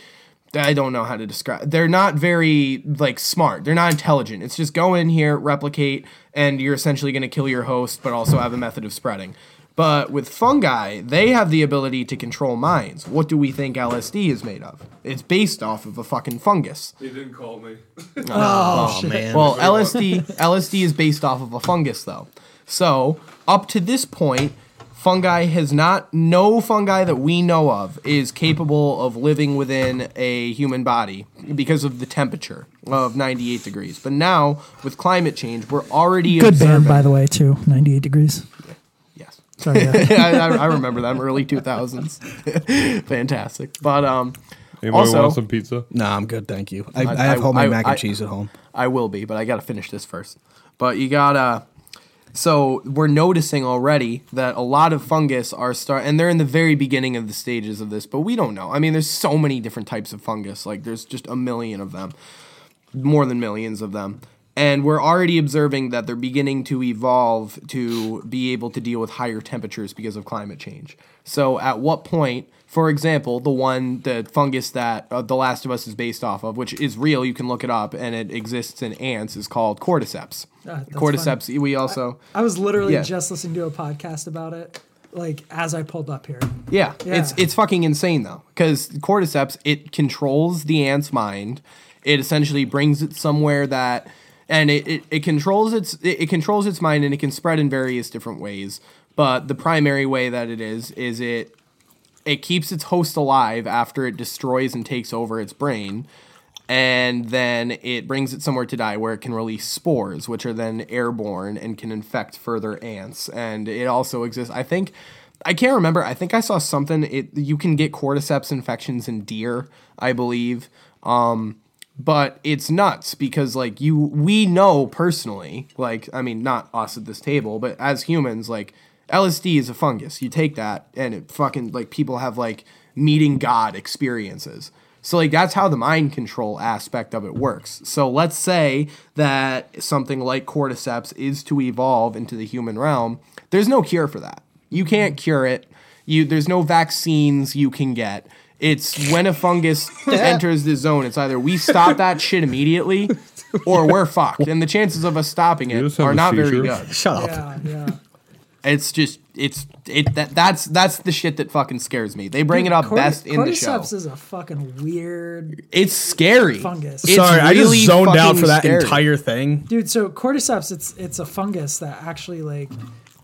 Speaker 4: I don't know how to describe. They're not very like smart. They're not intelligent. It's just go in here, replicate, and you're essentially going to kill your host, but also have a method of spreading. But with fungi, they have the ability to control minds. What do we think LSD is made of? It's based off of a fucking fungus.
Speaker 3: He didn't call me.
Speaker 5: oh man
Speaker 4: Well, LSD LSD is based off of a fungus though. So, up to this point, fungi has not no fungi that we know of is capable of living within a human body because of the temperature of 98 degrees. But now with climate change, we're already
Speaker 8: Good
Speaker 4: observing-
Speaker 8: band, by the way, too. 98 degrees.
Speaker 4: Yes. <laughs>
Speaker 8: Sorry, yeah.
Speaker 5: <laughs>
Speaker 4: I, I I remember them early 2000s. <laughs> Fantastic. But um
Speaker 3: Anybody
Speaker 4: Also-
Speaker 3: want some pizza?
Speaker 5: no i'm good thank you i, I,
Speaker 4: I-
Speaker 5: have homemade
Speaker 4: I-
Speaker 5: mac and
Speaker 4: I-
Speaker 5: cheese at home
Speaker 4: I will be, but I got to finish this first. But you gotta. So we're noticing already that a lot of fungus are start, and they're in the very beginning of the stages of this, but we don't know. I mean, there's so many different types of fungus. Like there's just a million of them, more than millions of them. And we're already observing that they're beginning to evolve to be able to deal with higher temperatures because of climate change. So, at what point, for example, the one, the fungus that uh, The Last of Us is based off of, which is real, you can look it up, and it exists in ants, is called cordyceps.
Speaker 2: that's
Speaker 4: cordyceps, we also.
Speaker 2: I was literally
Speaker 4: Yeah.
Speaker 2: just listening to a podcast about it, like as I pulled up here.
Speaker 4: Yeah, it's
Speaker 2: Yeah.
Speaker 4: it's fucking insane though, because cordyceps it controls the ant's mind. It essentially brings it somewhere that, and it, it, it controls its it, it controls its mind and it can spread in various different ways. But the primary way that it is is it it keeps its host alive after it destroys and takes over its brain and then it brings it somewhere to die where it can release spores which are then airborne and can infect further ants and it also exists i think i can't remember i think i saw something it you can get cordyceps infections in deer i believe um but it's nuts because like you we know personally like i mean not us at this table but as humans like lsd is a fungus you take that and it fucking like people have like meeting god experiences so like that's how the mind control aspect of it works so let's say that something like cordyceps is to evolve into the human realm there's no cure for that you can't cure it you there's no vaccines you can get it's when a
Speaker 2: <laughs>
Speaker 4: fungus enters the zone it's either we stop that shit immediately or we're fucked and the chances of us stopping
Speaker 3: just
Speaker 4: it
Speaker 3: have
Speaker 4: are
Speaker 3: a
Speaker 4: not very
Speaker 3: seizure.
Speaker 4: good
Speaker 5: shut up
Speaker 2: Yeah, yeah.
Speaker 4: it's just it's it that that's that's the shit that fucking scares me they bring it up
Speaker 2: Cordy-
Speaker 4: best in the show
Speaker 2: Cordyceps is a fucking weird
Speaker 4: it's scary
Speaker 2: Fungus.
Speaker 4: It's
Speaker 5: sorry i
Speaker 4: really
Speaker 5: just zoned out
Speaker 4: fucking
Speaker 5: for that
Speaker 4: scary.
Speaker 5: entire thing
Speaker 2: dude. So cordyceps, it's it's a fungus that actually like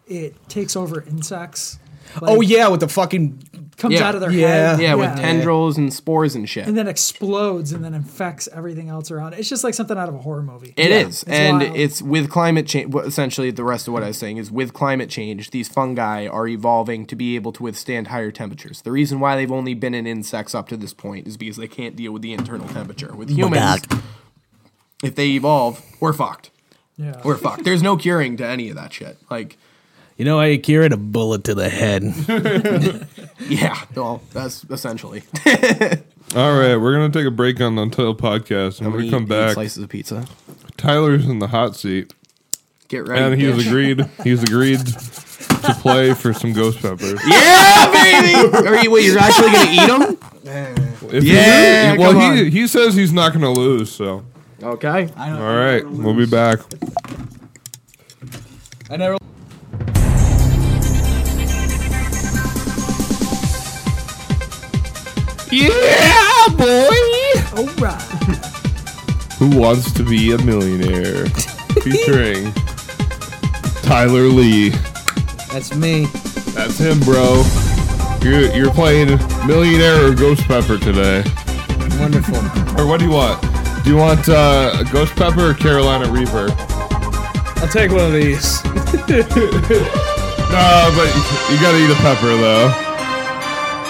Speaker 2: it takes over insects. Like,
Speaker 5: oh yeah with the fucking
Speaker 2: comes
Speaker 4: Yeah.
Speaker 2: out of their
Speaker 5: Yeah.
Speaker 2: head.
Speaker 4: yeah, with tendrils and spores and shit
Speaker 2: and then explodes and then infects everything else around it. It's just like something out of a horror movie.
Speaker 4: It is, and
Speaker 2: wild.
Speaker 4: it's with climate change. Essentially, the rest of what I was saying is with climate change, these fungi are evolving to be able to withstand higher temperatures. The reason why they've only been in insects up to this point is because they can't deal with the internal temperature. With humans, if they evolve, we're fucked.
Speaker 2: Yeah.
Speaker 4: We're fucked. There's no curing to any of that shit. Like,
Speaker 5: You know how you cure it? A bullet to the head.
Speaker 4: Yeah, well, that's essentially.
Speaker 3: All right, we're gonna take a break on the Untitled podcast, and we're gonna
Speaker 4: Eat-
Speaker 3: come
Speaker 4: eat
Speaker 3: back.
Speaker 4: Slices of pizza.
Speaker 3: Tyler's in the hot seat,
Speaker 4: Get ready.
Speaker 3: and he's
Speaker 4: <laughs> bitch.
Speaker 3: agreed. He's agreed to play for some ghost peppers.
Speaker 4: yeah, baby. Are you? Wait, you're actually gonna eat them?
Speaker 3: If he
Speaker 4: Yeah,
Speaker 3: loses- well,
Speaker 4: come
Speaker 3: he he says he's not gonna lose. So,
Speaker 4: <laughs> Okay.
Speaker 3: all right, we'll be back.
Speaker 5: I never.
Speaker 3: Yeah, boy.
Speaker 2: All right.
Speaker 3: Who Wants to Be
Speaker 2: <laughs>
Speaker 3: a Millionaire? Featuring Tyler Lee.
Speaker 5: That's me.
Speaker 3: That's him, bro. You're, you're playing Millionaire or Ghost Pepper today.
Speaker 5: Wonderful.
Speaker 3: Or what do you want? Do you want uh, Ghost Pepper or Carolina Reaper?
Speaker 5: I'll take one of these.
Speaker 3: No, Uh, but you gotta eat a pepper, though.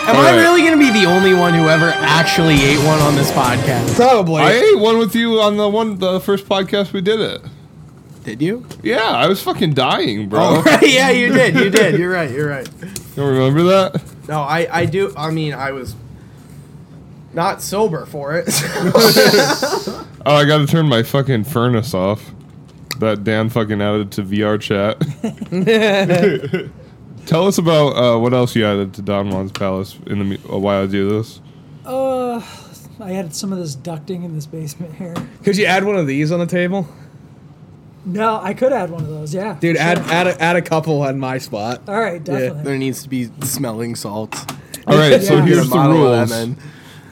Speaker 4: Am I
Speaker 3: Alright.
Speaker 4: really gonna be the only one who ever actually ate one on this podcast?
Speaker 5: Probably.
Speaker 3: I ate one with you on the one the first podcast we did it.
Speaker 4: Did you?
Speaker 3: Yeah, I was fucking dying, bro.
Speaker 4: <laughs> yeah, you did. You did. You're right. You're right.
Speaker 3: <laughs> You don't remember that?
Speaker 4: No, I, I do. I mean, I was not sober for it. <laughs>
Speaker 3: Oh, I gotta turn my fucking furnace off. That Dan fucking added to
Speaker 4: <laughs>
Speaker 3: VR chat. <laughs> Tell us about uh, what else you added to Don Juan's Palace in the me- uh, while I do this.
Speaker 2: Uh, I added some of this ducting in this basement here.
Speaker 5: Could you add one of these on the table?
Speaker 2: No, I could add one of those. Yeah,
Speaker 5: Dude,
Speaker 2: sure.
Speaker 5: add add a, add a couple on my spot.
Speaker 2: All right, definitely.
Speaker 4: there needs to be smelling salts.
Speaker 3: All right, so
Speaker 2: Yeah.
Speaker 4: Get a
Speaker 3: here's the
Speaker 4: bottle of
Speaker 3: rules.
Speaker 4: that, man.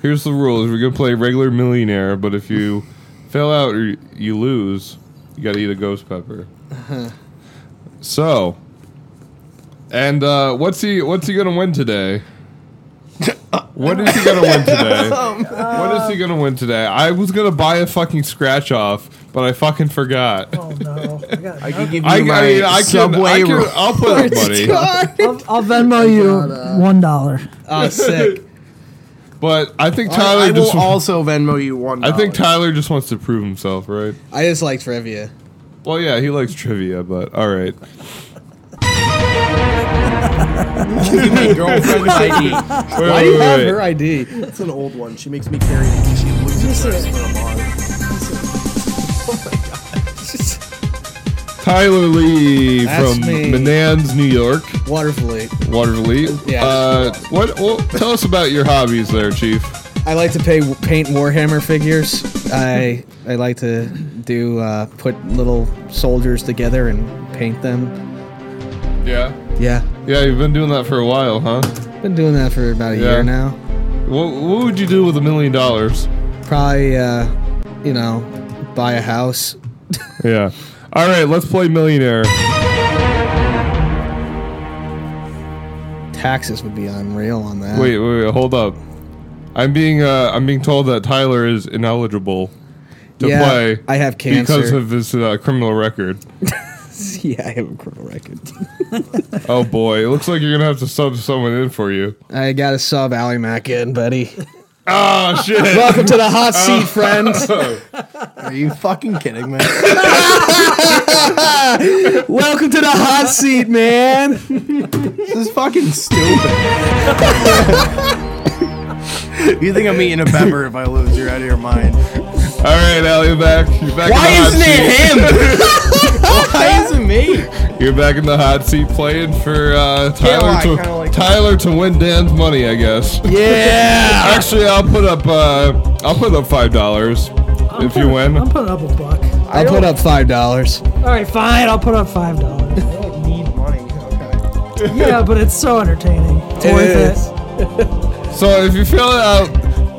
Speaker 3: Here's the rules. We're gonna play regular millionaire, but if you fail out or you lose, you gotta eat a ghost pepper. So, and uh, what's he what's he gonna win today? What is he gonna win today? What is he gonna win today? I was gonna buy a fucking scratch off, but I fucking forgot.
Speaker 2: Oh no, I got.
Speaker 4: I can give you
Speaker 3: I, I
Speaker 4: my
Speaker 3: mean, I can,
Speaker 4: subway.
Speaker 3: I can,
Speaker 4: roll.
Speaker 3: I'll put up money.
Speaker 2: I'll, I'll Venmo you one dollar.
Speaker 5: Oh, <laughs> sick.
Speaker 3: But I think Tyler
Speaker 4: I, I will
Speaker 3: just.
Speaker 4: also Venmo you one.
Speaker 3: I think
Speaker 4: dollar.
Speaker 3: Tyler just wants to prove himself, right?
Speaker 5: I just like trivia.
Speaker 3: Well, yeah, he likes trivia, but all right.
Speaker 4: my girlfriend's ID.
Speaker 3: <laughs> Wait,
Speaker 5: Why
Speaker 3: wait,
Speaker 5: do you
Speaker 3: wait,
Speaker 5: have
Speaker 3: wait.
Speaker 5: her ID?
Speaker 4: It's an old one. She makes me carry it. She loses hers for a bar.
Speaker 3: Tyler Lee
Speaker 5: That's
Speaker 3: from
Speaker 5: me.
Speaker 3: Menands, New York,
Speaker 5: Wonderfully.
Speaker 3: Waterloo.
Speaker 5: Yeah.
Speaker 3: Uh, what? Well, tell us about your hobbies, there, Chief.
Speaker 5: I like to pay, paint Warhammer figures. I I like to do uh, put little soldiers together and paint them.
Speaker 3: Yeah.
Speaker 5: Yeah,
Speaker 3: Yeah, you've been doing that for a while, huh?
Speaker 5: been doing that for about a
Speaker 3: Yeah.
Speaker 5: year now.
Speaker 3: What, what would you do with a million dollars?
Speaker 5: Probably, uh, you know, buy a house.
Speaker 3: Yeah. All right, let's play millionaire.
Speaker 5: Taxes would be unreal on that.
Speaker 3: Wait, wait, wait hold up. I'm being uh, I'm being told that Tyler is ineligible to
Speaker 5: yeah,
Speaker 3: play
Speaker 5: I have cancer.
Speaker 3: because of his uh, criminal record.
Speaker 5: <laughs> yeah, I have a criminal record.
Speaker 3: Oh boy, it looks like you're gonna have to sub someone in for you.
Speaker 5: I got to sub Ally Mac in, buddy.
Speaker 3: Oh shit.
Speaker 5: Welcome to the hot
Speaker 3: Oh.
Speaker 5: seat,
Speaker 3: <laughs>
Speaker 5: friend.
Speaker 4: Are you fucking kidding me?
Speaker 5: <laughs> Welcome to the hot seat, man.
Speaker 4: This is fucking stupid. <laughs> you think I'm eating a pepper if I lose? You're out of your <laughs> mind.
Speaker 3: All right, Al, you're back. You're back in the hot seat.
Speaker 4: it him? Why is it me?
Speaker 3: You're back in the hot seat playing for uh, Tyler
Speaker 4: I
Speaker 3: to
Speaker 4: kinda like-
Speaker 3: Tyler to win Dan's money, I guess.
Speaker 5: Yeah.
Speaker 3: Actually, I'll put up uh, I'll put up five dollars
Speaker 2: I'm
Speaker 3: if you
Speaker 2: putting-
Speaker 3: win.
Speaker 2: I'm putting up a buck.
Speaker 5: I'll put up five dollars.
Speaker 2: All right, fine. I'll put up five dollars.
Speaker 4: I don't need money. Okay.
Speaker 2: <laughs> yeah, but it's so entertaining. It's
Speaker 5: It
Speaker 2: worth
Speaker 5: is.
Speaker 2: it.
Speaker 3: So if you fill it out,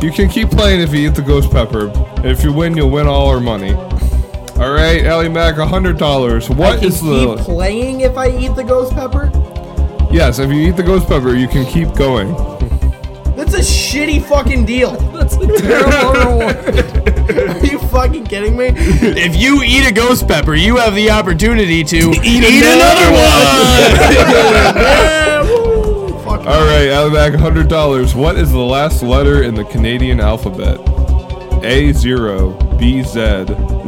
Speaker 3: you can keep playing if you eat the ghost pepper. If you win, you'll win all our money. All right, Ellie Mac, hundred dollars. What is
Speaker 4: Keep
Speaker 3: the
Speaker 4: playing if I eat the ghost pepper?
Speaker 3: yes? If you eat the ghost pepper, you can keep going.
Speaker 4: That's a shitty fucking deal.
Speaker 2: That's a terrible reward.
Speaker 4: Are you fucking kidding me? If you eat a ghost pepper, you have the opportunity to <laughs> eat, another, one. yeah, woo, fuck.
Speaker 3: All right, Ellie Mac, hundred dollars. What is the last letter in the Canadian alphabet? A zero, B Z,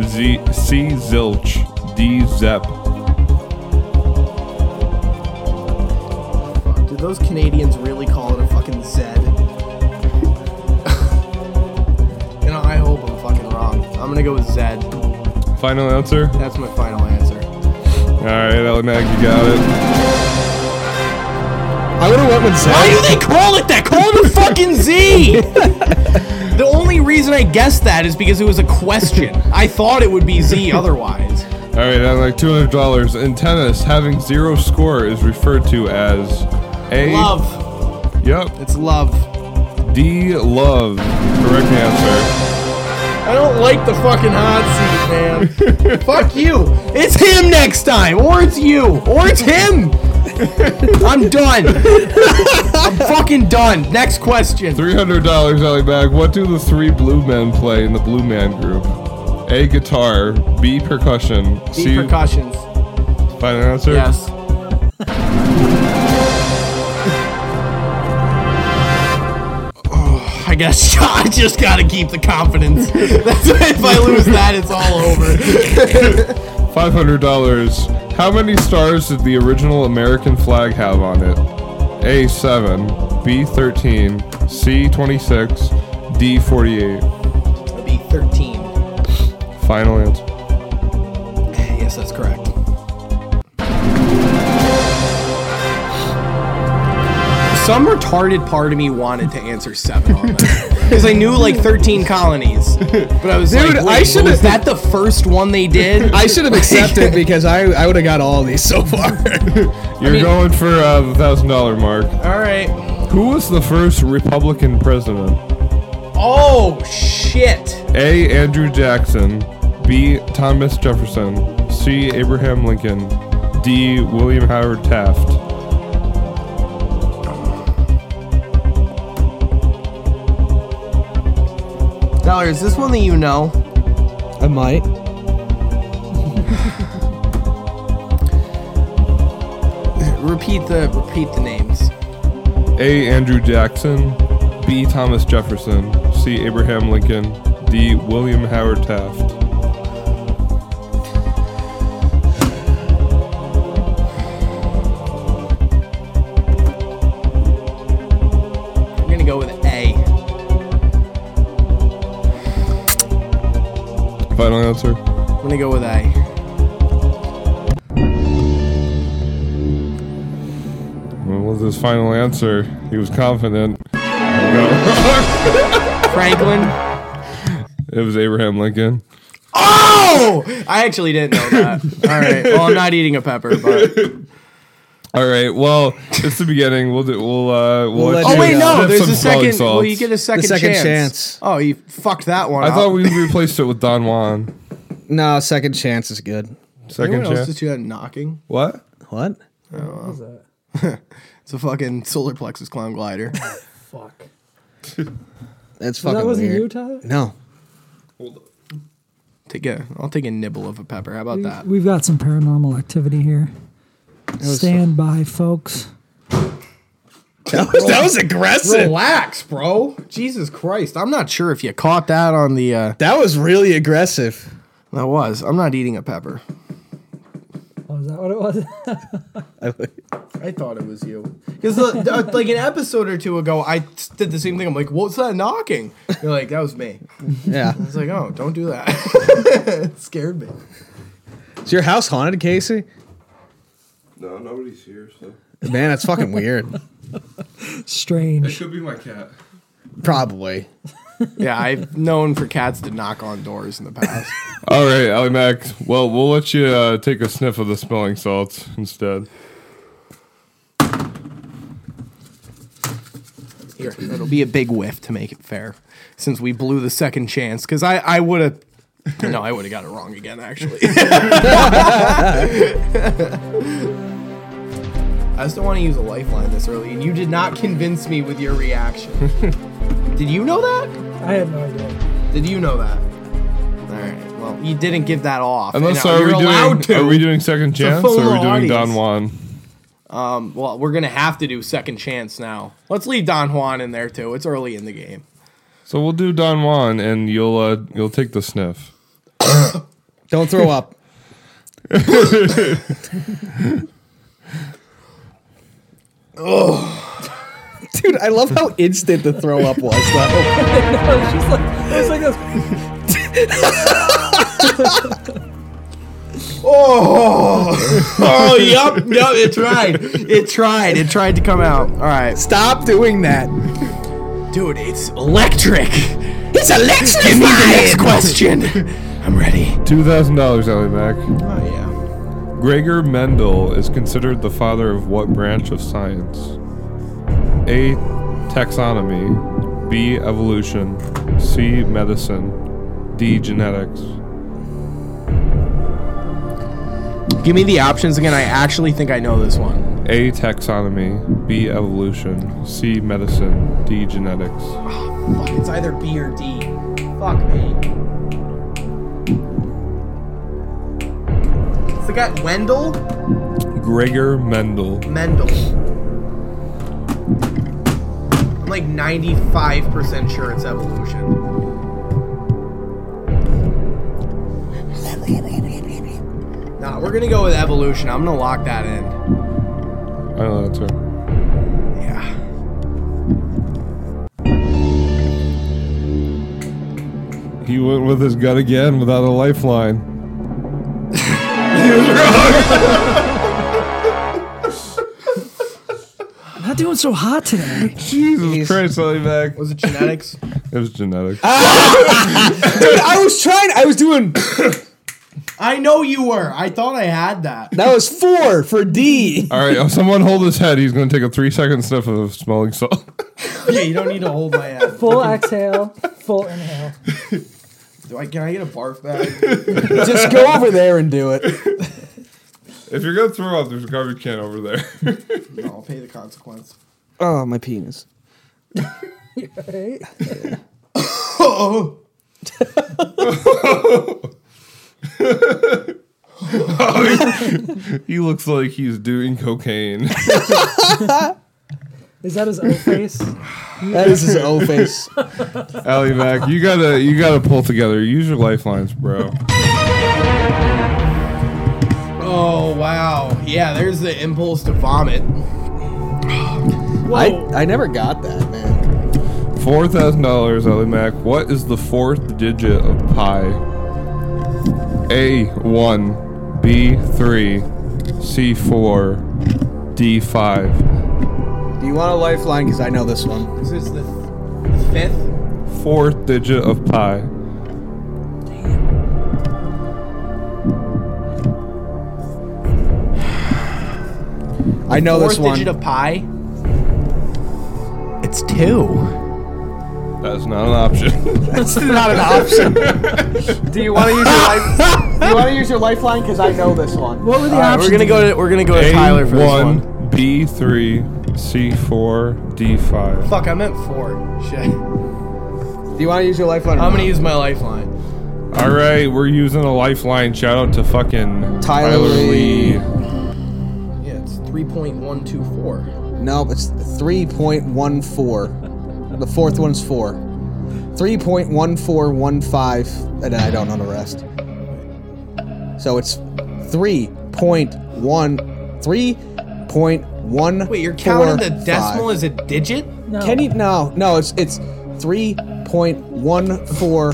Speaker 3: Z C zilch, D zep.
Speaker 4: Did those Canadians really call it a fucking Zed? and I hope I'm fucking wrong. I'm gonna go with Zed.
Speaker 3: Final answer?
Speaker 4: That's my final answer.
Speaker 3: All right, Ellie Mac, you got it.
Speaker 5: I would have went with Zed.
Speaker 4: Why do they call it that? Call it a fucking Z. the only reason I guessed that is because it was a question. I thought it would be Z otherwise.
Speaker 3: All right, Ellie Mac, $200. In tennis, having zero score is referred to as A.
Speaker 4: Love.
Speaker 3: Yep.
Speaker 4: It's love.
Speaker 3: D. Love. Correct answer.
Speaker 4: I don't like the fucking hot seat, man. Fuck you. It's him next time, or it's you, or it's him. I'm done. I'm fucking done. Next question.
Speaker 3: $300, Ellie Mac. What do the three blue men play in the Blue Man Group? A. Guitar. B. Percussion.
Speaker 4: Deep percussions.
Speaker 3: Final answer?
Speaker 4: Yes. I guess <laughs> I just gotta keep the confidence. That's why if I lose that, it's all over.
Speaker 3: Five hundred dollars. How many stars did the original American flag have on it? A seven, B thirteen, C twenty six, D forty eight.
Speaker 4: It'll be 13.
Speaker 3: Final answer.
Speaker 4: Yes, that's correct. Some retarded part of me wanted to answer seven on that
Speaker 5: <laughs>
Speaker 4: because I knew like 13 colonies, but I was like,
Speaker 5: Dude, I
Speaker 4: Wait,
Speaker 5: should've-
Speaker 4: was that the first one they did?
Speaker 5: <laughs> I should have
Speaker 3: <laughs>
Speaker 5: accepted because I, I would have got all these so far.
Speaker 3: You're going for uh, the thousand dollar mark.
Speaker 4: all right.
Speaker 3: Who was the first Republican president?
Speaker 4: Oh shit!
Speaker 3: A. Andrew Jackson, B. Thomas Jefferson, C. Abraham Lincoln, D. William Howard Taft.
Speaker 4: Dollar, is this one that you know?
Speaker 5: I might.
Speaker 4: Repeat the repeat the names.
Speaker 3: A. Andrew Jackson, B. Thomas Jefferson, C. Abraham Lincoln, D. William Howard Taft.
Speaker 4: I'm gonna go with A.
Speaker 3: Final answer.
Speaker 4: I'm gonna go with A.
Speaker 3: What was his final answer? He was confident.
Speaker 4: Franklin.
Speaker 3: It was Abraham Lincoln.
Speaker 4: Oh! I actually didn't know that. All right. Well, I'm not eating a pepper, <laughs> but
Speaker 3: All right. Well, it's the beginning. We'll do, we'll uh we'll,
Speaker 5: We'll
Speaker 3: let
Speaker 5: let
Speaker 3: you
Speaker 4: oh wait,
Speaker 5: Yeah.
Speaker 4: no.
Speaker 3: sniff
Speaker 4: There's
Speaker 3: some
Speaker 4: a
Speaker 3: smelling
Speaker 4: second. Well, you
Speaker 3: salts.
Speaker 4: get a second,
Speaker 5: second
Speaker 4: chance.
Speaker 5: chance.
Speaker 4: Oh, you fucked that one.
Speaker 3: I
Speaker 4: up.
Speaker 3: thought we replaced it with Don Juan.
Speaker 5: No, second chance is good.
Speaker 3: Second
Speaker 4: Anyone else
Speaker 3: chance.
Speaker 4: just do that knocking?
Speaker 3: what?
Speaker 5: What?
Speaker 4: It's a fucking solar plexus clown glider.
Speaker 2: <laughs> Fuck.
Speaker 5: That's fucking
Speaker 2: That wasn't
Speaker 5: weird.
Speaker 2: you, Tyler?
Speaker 5: No.
Speaker 4: take a. I'll take a nibble of a pepper. How about that?
Speaker 2: We've got some paranormal activity here. Stand by, folks.
Speaker 5: <laughs> That was, that was aggressive.
Speaker 4: Relax, bro. Jesus Christ. I'm not sure if you caught that on the. uh
Speaker 5: That was really aggressive.
Speaker 4: That was. I'm not eating a pepper.
Speaker 2: Oh, is that what it was?
Speaker 5: I-
Speaker 4: I thought it was you. Because uh, like an episode or two ago, I s- did the same thing. I'm like, what's that knocking? You're like, that was me.
Speaker 5: <laughs> yeah.
Speaker 4: I was like, oh, don't do that. <laughs> it scared me.
Speaker 5: Is your house haunted, Casey?
Speaker 3: No, nobody's here. So
Speaker 5: Man, that's fucking weird.
Speaker 2: <laughs> Strange.
Speaker 3: could be my cat.
Speaker 5: Probably.
Speaker 4: Yeah, I've known for cats to knock on doors in the past.
Speaker 3: All right, Ali Mac. Well, we'll let you uh, take a sniff of the smelling salts instead.
Speaker 4: Here, it'll be a big whiff to make it fair, since we blew the second chance. Because I, I would have. No, I would have got it wrong again. <laughs> Actually, I just don't want to use a lifeline this early, and you did not convince me with your <laughs> reaction. did you know that?
Speaker 2: I had no idea.
Speaker 4: Did you know that? All right. Well, you didn't give that off. and
Speaker 3: Unless
Speaker 4: now
Speaker 3: are
Speaker 4: you're
Speaker 3: we doing
Speaker 4: allowed to.
Speaker 3: are we doing second chance or are we
Speaker 4: full-on
Speaker 3: doing Don
Speaker 4: audience.
Speaker 3: Juan?
Speaker 4: Well, we're gonna have to do second chance now. Let's leave Don Juan in there too. It's early in the game.
Speaker 3: So we'll do Don Juan, and you'll uh, you'll take the sniff.
Speaker 5: Don't throw <laughs> up. Dude, I love how instant the throw up was, <laughs> though.
Speaker 2: It's just like it's like this.
Speaker 4: Oh, yup, yup. It tried. It tried. It tried to come out. All right,
Speaker 5: Stop doing that.
Speaker 4: dude. It's electric. It's electric. Give me the next question. I'm ready.
Speaker 3: Two thousand dollars, Ellie Mac.
Speaker 4: Oh yeah.
Speaker 3: Gregor Mendel is considered the father of what branch of science? A. Taxonomy. B. Evolution. C. Medicine. D. Genetics.
Speaker 4: Give me the options again. I actually think I know this one.
Speaker 3: A. Taxonomy. B. Evolution. C. Medicine. D. Genetics.
Speaker 4: Fuck, it's either B or D. Fuck me. It's the guy Wendell
Speaker 3: Gregor Mendel.
Speaker 4: Mendel. I'm like 95% sure it's evolution.
Speaker 2: <laughs>
Speaker 4: Nah, we're gonna go with evolution. I'm gonna lock that in.
Speaker 3: I know that's right.
Speaker 4: Yeah.
Speaker 3: He went with his gut again without a lifeline.
Speaker 2: Not doing so hot today.
Speaker 3: Jesus Christ, Ellie Mac.
Speaker 4: Was it genetics?
Speaker 3: It was genetics.
Speaker 5: Dude, I was trying. I was doing.
Speaker 4: <laughs> I know you were. I thought I had <laughs> that.
Speaker 5: That was four for D.
Speaker 3: All right, someone hold his head. He's going to take a three second sniff of smelling salt.
Speaker 4: yeah, you don't need to hold my <laughs> head.
Speaker 2: Full exhale, full inhale.
Speaker 4: Do I, can I get a barf <laughs> bag?
Speaker 5: Just go over there and do it.
Speaker 3: if you're going to throw up, there's a garbage can over there.
Speaker 4: No, I'll pay the consequence.
Speaker 5: Oh, my penis.
Speaker 2: Right?
Speaker 4: Oh,
Speaker 3: <laughs> he looks like he's doing cocaine. <laughs>
Speaker 2: Is that his O face?
Speaker 5: That is his O face.
Speaker 3: Allie Mac, you gotta you gotta pull together. Use your lifelines, bro.
Speaker 4: oh wow. Yeah, there's the impulse to vomit.
Speaker 5: I, I never got that, man.
Speaker 3: Four thousand dollars, Ellie Mac. What is the fourth digit of pi? A one, B three, C four, D five.
Speaker 5: Do you want a lifeline? Because I know this one.
Speaker 4: This is the f- fifth.
Speaker 3: Fourth digit of pi.
Speaker 5: I know
Speaker 4: Fourth
Speaker 5: this one.
Speaker 4: digit of pi. It's two.
Speaker 3: That's not an
Speaker 4: <laughs>
Speaker 3: option.
Speaker 4: That's not an option.
Speaker 5: <laughs> Do you want to use your life? Do you want to use your lifeline? Because I know this one.
Speaker 2: What were the
Speaker 4: we're
Speaker 2: options?
Speaker 4: gonna go to we're gonna go to Tyler for this
Speaker 3: one,
Speaker 4: one.
Speaker 3: B three, C four, D five.
Speaker 4: Fuck, I meant four. Shit.
Speaker 5: Do you want to use your lifeline?
Speaker 4: I'm gonna use my lifeline.
Speaker 3: All right, we're using a lifeline. Shout out to fucking
Speaker 5: Tyler Lee.
Speaker 4: Yeah, it's three point one two four.
Speaker 5: No, it's three point one four. The fourth one's four. Three point one four one five, and then I don't know the rest. So it's three point one three point one.
Speaker 4: Wait, you're counting the decimal as a digit?
Speaker 2: No.
Speaker 5: Can you? No, no. It's it's three point one four.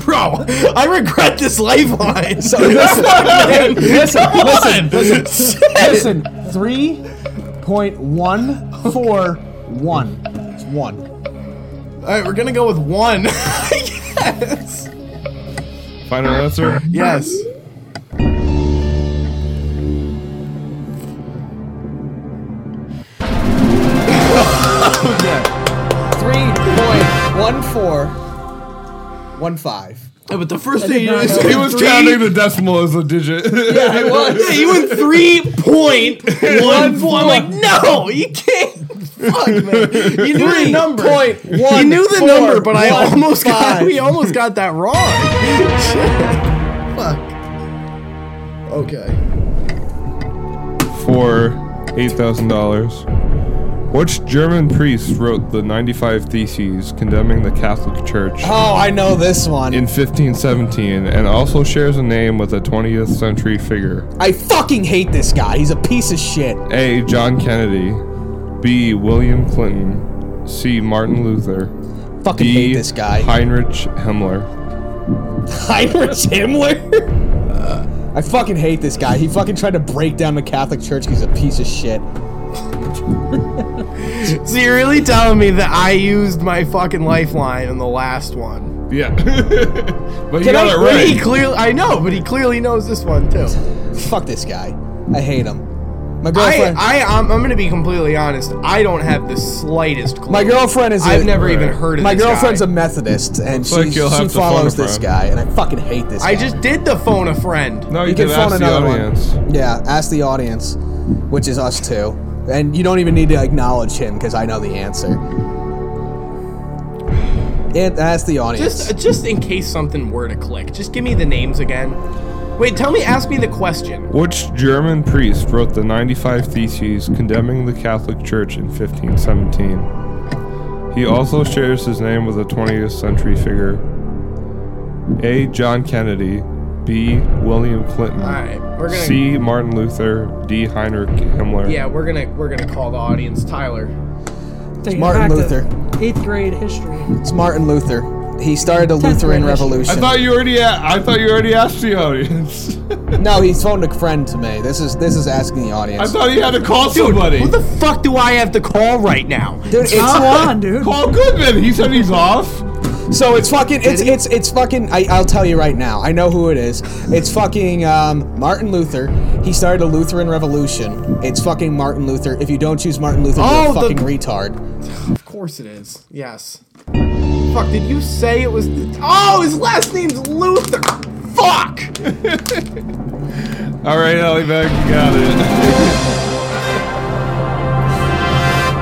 Speaker 4: <laughs> Bro, I regret this lifeline.
Speaker 5: So listen,
Speaker 4: Man,
Speaker 5: listen,
Speaker 4: come
Speaker 5: listen,
Speaker 4: on. <laughs>
Speaker 5: listen, listen. Three point one four one. It's one.
Speaker 4: All right, we're gonna go with one. yes.
Speaker 3: Final answer.
Speaker 4: Yes.
Speaker 5: Three point one four one five.
Speaker 4: Yeah, but the first thing you
Speaker 2: not
Speaker 4: did
Speaker 2: know.
Speaker 3: He was counting the decimal as a digit. <laughs>
Speaker 5: I was.
Speaker 4: Yeah, you went three point one four. I'm like, no, you can't. Fuck, man. You knew the number.
Speaker 5: Point one.
Speaker 4: you knew the
Speaker 5: four,
Speaker 4: number, but I
Speaker 5: one,
Speaker 4: almost got.
Speaker 5: five.
Speaker 4: We almost got that wrong. Shit. Fuck. Okay.
Speaker 3: for $8,000. Which German priest wrote the 95 Theses condemning the Catholic Church
Speaker 5: Oh, I know this one.
Speaker 3: in 1517 and also shares a name with a 20th century figure?
Speaker 5: I fucking hate this guy. He's a piece of shit.
Speaker 3: A. John Kennedy. B. William Clinton. C. Martin Luther.
Speaker 5: Fucking
Speaker 3: D.
Speaker 5: hate this guy.
Speaker 3: Heinrich Himmler.
Speaker 4: <laughs>
Speaker 5: <laughs> Heinrich Himmler.
Speaker 4: Uh.
Speaker 5: I fucking hate this guy. He fucking tried to break down the Catholic Church. He's a piece of shit.
Speaker 4: So you're really telling me that I used my fucking lifeline in the last one?
Speaker 3: Yeah. <laughs> but you
Speaker 5: Can
Speaker 3: got
Speaker 5: I-
Speaker 3: it
Speaker 4: But he
Speaker 3: right.
Speaker 4: clearly, I know, but he clearly knows this one too.
Speaker 5: Fuck this guy. I hate him. My
Speaker 4: I,
Speaker 5: girlfriend.
Speaker 4: I, I'm, I'm gonna be completely honest. I don't have the slightest clue.
Speaker 5: my girlfriend is. a-
Speaker 4: I've never even heard of
Speaker 5: My
Speaker 4: this
Speaker 5: girlfriend's
Speaker 4: guy.
Speaker 5: a Methodist, and
Speaker 3: Looks like
Speaker 5: she,
Speaker 3: you'll have
Speaker 5: she
Speaker 3: to phone a
Speaker 5: follows this
Speaker 3: friend.
Speaker 5: guy, and I fucking hate this.
Speaker 4: I
Speaker 5: guy.
Speaker 4: just did the phone a friend.
Speaker 3: No, you,
Speaker 5: you
Speaker 3: did
Speaker 5: can phone
Speaker 3: ask the
Speaker 5: another
Speaker 3: audience.
Speaker 5: one. Yeah, ask the audience, which is us too. And you don't even need to acknowledge him because I know the answer. And ask the audience.
Speaker 4: Just, uh, just in case something were to click, just give me the names again. Wait, tell me, ask me the question.
Speaker 3: Which German priest wrote the 95 Theses condemning the Catholic Church in 1517? He also shares his name with a 20th century figure. A. John Kennedy. B. William Clinton.
Speaker 4: All right, we're gonna.
Speaker 3: C. Martin Luther. D. Heinrich Himmler.
Speaker 4: Yeah, we're gonna, we're gonna call the audience. Tyler.
Speaker 2: Taking it
Speaker 5: Martin
Speaker 2: back to
Speaker 5: Luther.
Speaker 2: Eighth grade history.
Speaker 5: it's Martin Luther. He started the
Speaker 2: Tenth
Speaker 5: Lutheran
Speaker 2: grade history.
Speaker 3: I
Speaker 5: Revolution.
Speaker 3: thought you already. A- I thought you already asked the audience. <laughs>
Speaker 5: no, he phoned a friend to me. This is this is asking the
Speaker 3: I
Speaker 5: audience.
Speaker 3: thought you had to call somebody.
Speaker 4: Who the fuck do I have to call right now?
Speaker 5: Dude, it's
Speaker 2: <laughs> Come on, dude.
Speaker 3: Call Goodman. He said he's off.
Speaker 5: so it's fucking it's it's it's fucking. I, I'll tell you right now. I know who it is. It's fucking um, Martin Luther. He started a Lutheran Revolution. It's fucking Martin Luther. If you don't choose Martin Luther,
Speaker 4: Oh,
Speaker 5: you're a
Speaker 4: the-
Speaker 5: fucking retard.
Speaker 4: Of course it is. Yes. Fuck, did you say it was. Oh, his last name's Luther! Fuck!
Speaker 3: All right, Ellie Beck, got it.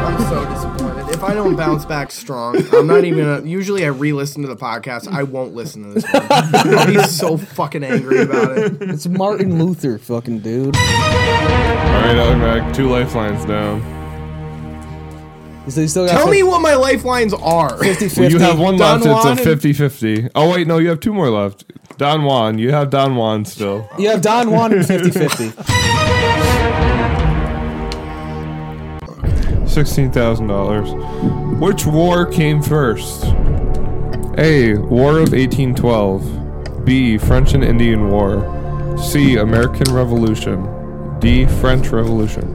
Speaker 4: I'm so disappointed. If I don't bounce back strong, I'm not even. A, usually I re listen to the podcast. I won't listen to this one. I'll be so fucking angry about it.
Speaker 5: It's Martin <laughs> Luther, fucking dude.
Speaker 3: All right, Ellie Beck, two lifelines down.
Speaker 5: So you still got
Speaker 4: Tell me what my lifelines are.
Speaker 5: 50-50.
Speaker 3: Well, you have one
Speaker 4: Don
Speaker 3: left. It's
Speaker 4: Juan and-
Speaker 3: a 50 50. Oh, wait, no, you have two more left. Don Juan, you have Don Juan still.
Speaker 5: You have Don Juan and 50-50.
Speaker 3: $16,000. Which war came first? A. War of 1812. B. French and Indian War. C. American Revolution. D. French Revolution.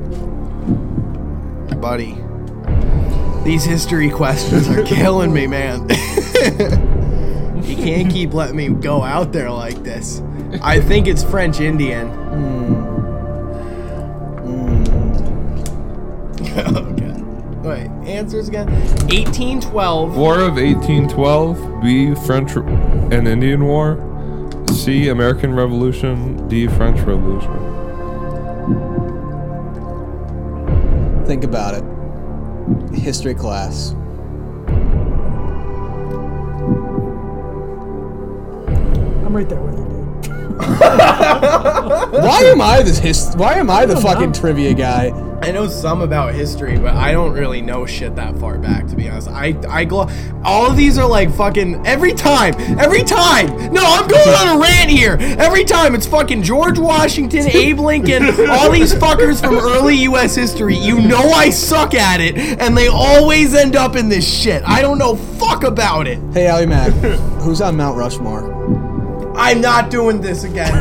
Speaker 4: Buddy, these history questions are killing me, man. you can't keep letting me go out there like this. I think it's French Indian. Hmm. Hmm. <laughs> okay. Wait, answers again? 1812.
Speaker 3: War of 1812. B. French Re- and Indian War. C. American Revolution. D. French Revolution.
Speaker 5: Think about it. History class.
Speaker 2: I'm right there with you, dude.
Speaker 5: Why am I this hist- Why am I the fucking
Speaker 2: know.
Speaker 5: trivia guy?
Speaker 4: I know some about history, but I don't really know shit that far back, to be honest. I, I glo- all of these are like fucking every time, every time. No, I'm going on a rant here. Every time it's fucking George Washington, Abe Lincoln, all these fuckers from early U.S. history. You know I suck at it, and they always end up in this shit. I don't know fuck about it.
Speaker 5: Hey,
Speaker 4: <laughs>
Speaker 5: Ali Mac, who's on Mount Rushmore?
Speaker 4: I'm not doing this <laughs> again.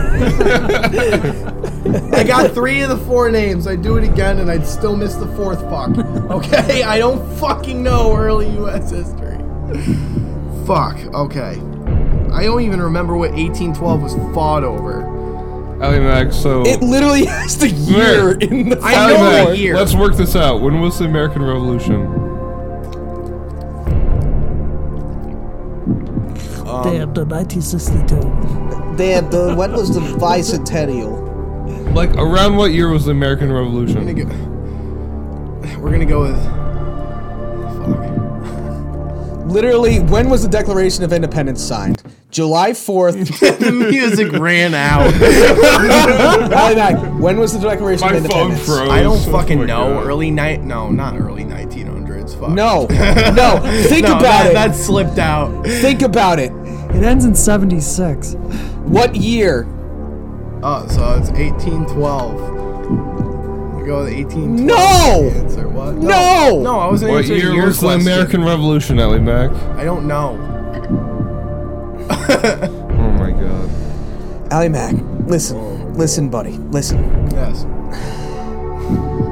Speaker 4: I got three of the four names. I'd do it again and I'd still miss the fourth fuck. Okay? I don't fucking know early US history. Fuck. Okay. I don't even remember what 1812 was fought over.
Speaker 3: Ellie Mac, so.
Speaker 5: It literally <laughs> has the year
Speaker 3: Where?
Speaker 5: in the.
Speaker 4: I
Speaker 3: Ellie
Speaker 4: know
Speaker 3: Mac,
Speaker 4: the year.
Speaker 3: Let's work this out. When was the American Revolution?
Speaker 8: Damn, the 1962.
Speaker 5: Damn, the, when was the bicentennial?
Speaker 3: Like, around what year was the American Revolution?
Speaker 4: We're gonna go, We're gonna go with. Fuck. <laughs>
Speaker 5: Literally, when was the Declaration of Independence signed?
Speaker 4: <laughs>
Speaker 5: July 4th.
Speaker 4: the music ran out.
Speaker 5: Ali Mac, when was the Declaration of
Speaker 3: My phone
Speaker 5: Independence?
Speaker 3: froze.
Speaker 4: <laughs> I don't
Speaker 3: Oh my
Speaker 4: fucking know.
Speaker 3: God.
Speaker 4: Early night. No, not early 1900s. Fuck.
Speaker 5: No, no.
Speaker 4: <laughs>
Speaker 5: Think
Speaker 4: No,
Speaker 5: about
Speaker 4: that,
Speaker 5: it.
Speaker 4: that slipped out.
Speaker 5: Think about it.
Speaker 8: It ends in 76.
Speaker 5: What year?
Speaker 4: Oh, so it's 1812. I go with 18.
Speaker 5: No!
Speaker 4: Answer what?
Speaker 5: No!
Speaker 4: No, I wasn't
Speaker 3: What
Speaker 4: answering
Speaker 3: year
Speaker 4: your
Speaker 3: was the
Speaker 4: question.
Speaker 3: American Revolution, Ellie Mac?
Speaker 4: I don't know.
Speaker 3: Oh my god.
Speaker 5: Ally Mac, listen, listen, buddy, listen.
Speaker 4: Yes.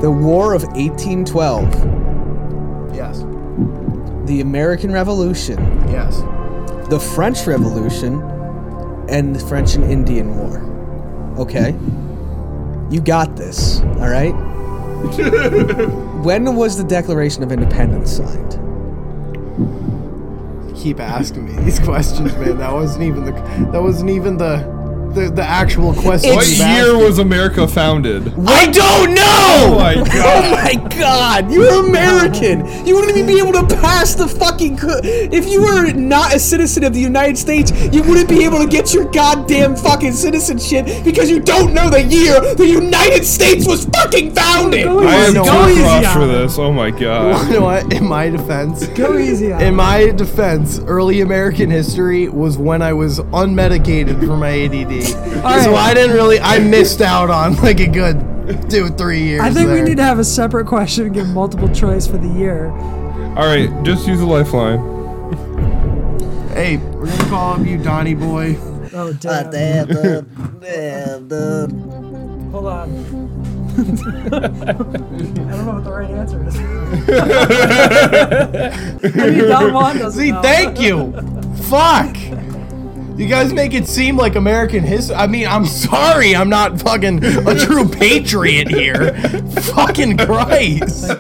Speaker 5: The War of 1812,
Speaker 4: Yes.
Speaker 5: the American Revolution,
Speaker 4: Yes.
Speaker 5: the French Revolution, and the French and Indian War. Okay? You got this, all right? <laughs> when was the Declaration of Independence signed?
Speaker 4: Keep asking me these questions, man. That wasn't even the. That wasn't even the. The, the actual question.
Speaker 3: What
Speaker 4: you
Speaker 3: year
Speaker 4: asked.
Speaker 3: was America founded?
Speaker 5: I don't know!
Speaker 3: Oh my
Speaker 5: Oh
Speaker 3: god.
Speaker 5: my god, you're American! You wouldn't even be able to pass the fucking. cu- If you were not a citizen of the United States, you wouldn't be able to get your goddamn fucking citizenship because you don't know the year the United States was fucking founded!
Speaker 3: I am
Speaker 4: No,
Speaker 3: too
Speaker 4: easy
Speaker 3: cross for this. Oh my god.
Speaker 4: <laughs> You know what? In my defense,
Speaker 2: Go easy on
Speaker 4: in
Speaker 2: him.
Speaker 4: my defense, early American history was when I was unmedicated for my
Speaker 2: <laughs>
Speaker 4: ADD, so I didn't really. I missed out on like a good two, three years.
Speaker 2: I think we
Speaker 4: there.
Speaker 2: need to have a separate question and give multiple choice for the year.
Speaker 3: All right, just use a lifeline.
Speaker 4: Hey, we're gonna call up you, Donny boy.
Speaker 2: Oh
Speaker 4: Ah,
Speaker 2: damn! Hold
Speaker 4: <laughs>
Speaker 2: on. <laughs> I don't know what the right answer
Speaker 4: <laughs>
Speaker 2: is. I mean, Don Juan doesn't
Speaker 4: See,
Speaker 2: know.
Speaker 4: thank you.
Speaker 5: <laughs>
Speaker 4: Fuck. You guys make it seem like American history. I mean, I'm sorry, I'm not fucking a
Speaker 5: <laughs>
Speaker 4: true patriot here. fucking Christ.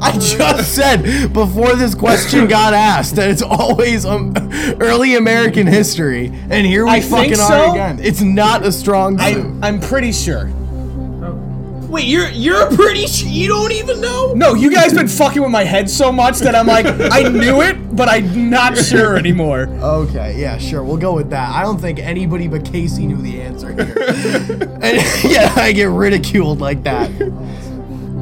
Speaker 4: I just said before this question got asked that it's always um, early American history, and here we
Speaker 5: I
Speaker 4: fucking
Speaker 5: think
Speaker 4: are
Speaker 5: so.
Speaker 4: again. It's not a strong suit.
Speaker 5: I'm pretty sure.
Speaker 4: Wait, you're you're pretty. Sh- you don't even know.
Speaker 5: No, you guys been fucking with my head so much that I'm like, I knew it, but I'm not sure anymore.
Speaker 4: Okay, yeah, sure. We'll go with that. I don't think anybody but Casey knew the answer here.
Speaker 5: <laughs>
Speaker 4: and <laughs> yeah, I get ridiculed like that.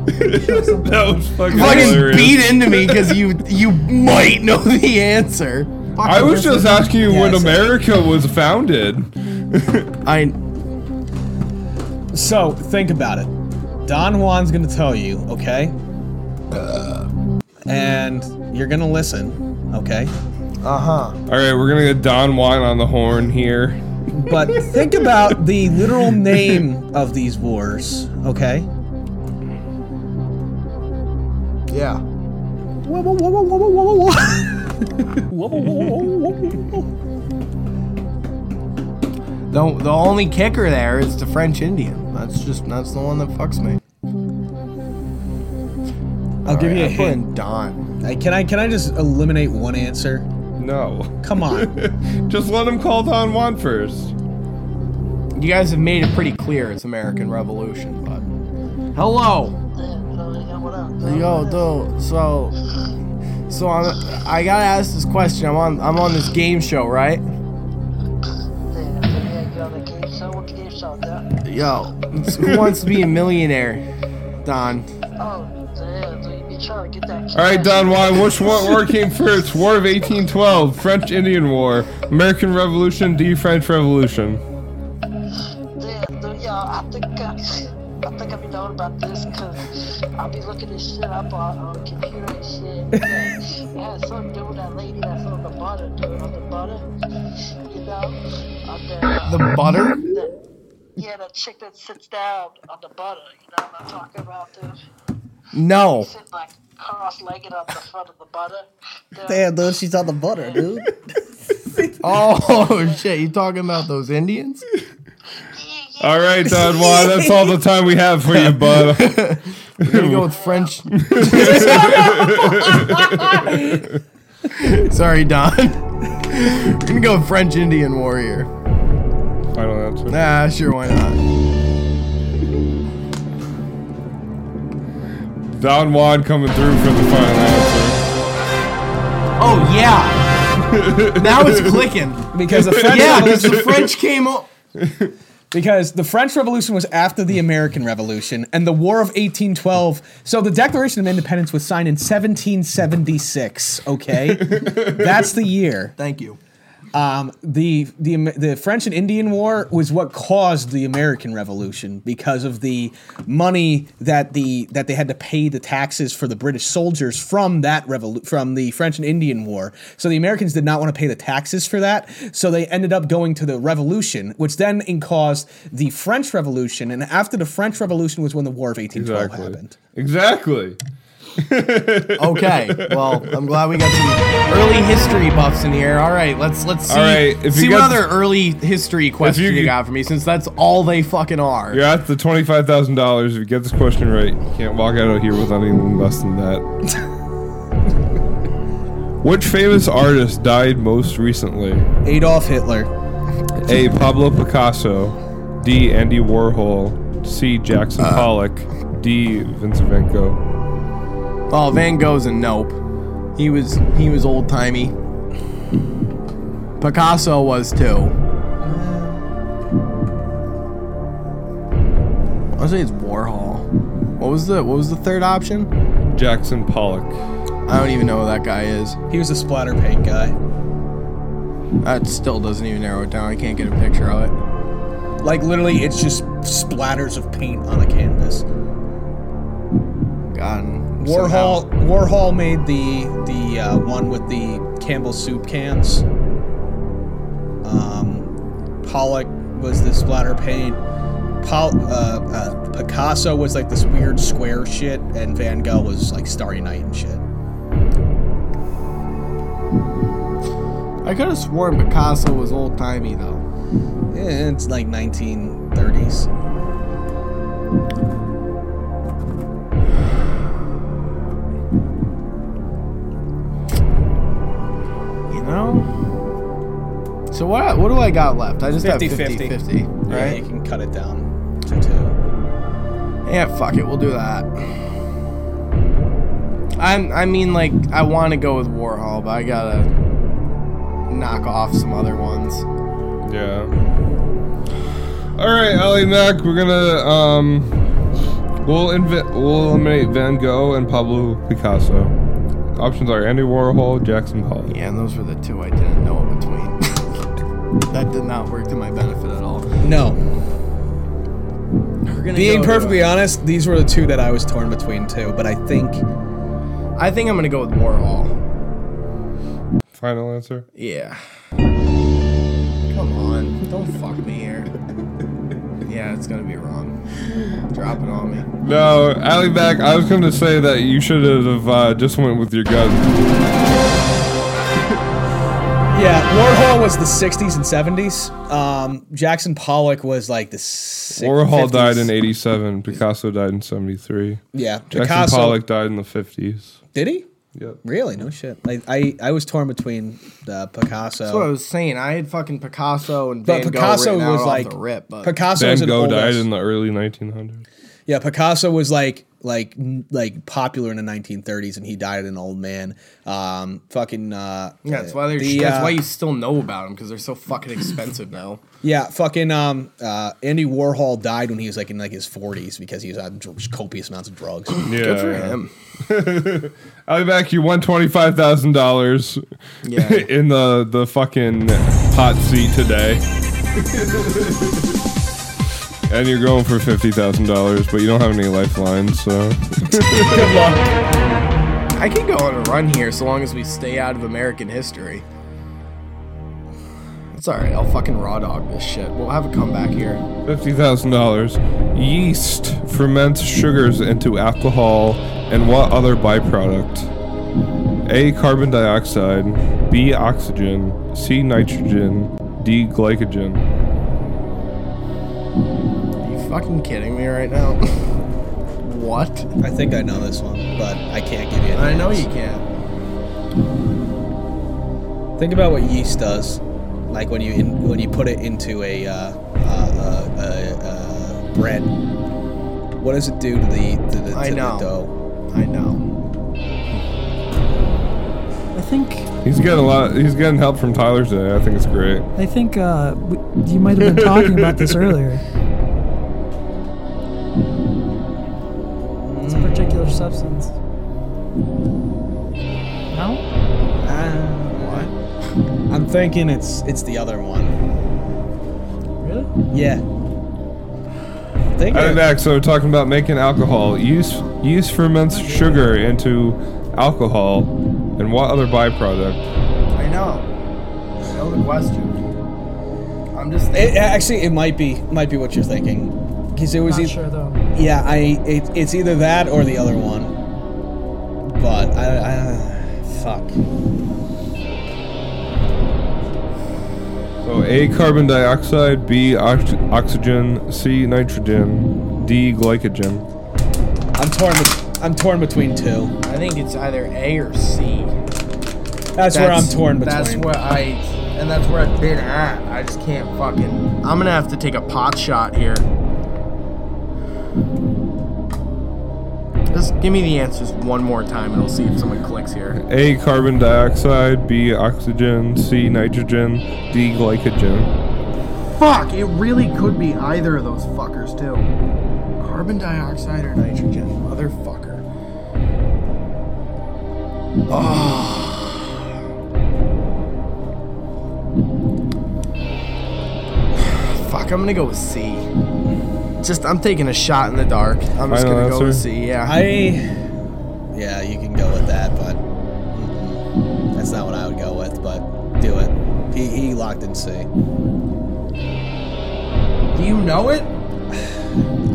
Speaker 3: That was fucking,
Speaker 4: Fucking
Speaker 3: hilarious.
Speaker 4: beat into me because you you might know the answer.
Speaker 3: I was just asking you when
Speaker 5: Yes.
Speaker 3: America was founded.
Speaker 4: I
Speaker 5: So, think about it. Don Juan's gonna tell you, okay? And you're gonna listen, okay?
Speaker 3: All right, we're gonna get Don Juan on the horn here.
Speaker 5: But think about the literal name of these wars, okay?
Speaker 4: yeah.
Speaker 5: Whoa, whoa, whoa, whoa, whoa, whoa, whoa, whoa, whoa. Whoa, whoa, whoa, whoa, whoa, whoa.
Speaker 4: The the only kicker there is the French Indian. That's just that's the one that fucks me.
Speaker 5: I'll give you a
Speaker 4: I'm putting
Speaker 5: hint.
Speaker 4: Don.
Speaker 5: Hey, Can I can I just eliminate one answer?
Speaker 3: No,
Speaker 5: Come on.
Speaker 3: just let him call Don Juan first.
Speaker 4: You guys have made it pretty clear it's American Revolution, but hello. Yo, dude. So, so I'm. I gotta ask this question. I'm on. I'm on this game show, right? Yo, it's who wants to be a millionaire? Don.
Speaker 3: All right, Don Juan, which war, war came first? War of 1812, French Indian War, American Revolution, the French Revolution.
Speaker 6: Yo, I think uh, I think I've been knowing about this because I'll be looking this shit up on, on computer and shit. Yeah, it has something to do with that lady that's on the butter, dude, on the butter. You know, on the, uh,
Speaker 4: The butter.
Speaker 6: the yeah, the chick that sits down on the butter. You know what I'm talking about, dude?
Speaker 4: No.
Speaker 6: Sitting like cross-legged on the front of the butter. Dude,
Speaker 5: dude, she's on the butter,
Speaker 3: <laughs>
Speaker 5: dude.
Speaker 4: Oh shit! You talking about those Indians?
Speaker 3: All right, Don Juan, that's all the time we have for you, bud.
Speaker 4: We're gonna go with French. <laughs> Sorry, Don. We're gonna go with French Indian warrior.
Speaker 3: Final answer.
Speaker 4: Nah, sure, why not?
Speaker 3: Don Juan coming through for the final answer.
Speaker 4: Oh yeah. now it's clicking.
Speaker 5: Because the French
Speaker 4: Yeah, because the French came up.
Speaker 5: Because the French Revolution was after the American Revolution and the War of 1812. So the Declaration of Independence was signed in 1776, okay? That's the year.
Speaker 4: Thank you.
Speaker 5: Um, the the Am- the French and Indian War was what caused the American Revolution because of the money that the that they had to pay the taxes for the British soldiers from that revolu- from the French and Indian War. So the Americans did not want to pay the taxes for that, so they ended up going to the Revolution, which then in- caused the French Revolution. And after the French Revolution was when the War of 1812
Speaker 3: Exactly.
Speaker 5: happened.
Speaker 3: Exactly.
Speaker 4: Okay. Well, I'm glad we got some early history buffs in here. All right, let's let's see,
Speaker 3: All right, if you
Speaker 4: see what
Speaker 3: got-
Speaker 4: other early history question you,
Speaker 3: could-
Speaker 4: got for me, since that's all they fucking are.
Speaker 3: You're at the twenty five thousand dollars. If you get this question right, you can't walk out of here with anything less than that. Which famous artist died most recently?
Speaker 5: Adolf Hitler.
Speaker 3: A. Pablo Picasso. D. Andy Warhol. C. Jackson Pollock. D. Vincent Van Gogh.
Speaker 4: Oh, Van Gogh's a nope. He was he was old timey. Picasso was too. I say it's Warhol. What was the what was the third option?
Speaker 3: Jackson Pollock.
Speaker 4: I don't even know who that guy is.
Speaker 5: He was a splatter paint guy.
Speaker 4: That still doesn't even narrow it down. I can't get a picture of it.
Speaker 5: Like literally, it's just splatters of paint on a canvas.
Speaker 4: God. somehow-
Speaker 5: Warhol Warhol made the the uh, one with the Campbell soup cans. Um, Pollock was the splatter paint. Pol- uh, uh, Picasso was like this weird square shit, and Van Gogh was like Starry Night and shit.
Speaker 4: I could have sworn Picasso was old timey though.
Speaker 5: Eh, It's like 1930s.
Speaker 4: You know? So what what do I got left? I just 50,
Speaker 5: 50-50.
Speaker 4: 50 50.
Speaker 5: Yeah,
Speaker 4: Right?
Speaker 5: you can cut it down to two.
Speaker 4: Yeah, fuck it, we'll do that. I'm I mean like I wanna go with Warhol, but I gotta knock off some other ones.
Speaker 3: Yeah. All right, Ellie Mac. We're gonna um, we'll inv- we'll eliminate Van Gogh and Pablo Picasso. Options are Andy Warhol, Jackson Pollock.
Speaker 4: Yeah, and those were the two I didn't know in between. <laughs> that did not work to my benefit at all.
Speaker 5: No,
Speaker 4: We're gonna
Speaker 5: Being
Speaker 4: go to-
Speaker 5: perfectly honest, these were the two that I was torn between too, but I think
Speaker 4: I think I'm gonna go with Warhol.
Speaker 3: Final answer.
Speaker 4: Yeah. Come on. Don't fuck me here. Yeah, it's gonna be wrong. Drop it on me.
Speaker 3: No, Allie Mac. I was gonna say that you should have uh, just went with your gut.
Speaker 5: yeah, Warhol was the 60s and 70s. Um, Jackson Pollock was like the si-
Speaker 3: Warhol
Speaker 5: 50s.
Speaker 3: died in '87. Picasso died in '73.
Speaker 5: Yeah,
Speaker 3: Jackson
Speaker 5: Picasso.
Speaker 3: Pollock died in the '50s.
Speaker 5: Did he?
Speaker 3: Yep.
Speaker 5: Really? No shit. I I, I was torn between uh, Picasso.
Speaker 4: That's what I was saying. I had fucking Picasso and
Speaker 5: but
Speaker 4: Van
Speaker 5: Picasso
Speaker 4: Gogh written
Speaker 5: was
Speaker 4: out
Speaker 5: like
Speaker 4: off the rip, but
Speaker 5: Picasso was
Speaker 3: Van
Speaker 5: an
Speaker 3: Gogh
Speaker 5: old
Speaker 3: died
Speaker 5: ass-
Speaker 3: in the early 1900s.
Speaker 5: Yeah, Picasso was like like n- like popular in the 1930s, and he died an old man. Um, fucking uh,
Speaker 4: yeah, that's why they're.
Speaker 5: the,
Speaker 4: that's
Speaker 5: uh,
Speaker 4: why you still know about them because they're so fucking expensive
Speaker 5: <laughs>
Speaker 4: now.
Speaker 5: Yeah, fucking um, uh, Andy Warhol died when he was like in like his 40s because he was on dr- copious amounts
Speaker 4: <clears throat>
Speaker 5: of drugs.
Speaker 3: Yeah.
Speaker 4: Good for
Speaker 5: <laughs>
Speaker 4: him.
Speaker 3: I'll be back. You won twenty five thousand dollars
Speaker 4: Yeah.
Speaker 3: <laughs> in the the fucking hot seat <laughs> today, and you're going for fifty thousand dollars, but you don't have any lifelines, so
Speaker 4: I can go on a run here so long as we stay out of American history. It's all right. I'll fucking raw dog this shit. We'll have a comeback here.
Speaker 3: fifty thousand dollars. Yeast ferments sugars into alcohol and what other byproduct? A carbon dioxide, B oxygen, C nitrogen, D glycogen.
Speaker 4: Are you fucking kidding me right now? <laughs> what?
Speaker 5: I think I know this one, but I can't give you. An
Speaker 4: I know you
Speaker 5: answer.
Speaker 4: can't.
Speaker 5: Think about what yeast does, like when you in, when you put it into a uh, uh, uh, uh, uh, bread. What does it do to the to the, to
Speaker 4: I know.
Speaker 5: the dough?
Speaker 4: I know.
Speaker 2: I think
Speaker 3: He's getting a lot. He's getting help from Tyler today. I think it's great.
Speaker 2: I think uh, w- you might have been talking about
Speaker 4: <laughs>
Speaker 2: this earlier. It's a particular substance. No?
Speaker 5: Uh, what? I'm thinking it's it's the other one.
Speaker 2: Really?
Speaker 5: Yeah. I think
Speaker 3: And
Speaker 5: that-
Speaker 3: next, so we're talking about making alcohol. Yeast yeast ferments sugar into alcohol, and what other byproduct?
Speaker 4: I know. I know the question. I'm just
Speaker 5: it,
Speaker 4: thinking.
Speaker 5: actually it might be might be what you're thinking because it was
Speaker 2: Not
Speaker 5: eith-
Speaker 2: sure though.
Speaker 5: yeah I it, it's either that or the other one, but I, I fuck
Speaker 3: So A carbon dioxide, B ox- oxygen, C nitrogen, D glycogen.
Speaker 5: I'm torn bet- I'm torn between two.
Speaker 4: I think it's either A or C.
Speaker 5: That's, where I'm torn between.
Speaker 4: That's where I, and that's where I've been at. I just can't fucking. I'm gonna have to take a pot shot here. Just give me the answers one more time, and I'll see if someone clicks here.
Speaker 3: A carbon dioxide, B oxygen, C nitrogen, D glycogen.
Speaker 4: Fuck! It really could be either of those fuckers too. Carbon dioxide or nitrogen, motherfucker. Ah. Oh. <sighs> Fuck! I'm gonna go with C. Just I'm taking a shot in the dark. I'm just
Speaker 3: Final
Speaker 4: gonna go with
Speaker 3: answer?
Speaker 4: C. Yeah.
Speaker 5: I yeah you can go with that, but mm-mm. that's not what I would go with. But do it. He, he locked in C.
Speaker 4: Do you know it?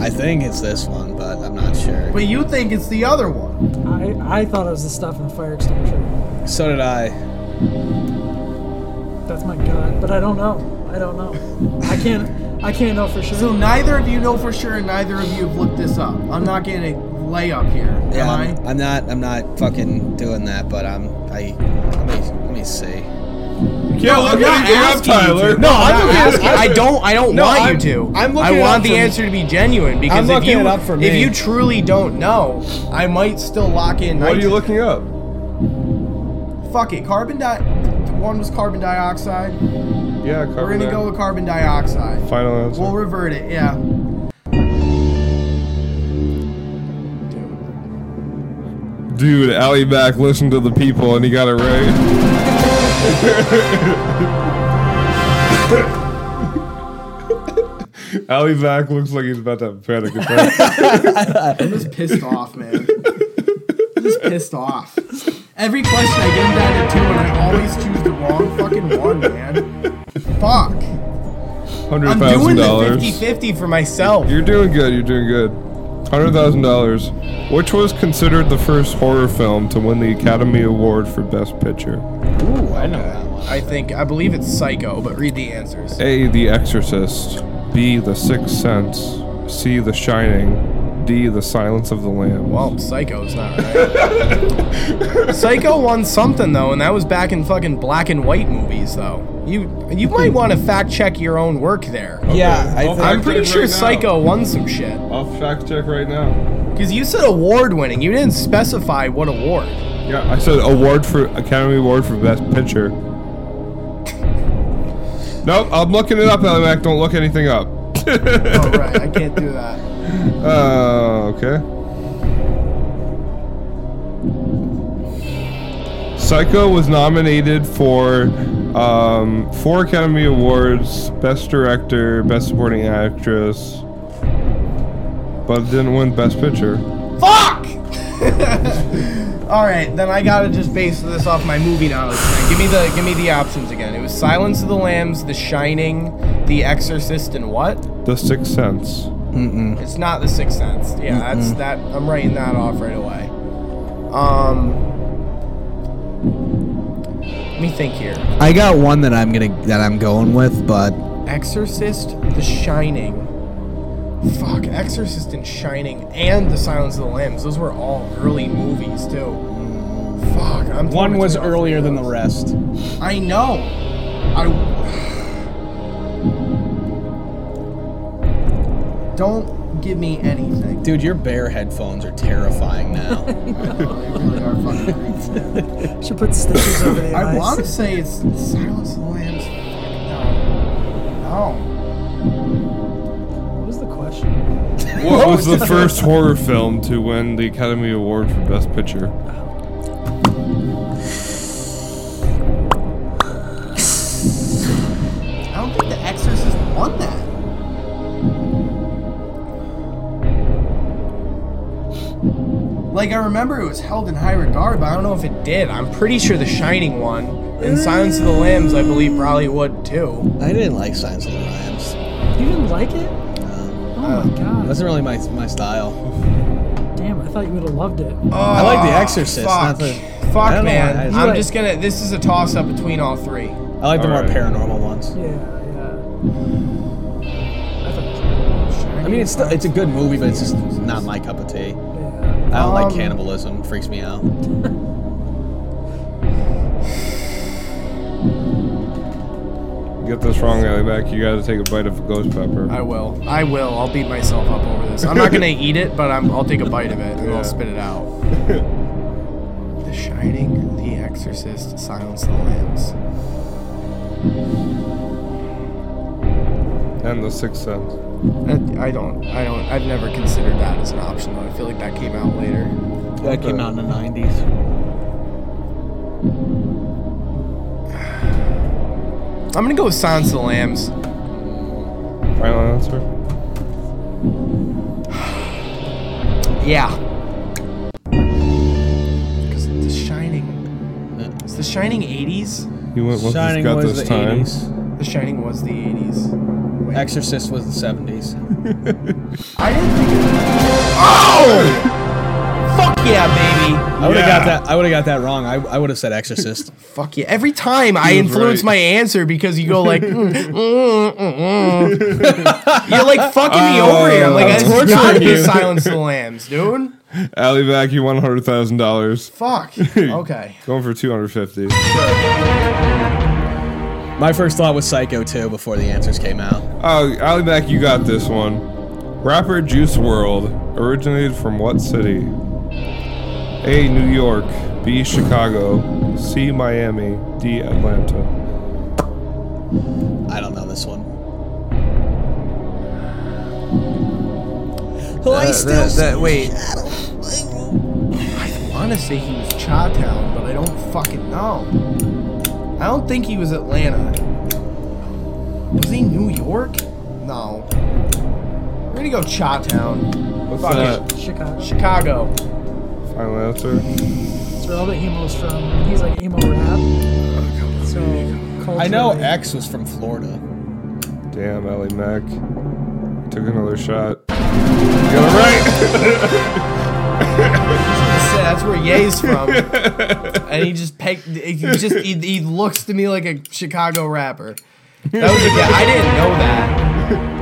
Speaker 5: I think it's this one, but I'm not sure.
Speaker 4: But you think it's the other one.
Speaker 2: I, I thought it was the stuff in the fire extinguisher.
Speaker 5: So did I.
Speaker 2: That's my gut, but I don't know. I don't know. I can't. I can't know for sure.
Speaker 4: So neither of you know for sure, and neither of you have looked this up. I'm not getting a layup here, am
Speaker 5: Yeah,
Speaker 4: I?
Speaker 5: I'm, Um, I'm not. I'm not fucking doing that. But I'm. I let me let me see.
Speaker 3: Yeah, look
Speaker 4: not asking you to.
Speaker 3: No,
Speaker 4: I'm not asking- I don't. I don't
Speaker 5: No,
Speaker 4: want
Speaker 5: I'm-
Speaker 4: you to.
Speaker 5: I'm looking
Speaker 4: I
Speaker 5: it
Speaker 4: want
Speaker 5: up
Speaker 4: the
Speaker 5: for me.
Speaker 4: answer to be genuine because
Speaker 5: I'm
Speaker 4: if
Speaker 5: looking
Speaker 4: you
Speaker 5: it up for
Speaker 4: if
Speaker 5: me.
Speaker 4: you truly don't know, I might still lock in.
Speaker 3: <laughs> What are you
Speaker 4: nitrogen.
Speaker 3: looking up?
Speaker 4: Fuck it. Carbon di. One was carbon dioxide.
Speaker 3: Yeah, carbon.
Speaker 4: We're gonna
Speaker 3: di-
Speaker 4: go with carbon dioxide.
Speaker 3: Final answer.
Speaker 4: We'll revert it. Yeah.
Speaker 3: Dude, Ali back listened to the people and he got it right. <laughs> Ali back looks like he's about to have a panic attack.
Speaker 4: I'm just pissed off, man. I'm just pissed off. Every question I get him down to two, and I always choose the wrong fucking one, man. Fuck.
Speaker 3: Hundred
Speaker 4: I'm
Speaker 3: thousand
Speaker 4: doing the
Speaker 3: dollars.
Speaker 4: 50-50 for myself.
Speaker 3: You're doing good. You're doing good. Hundred thousand dollars, which was considered the first horror film to win the Academy Award for Best Picture.
Speaker 5: Ooh, I know that one.
Speaker 4: I think I believe it's Psycho, but read the answers.
Speaker 3: A. The Exorcist. B. The Sixth Sense. C. The Shining. D. The Silence of the Lambs.
Speaker 4: Well, Psycho's not right. <laughs> Psycho won something though, and that was back in fucking black and white movies though. You you might want to fact check your own work there.
Speaker 5: Yeah, I
Speaker 3: I'll
Speaker 5: think-
Speaker 3: fact
Speaker 4: I'm pretty
Speaker 3: check
Speaker 4: sure
Speaker 3: right now.
Speaker 4: Psycho won some shit.
Speaker 3: I'll fact check right now.
Speaker 4: Because you said award winning, you didn't specify what award.
Speaker 3: Yeah, I said award for Academy Award for Best <laughs> Picture. nope, I'm looking it up, Mac. Don't look anything up.
Speaker 4: Oh, right, I can't do that.
Speaker 3: Uh, okay. Psycho was nominated for um, four Academy Awards: Best Director, Best Supporting Actress, but didn't win Best Picture.
Speaker 4: <laughs> Fuck! Alright, then I gotta just base this off my movie knowledge. Man. Give me the give me the options again. It was Silence of the Lambs, The Shining, The Exorcist, and what?
Speaker 3: The Sixth Sense.
Speaker 4: It's not The Sixth Sense. Yeah, that's that. I'm writing that off right away. Um, let me think here.
Speaker 5: I got one that I'm gonna that I'm going with, but
Speaker 4: Exorcist, The Shining. Fuck, Exorcist and Shining, and The Silence of the Lambs. Those were all early movies too. Fuck, I'm. torn
Speaker 5: one was
Speaker 4: between all three
Speaker 5: earlier
Speaker 4: of
Speaker 5: than the
Speaker 4: those.
Speaker 5: rest.
Speaker 4: I know. I. Don't give me anything. <laughs>
Speaker 5: Dude, your bear headphones are terrifying now.
Speaker 4: They are fucking creepy.
Speaker 2: Should put stitches
Speaker 8: <laughs>
Speaker 2: over the
Speaker 4: I
Speaker 2: eyes.
Speaker 4: <laughs> want to say it's Silence of the Lambs. Fuck no.
Speaker 2: What was the question?
Speaker 3: What was the first horror film to win the Academy Award for Best Picture?
Speaker 4: Like I remember it was held in high regard, but I don't know if it did. I'm pretty sure The Shining won, and Silence of the Lambs, I believe, probably would too.
Speaker 5: I didn't like Signs of the Lambs.
Speaker 8: You didn't like it? Oh my god.
Speaker 5: Wasn't really my my style.
Speaker 8: Damn, I thought you would have loved it.
Speaker 5: I like The Exorcist. Not
Speaker 4: Fuck,
Speaker 5: the, I
Speaker 4: fuck,
Speaker 5: don't know
Speaker 4: man.
Speaker 5: why I-
Speaker 4: I'm just gonna. This is a toss up between all three.
Speaker 5: I like the more
Speaker 3: Alright.
Speaker 5: paranormal ones.
Speaker 8: Yeah, yeah.
Speaker 5: I mean, it's it's a good movie, but it's just not my cup of tea.
Speaker 8: yeah.
Speaker 5: I don't like
Speaker 4: Um,
Speaker 5: cannibalism. Freaks me out.
Speaker 3: Get this wrong, Allie back. You gotta take a bite of a ghost pepper.
Speaker 4: I will. I will. I'll beat myself up over this. I'm
Speaker 5: <laughs>
Speaker 4: not gonna eat it, but I'm, I'll take a bite of it and
Speaker 3: Yeah.
Speaker 4: I'll spit it out. the Shining, The Exorcist, Silence of the Lambs.
Speaker 3: and the sixth sense.
Speaker 4: That- I don't. I don't. I've never considered that as an option. Though I feel like that came out later.
Speaker 5: That came out in the '90s.
Speaker 4: I'm gonna go with Silence of the Lambs.
Speaker 3: Final answer.
Speaker 4: Yeah. Because The Shining. Is The Shining 80s?
Speaker 3: You went with
Speaker 5: Shining
Speaker 3: got
Speaker 5: was
Speaker 3: this
Speaker 5: the
Speaker 3: time.
Speaker 5: '80s.
Speaker 4: The Shining was the 80s.
Speaker 5: Exorcist was the '70s.
Speaker 4: I didn't think. It Oh! Fuck yeah, baby.
Speaker 5: I would have got
Speaker 3: Yeah.
Speaker 5: that. I would have got that wrong. I, I would have said Exorcist.
Speaker 4: Fuck yeah. Every time I influence
Speaker 3: right.
Speaker 4: my answer because you go <laughs> like, mm, mm, mm, mm. <laughs> you're like fucking me over here. I'm like,
Speaker 3: I'm
Speaker 4: it's gotta
Speaker 3: torturing
Speaker 4: be
Speaker 3: you.
Speaker 4: Silence of the Lambs, dude.
Speaker 3: Allie back, you won hundred thousand dollars.
Speaker 4: Fuck. Okay.
Speaker 3: Going for two hundred fifty.
Speaker 5: my first thought was Psycho too before the answers came out.
Speaker 3: Oh, Allie back, you got this one. Rapper Juice World originated from what city? A. New York. B. Chicago. C. Miami. D. Atlanta.
Speaker 5: I don't know this one. Oh, I still
Speaker 4: wait. I want to say he was Chawtown, but I don't fucking know. I don't think he was Atlanta. Was he New York? No. We're gonna go Chawtown.
Speaker 3: What's
Speaker 4: Fuck
Speaker 3: that?
Speaker 8: Chicago.
Speaker 4: Chicago.
Speaker 3: Final answer.
Speaker 8: That's where all the emo's from. He's like emo rap. So
Speaker 5: I know
Speaker 8: culturally-
Speaker 5: X was from Florida.
Speaker 3: Damn, Ellie Mack. Took another shot. You got
Speaker 5: <laughs>
Speaker 3: it right.
Speaker 4: So that's where Ye's
Speaker 5: <laughs>
Speaker 4: from. and he just pegged, he just he, he looks to me like a Chicago rapper. That was a guy. I didn't know that.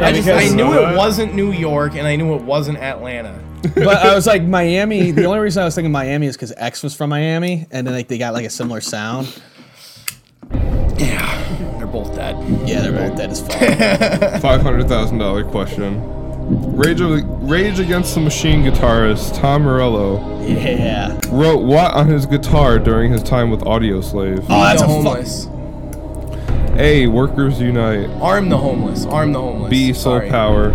Speaker 4: I just I
Speaker 5: because-
Speaker 3: <laughs>
Speaker 4: knew
Speaker 3: Uh,
Speaker 4: it wasn't New York and I knew it wasn't Atlanta.
Speaker 5: But I was like Miami. The only reason I was thinking Miami is because X was from Miami, and then like they got like a similar sound.
Speaker 4: Yeah. They're both dead.
Speaker 5: Yeah, they're both dead as fuck.
Speaker 3: Five hundred thousand dollar question. Rage, Rage Against the Machine guitarist Tom Morello
Speaker 5: yeah.
Speaker 3: wrote what on his guitar during his time with Audio Slave?
Speaker 5: Oh, that's
Speaker 4: the
Speaker 5: a fuck.
Speaker 4: homeless.
Speaker 3: A. Workers Unite.
Speaker 4: Arm the homeless. Arm the homeless.
Speaker 3: B. Soul
Speaker 4: Sorry.
Speaker 3: Power.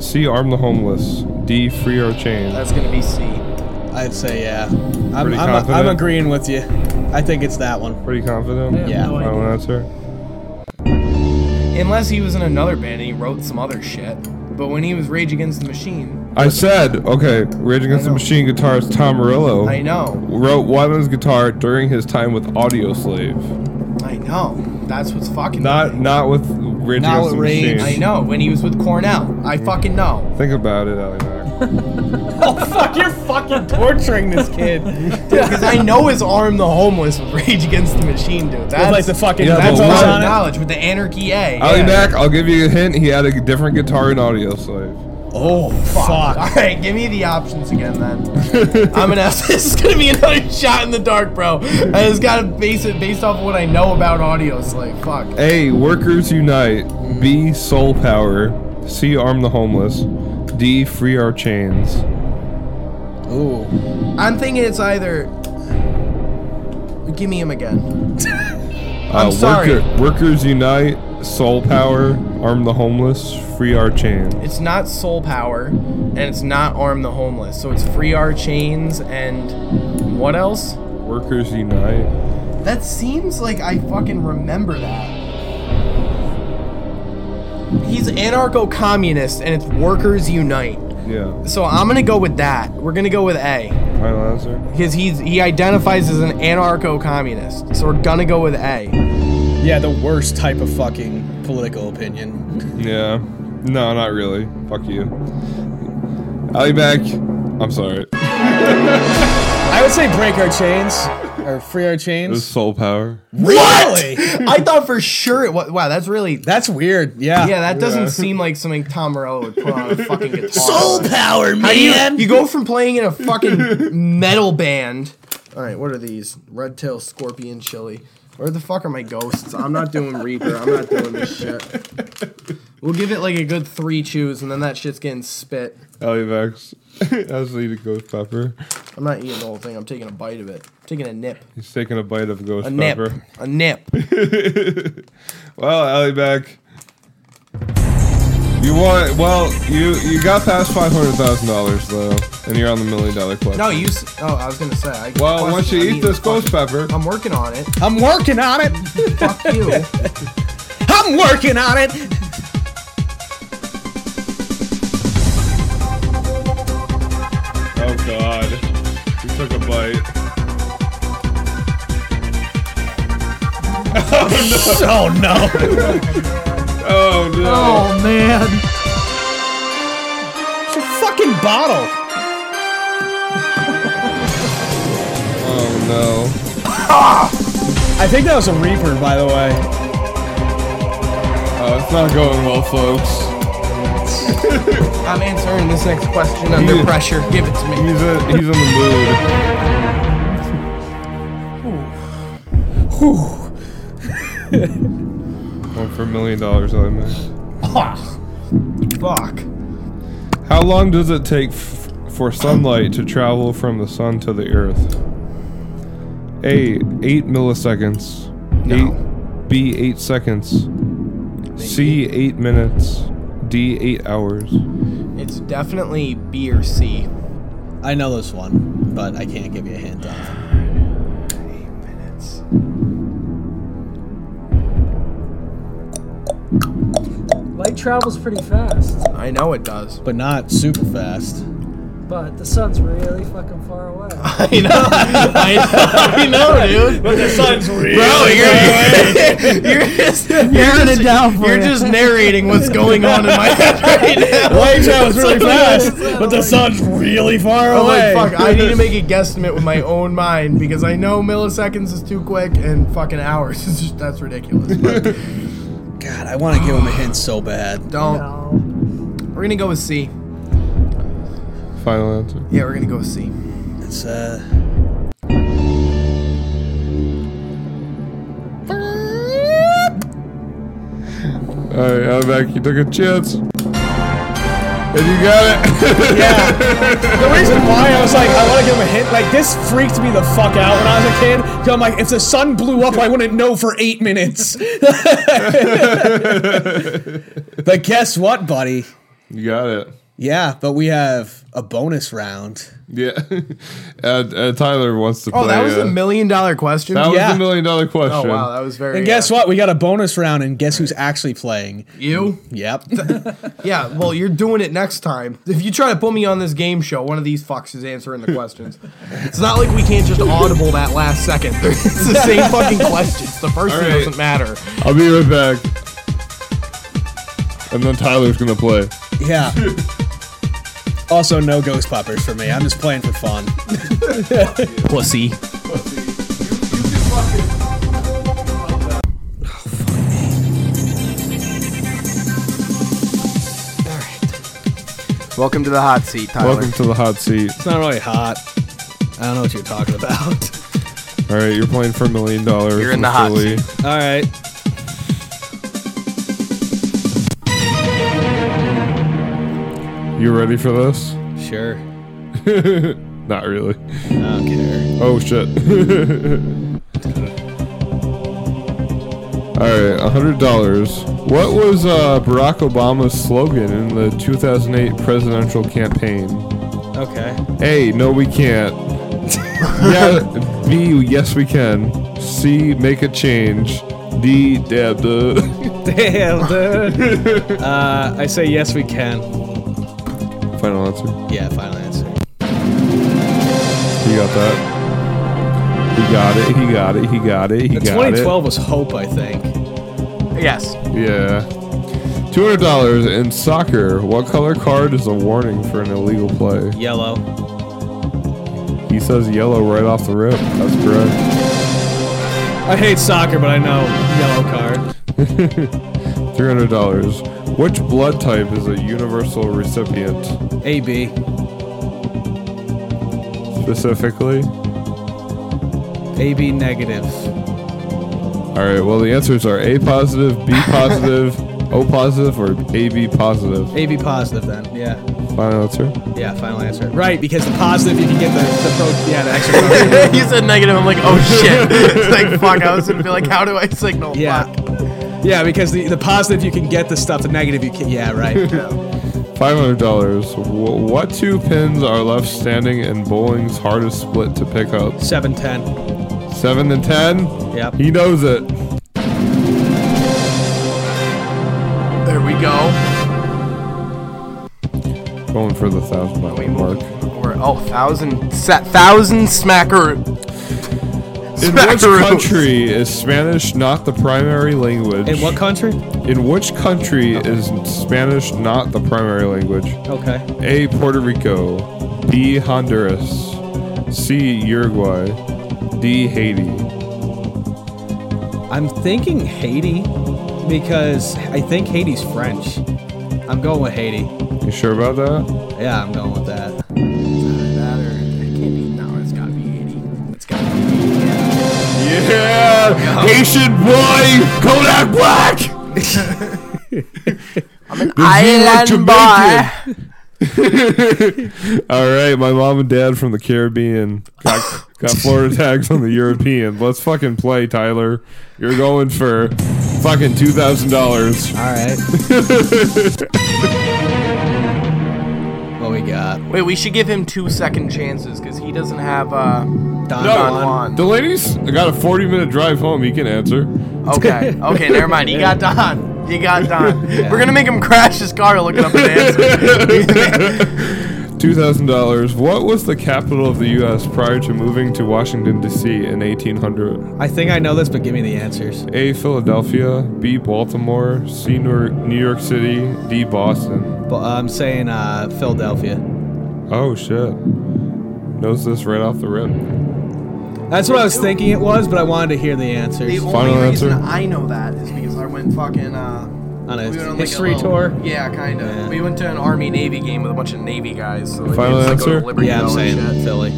Speaker 3: C. Arm the Homeless. D. Free our chains.
Speaker 4: That's gonna be C.
Speaker 5: I'd say yeah. I'm I'm,
Speaker 3: Pretty
Speaker 5: I'm,
Speaker 3: confident.
Speaker 5: agreeing with you. I think it's that one.
Speaker 3: Pretty confident.
Speaker 5: Yeah.
Speaker 8: no
Speaker 3: Final
Speaker 8: idea.
Speaker 3: answer.
Speaker 4: Unless he was in another band and he wrote some other shit. But when he was Rage Against the Machine,
Speaker 3: I said okay. Rage Against the
Speaker 4: know.
Speaker 3: Machine guitarist Tom Morello
Speaker 4: I know.
Speaker 3: wrote what on his guitar during his time with Audio Slave.
Speaker 4: I know. That's what's fucking
Speaker 3: Not not with Rage
Speaker 5: Not
Speaker 3: Against
Speaker 5: with
Speaker 3: the
Speaker 5: Rage.
Speaker 3: Machine.
Speaker 4: I know when he was with Cornell. I fucking know.
Speaker 3: Think about it, Ally
Speaker 4: <laughs>
Speaker 3: Mac.
Speaker 5: Fuck, you're fucking torturing this kid. <laughs>
Speaker 4: Because I know his arm the homeless <laughs> with Rage Against the Machine, dude. That's
Speaker 5: like the fucking
Speaker 3: Yeah,
Speaker 4: that's
Speaker 5: that's
Speaker 3: but
Speaker 4: all
Speaker 5: all on
Speaker 3: what-
Speaker 4: common
Speaker 5: it.
Speaker 4: knowledge with the anarchy A.
Speaker 3: Ally
Speaker 4: yeah.
Speaker 3: Mac, I'll give you a hint. He had a different guitar in Audio Slave.
Speaker 5: Oh fuck.
Speaker 4: All right, give me the options again then.
Speaker 5: <laughs>
Speaker 4: I'm gonna. <laughs> This is gonna be another shot in the dark, bro. I just gotta base it based off of what I know about audio slave. Fuck.
Speaker 3: A. Workers Unite. B. Soul Power. C. Arm the Homeless. D. Free Our Chains. Uh,
Speaker 5: Ooh.
Speaker 4: I'm thinking it's either. Give me him again.
Speaker 3: I'm
Speaker 4: sorry.
Speaker 3: workers Unite. Soul Power. Arm the Homeless. Free Our Chains.
Speaker 4: It's not soul power, and it's not arm the homeless. So it's free our chains and what else?
Speaker 3: Workers Unite.
Speaker 4: That seems like I fucking remember that. He's anarcho communist and it's Workers Unite.
Speaker 3: Yeah.
Speaker 4: So I'm gonna go with that. We're gonna go with A
Speaker 3: Final answer.
Speaker 4: because he's he identifies as an anarcho-communist. So we're gonna go with A.
Speaker 5: Yeah, the worst type of fucking political opinion.
Speaker 3: Yeah. No, not really. Fuck you. Ali back. I'm sorry. It
Speaker 5: I would say break our chains or free our
Speaker 3: was
Speaker 5: chains.
Speaker 3: soul power.
Speaker 5: <laughs> Really?
Speaker 4: I thought for sure it was. Wow, that's really.
Speaker 5: That's weird. Yeah.
Speaker 4: yeah, that doesn't seem like something Tom Morello would put on a fucking guitar.
Speaker 5: power,
Speaker 4: How do you, you go from playing in a fucking metal band. All right, what are these? Red tail scorpion chili. Where the fuck are my ghosts? I'm not doing Reaper. I'm not doing this shit. We'll give it like a good three chews, and then that shit's getting spit.
Speaker 3: Ali <laughs> Max. I was eating ghost pepper.
Speaker 4: I'm not eating the whole thing. I'm taking a bite of it. I'm taking a nip.
Speaker 3: He's taking a bite of ghost
Speaker 4: A nip.
Speaker 3: pepper.
Speaker 4: A nip.
Speaker 3: Well, Ali back. You want well, you you got past five hundred thousand dollars though, and you're on the million dollar question.
Speaker 4: No,
Speaker 5: <laughs>
Speaker 4: you. s- Oh, I was gonna say. I
Speaker 3: Well, once you
Speaker 4: I'm
Speaker 3: eat
Speaker 4: eating
Speaker 3: this
Speaker 4: the fucking-
Speaker 3: ghost pepper,
Speaker 4: I'm working on it.
Speaker 5: I'm working on it.
Speaker 4: Fuck you.
Speaker 5: I'm working on it.
Speaker 3: Oh god. He took a bite.
Speaker 5: Oh no.
Speaker 3: Oh no.
Speaker 2: Oh man.
Speaker 5: It's a fucking bottle.
Speaker 3: Oh
Speaker 5: I think that was a reaper, by the way.
Speaker 3: no. Uh, it's not going well, folks.
Speaker 4: I'm answering this next question under
Speaker 3: Yeah.
Speaker 4: pressure. Give it to me.
Speaker 3: He's a, he's in the <laughs> mood. One for a million dollars, I mean.
Speaker 4: Fuck.
Speaker 3: How long does it take f- for sunlight to travel from the sun to the earth? A. 8 milliseconds.
Speaker 4: No.
Speaker 3: Eight, B. 8 seconds. C. 8 minutes. D. 8 hours.
Speaker 4: It's definitely B or C.
Speaker 5: I know this one, but I can't give you a hint on it.
Speaker 4: Minutes.
Speaker 2: Light travels pretty fast,
Speaker 4: I know it does.
Speaker 5: But not super fast.
Speaker 2: but the sun's really fucking far away.
Speaker 4: I know. I know, I know dude. But the sun's real. Bro, you're, you're just you're just,
Speaker 2: down for
Speaker 4: you're
Speaker 2: you.
Speaker 4: just narrating what's going on in my head right now.
Speaker 5: Light travels <laughs> really fast, but the sun's really far
Speaker 4: I'm
Speaker 5: away.
Speaker 4: like, Oh, fuck, I need to make a
Speaker 5: <laughs>
Speaker 4: guesstimate with my own mind because I know milliseconds is too quick and fucking hours <laughs> is just, that's ridiculous. But
Speaker 5: <laughs> God, I want to give him a hint so bad.
Speaker 4: don't.
Speaker 2: No.
Speaker 4: We're gonna go with C.
Speaker 3: Final answer.
Speaker 4: Yeah, we're gonna go with C.
Speaker 5: It's uh.
Speaker 3: Alright, Outback, you took a chance. And you got it. <laughs>
Speaker 5: The reason why I was like, I want to give him a hint, like, this freaked me the fuck out when I was a kid. 'Cause I'm like, if the sun blew up, I wouldn't know for eight minutes. <laughs> but guess what, buddy?
Speaker 3: you got it.
Speaker 5: Yeah, but we have a bonus round.
Speaker 3: Yeah. <laughs> and, and Tyler wants to play.
Speaker 4: Oh, that was
Speaker 3: uh,
Speaker 4: the million dollar question.
Speaker 3: That was
Speaker 5: yeah.
Speaker 3: the million dollar
Speaker 4: oh
Speaker 3: question.
Speaker 4: wow, that was very.
Speaker 5: And guess
Speaker 4: uh,
Speaker 5: what? We got a bonus round, and guess who's actually playing?
Speaker 4: You.
Speaker 5: <laughs> Yep.
Speaker 4: Yeah, well, you're doing it next time. If you try to put me on this game show, one of these fucks is answering the questions. it's not like we can't just audible that last second. <laughs> it's the same fucking questions. The first
Speaker 3: All
Speaker 4: one
Speaker 3: right.
Speaker 4: doesn't matter.
Speaker 3: I'll be right back. And then Tyler's gonna play.
Speaker 5: Yeah. Also, no ghost poppers for me. I'm just playing for fun.
Speaker 4: Pussy. Welcome to the hot seat, Tyler.
Speaker 3: Welcome to the hot seat.
Speaker 5: It's not really hot. I don't know what you're talking about.
Speaker 3: All right, you're playing for a million dollars.
Speaker 4: You're in the hot
Speaker 3: hopefully.
Speaker 5: All right.
Speaker 3: You ready for this?
Speaker 5: Sure.
Speaker 3: Not really.
Speaker 5: I don't care.
Speaker 3: Oh shit. <laughs> All right, hundred dollars. What was uh, Barack Obama's slogan in the 2008 presidential campaign?
Speaker 5: Okay.
Speaker 3: A. No,
Speaker 5: <laughs>
Speaker 3: we can't. yeah. B. Yes, we can. C. Make a change. D. Dab. <laughs> Duh. <laughs>
Speaker 5: Damn, dude. uh, I say yes, we can.
Speaker 3: Final answer.
Speaker 5: Yeah, final answer.
Speaker 3: He got that. He got it. He got it. He got it. He
Speaker 5: The
Speaker 3: got
Speaker 5: 2012 was Hope, I think.
Speaker 4: Yes.
Speaker 3: it. Yeah. Two hundred dollars in soccer. What color card is a warning for an illegal play?
Speaker 5: Yellow.
Speaker 3: He says yellow right off the rip. That's correct.
Speaker 5: I hate soccer, but I
Speaker 3: Oh.
Speaker 5: know yellow card.
Speaker 3: Three hundred dollars. Which blood type is a universal recipient?
Speaker 5: AB.
Speaker 3: Specifically.
Speaker 5: AB negative.
Speaker 3: All right. Well, the answers are A positive, B positive, O positive, or AB positive.
Speaker 5: AB positive then. Yeah.
Speaker 3: Final answer.
Speaker 5: Yeah, final answer. Right, because the positive you can get the, the pro yeah, the
Speaker 3: <laughs>
Speaker 5: extra protein.
Speaker 4: he said negative. I'm like, oh shit. it's like, fuck. I was gonna be like, how do I signal?
Speaker 5: Yeah.
Speaker 4: Fuck.
Speaker 5: Yeah, because the, the positive you can get the stuff, the negative you can yeah,
Speaker 3: <laughs>
Speaker 5: right.
Speaker 3: Five hundred dollars. What two pins are left standing in bowling's hardest split to pick up?
Speaker 5: Seven ten.
Speaker 3: Seven and ten.
Speaker 5: Yep.
Speaker 3: He knows it.
Speaker 4: There we go.
Speaker 3: Going for the thousand dollar
Speaker 4: We
Speaker 3: mark.
Speaker 4: moved. We're, oh, thousand, sa- thousand smacker.
Speaker 3: In which
Speaker 4: Smackaroos.
Speaker 3: country is Spanish not the primary language?
Speaker 5: In what country?
Speaker 3: In which country is Spanish not the primary language?
Speaker 5: Okay.
Speaker 3: A. Puerto Rico. B. Honduras. C. Uruguay. D. Haiti.
Speaker 5: I'm thinking Haiti because I think Haiti's French. I'm going with Haiti.
Speaker 3: You sure about that?
Speaker 5: Yeah, I'm going with that.
Speaker 4: That or it can't be. No, it's gotta be eighty. It's gotta be.
Speaker 3: Yeah! Haitian boy! Kodak Black!
Speaker 4: Island boy.
Speaker 3: <laughs> Alright, my mom and dad from the Caribbean got, got Florida tags on the European. Let's fucking play, Tyler. You're going for fucking $2,000.
Speaker 5: All right. what we got?
Speaker 4: Wait, we should give him two second chances because he doesn't have. uh
Speaker 5: Don
Speaker 4: Don
Speaker 5: Juan.
Speaker 4: Juan.
Speaker 3: Delaney's got a 40 minute drive home. He can answer.
Speaker 4: Okay, okay, never mind. You
Speaker 3: <laughs>
Speaker 4: got Don. You got Don. We're gonna make him crash his car looking up an
Speaker 3: <laughs>
Speaker 4: answer.
Speaker 3: $2,000. What was the capital of the U.S. prior to moving to Washington, D.C. in 1800?
Speaker 5: I think I know this, but give me the answers.
Speaker 3: A. Philadelphia. B. Baltimore. C. New New York City. D. Boston.
Speaker 5: But I'm saying uh, Philadelphia.
Speaker 3: Oh, shit. Knows this right off the rip.
Speaker 5: That's what I was thinking it was, but I wanted to hear the answers.
Speaker 4: the
Speaker 3: Final
Speaker 4: only reason
Speaker 3: answer?
Speaker 4: I know that is because I went fucking. uh
Speaker 5: On a
Speaker 4: we went on, like,
Speaker 5: history
Speaker 4: a little-
Speaker 5: tour.
Speaker 4: Yeah, kind of.
Speaker 5: Yeah.
Speaker 4: We went to an Army Navy game with a bunch of Navy guys. So like, we
Speaker 3: Final
Speaker 4: just, like, go to
Speaker 3: answer?
Speaker 4: Liberty
Speaker 5: Yeah, I'm
Speaker 4: Bell and
Speaker 5: saying
Speaker 4: shit.
Speaker 5: Philly.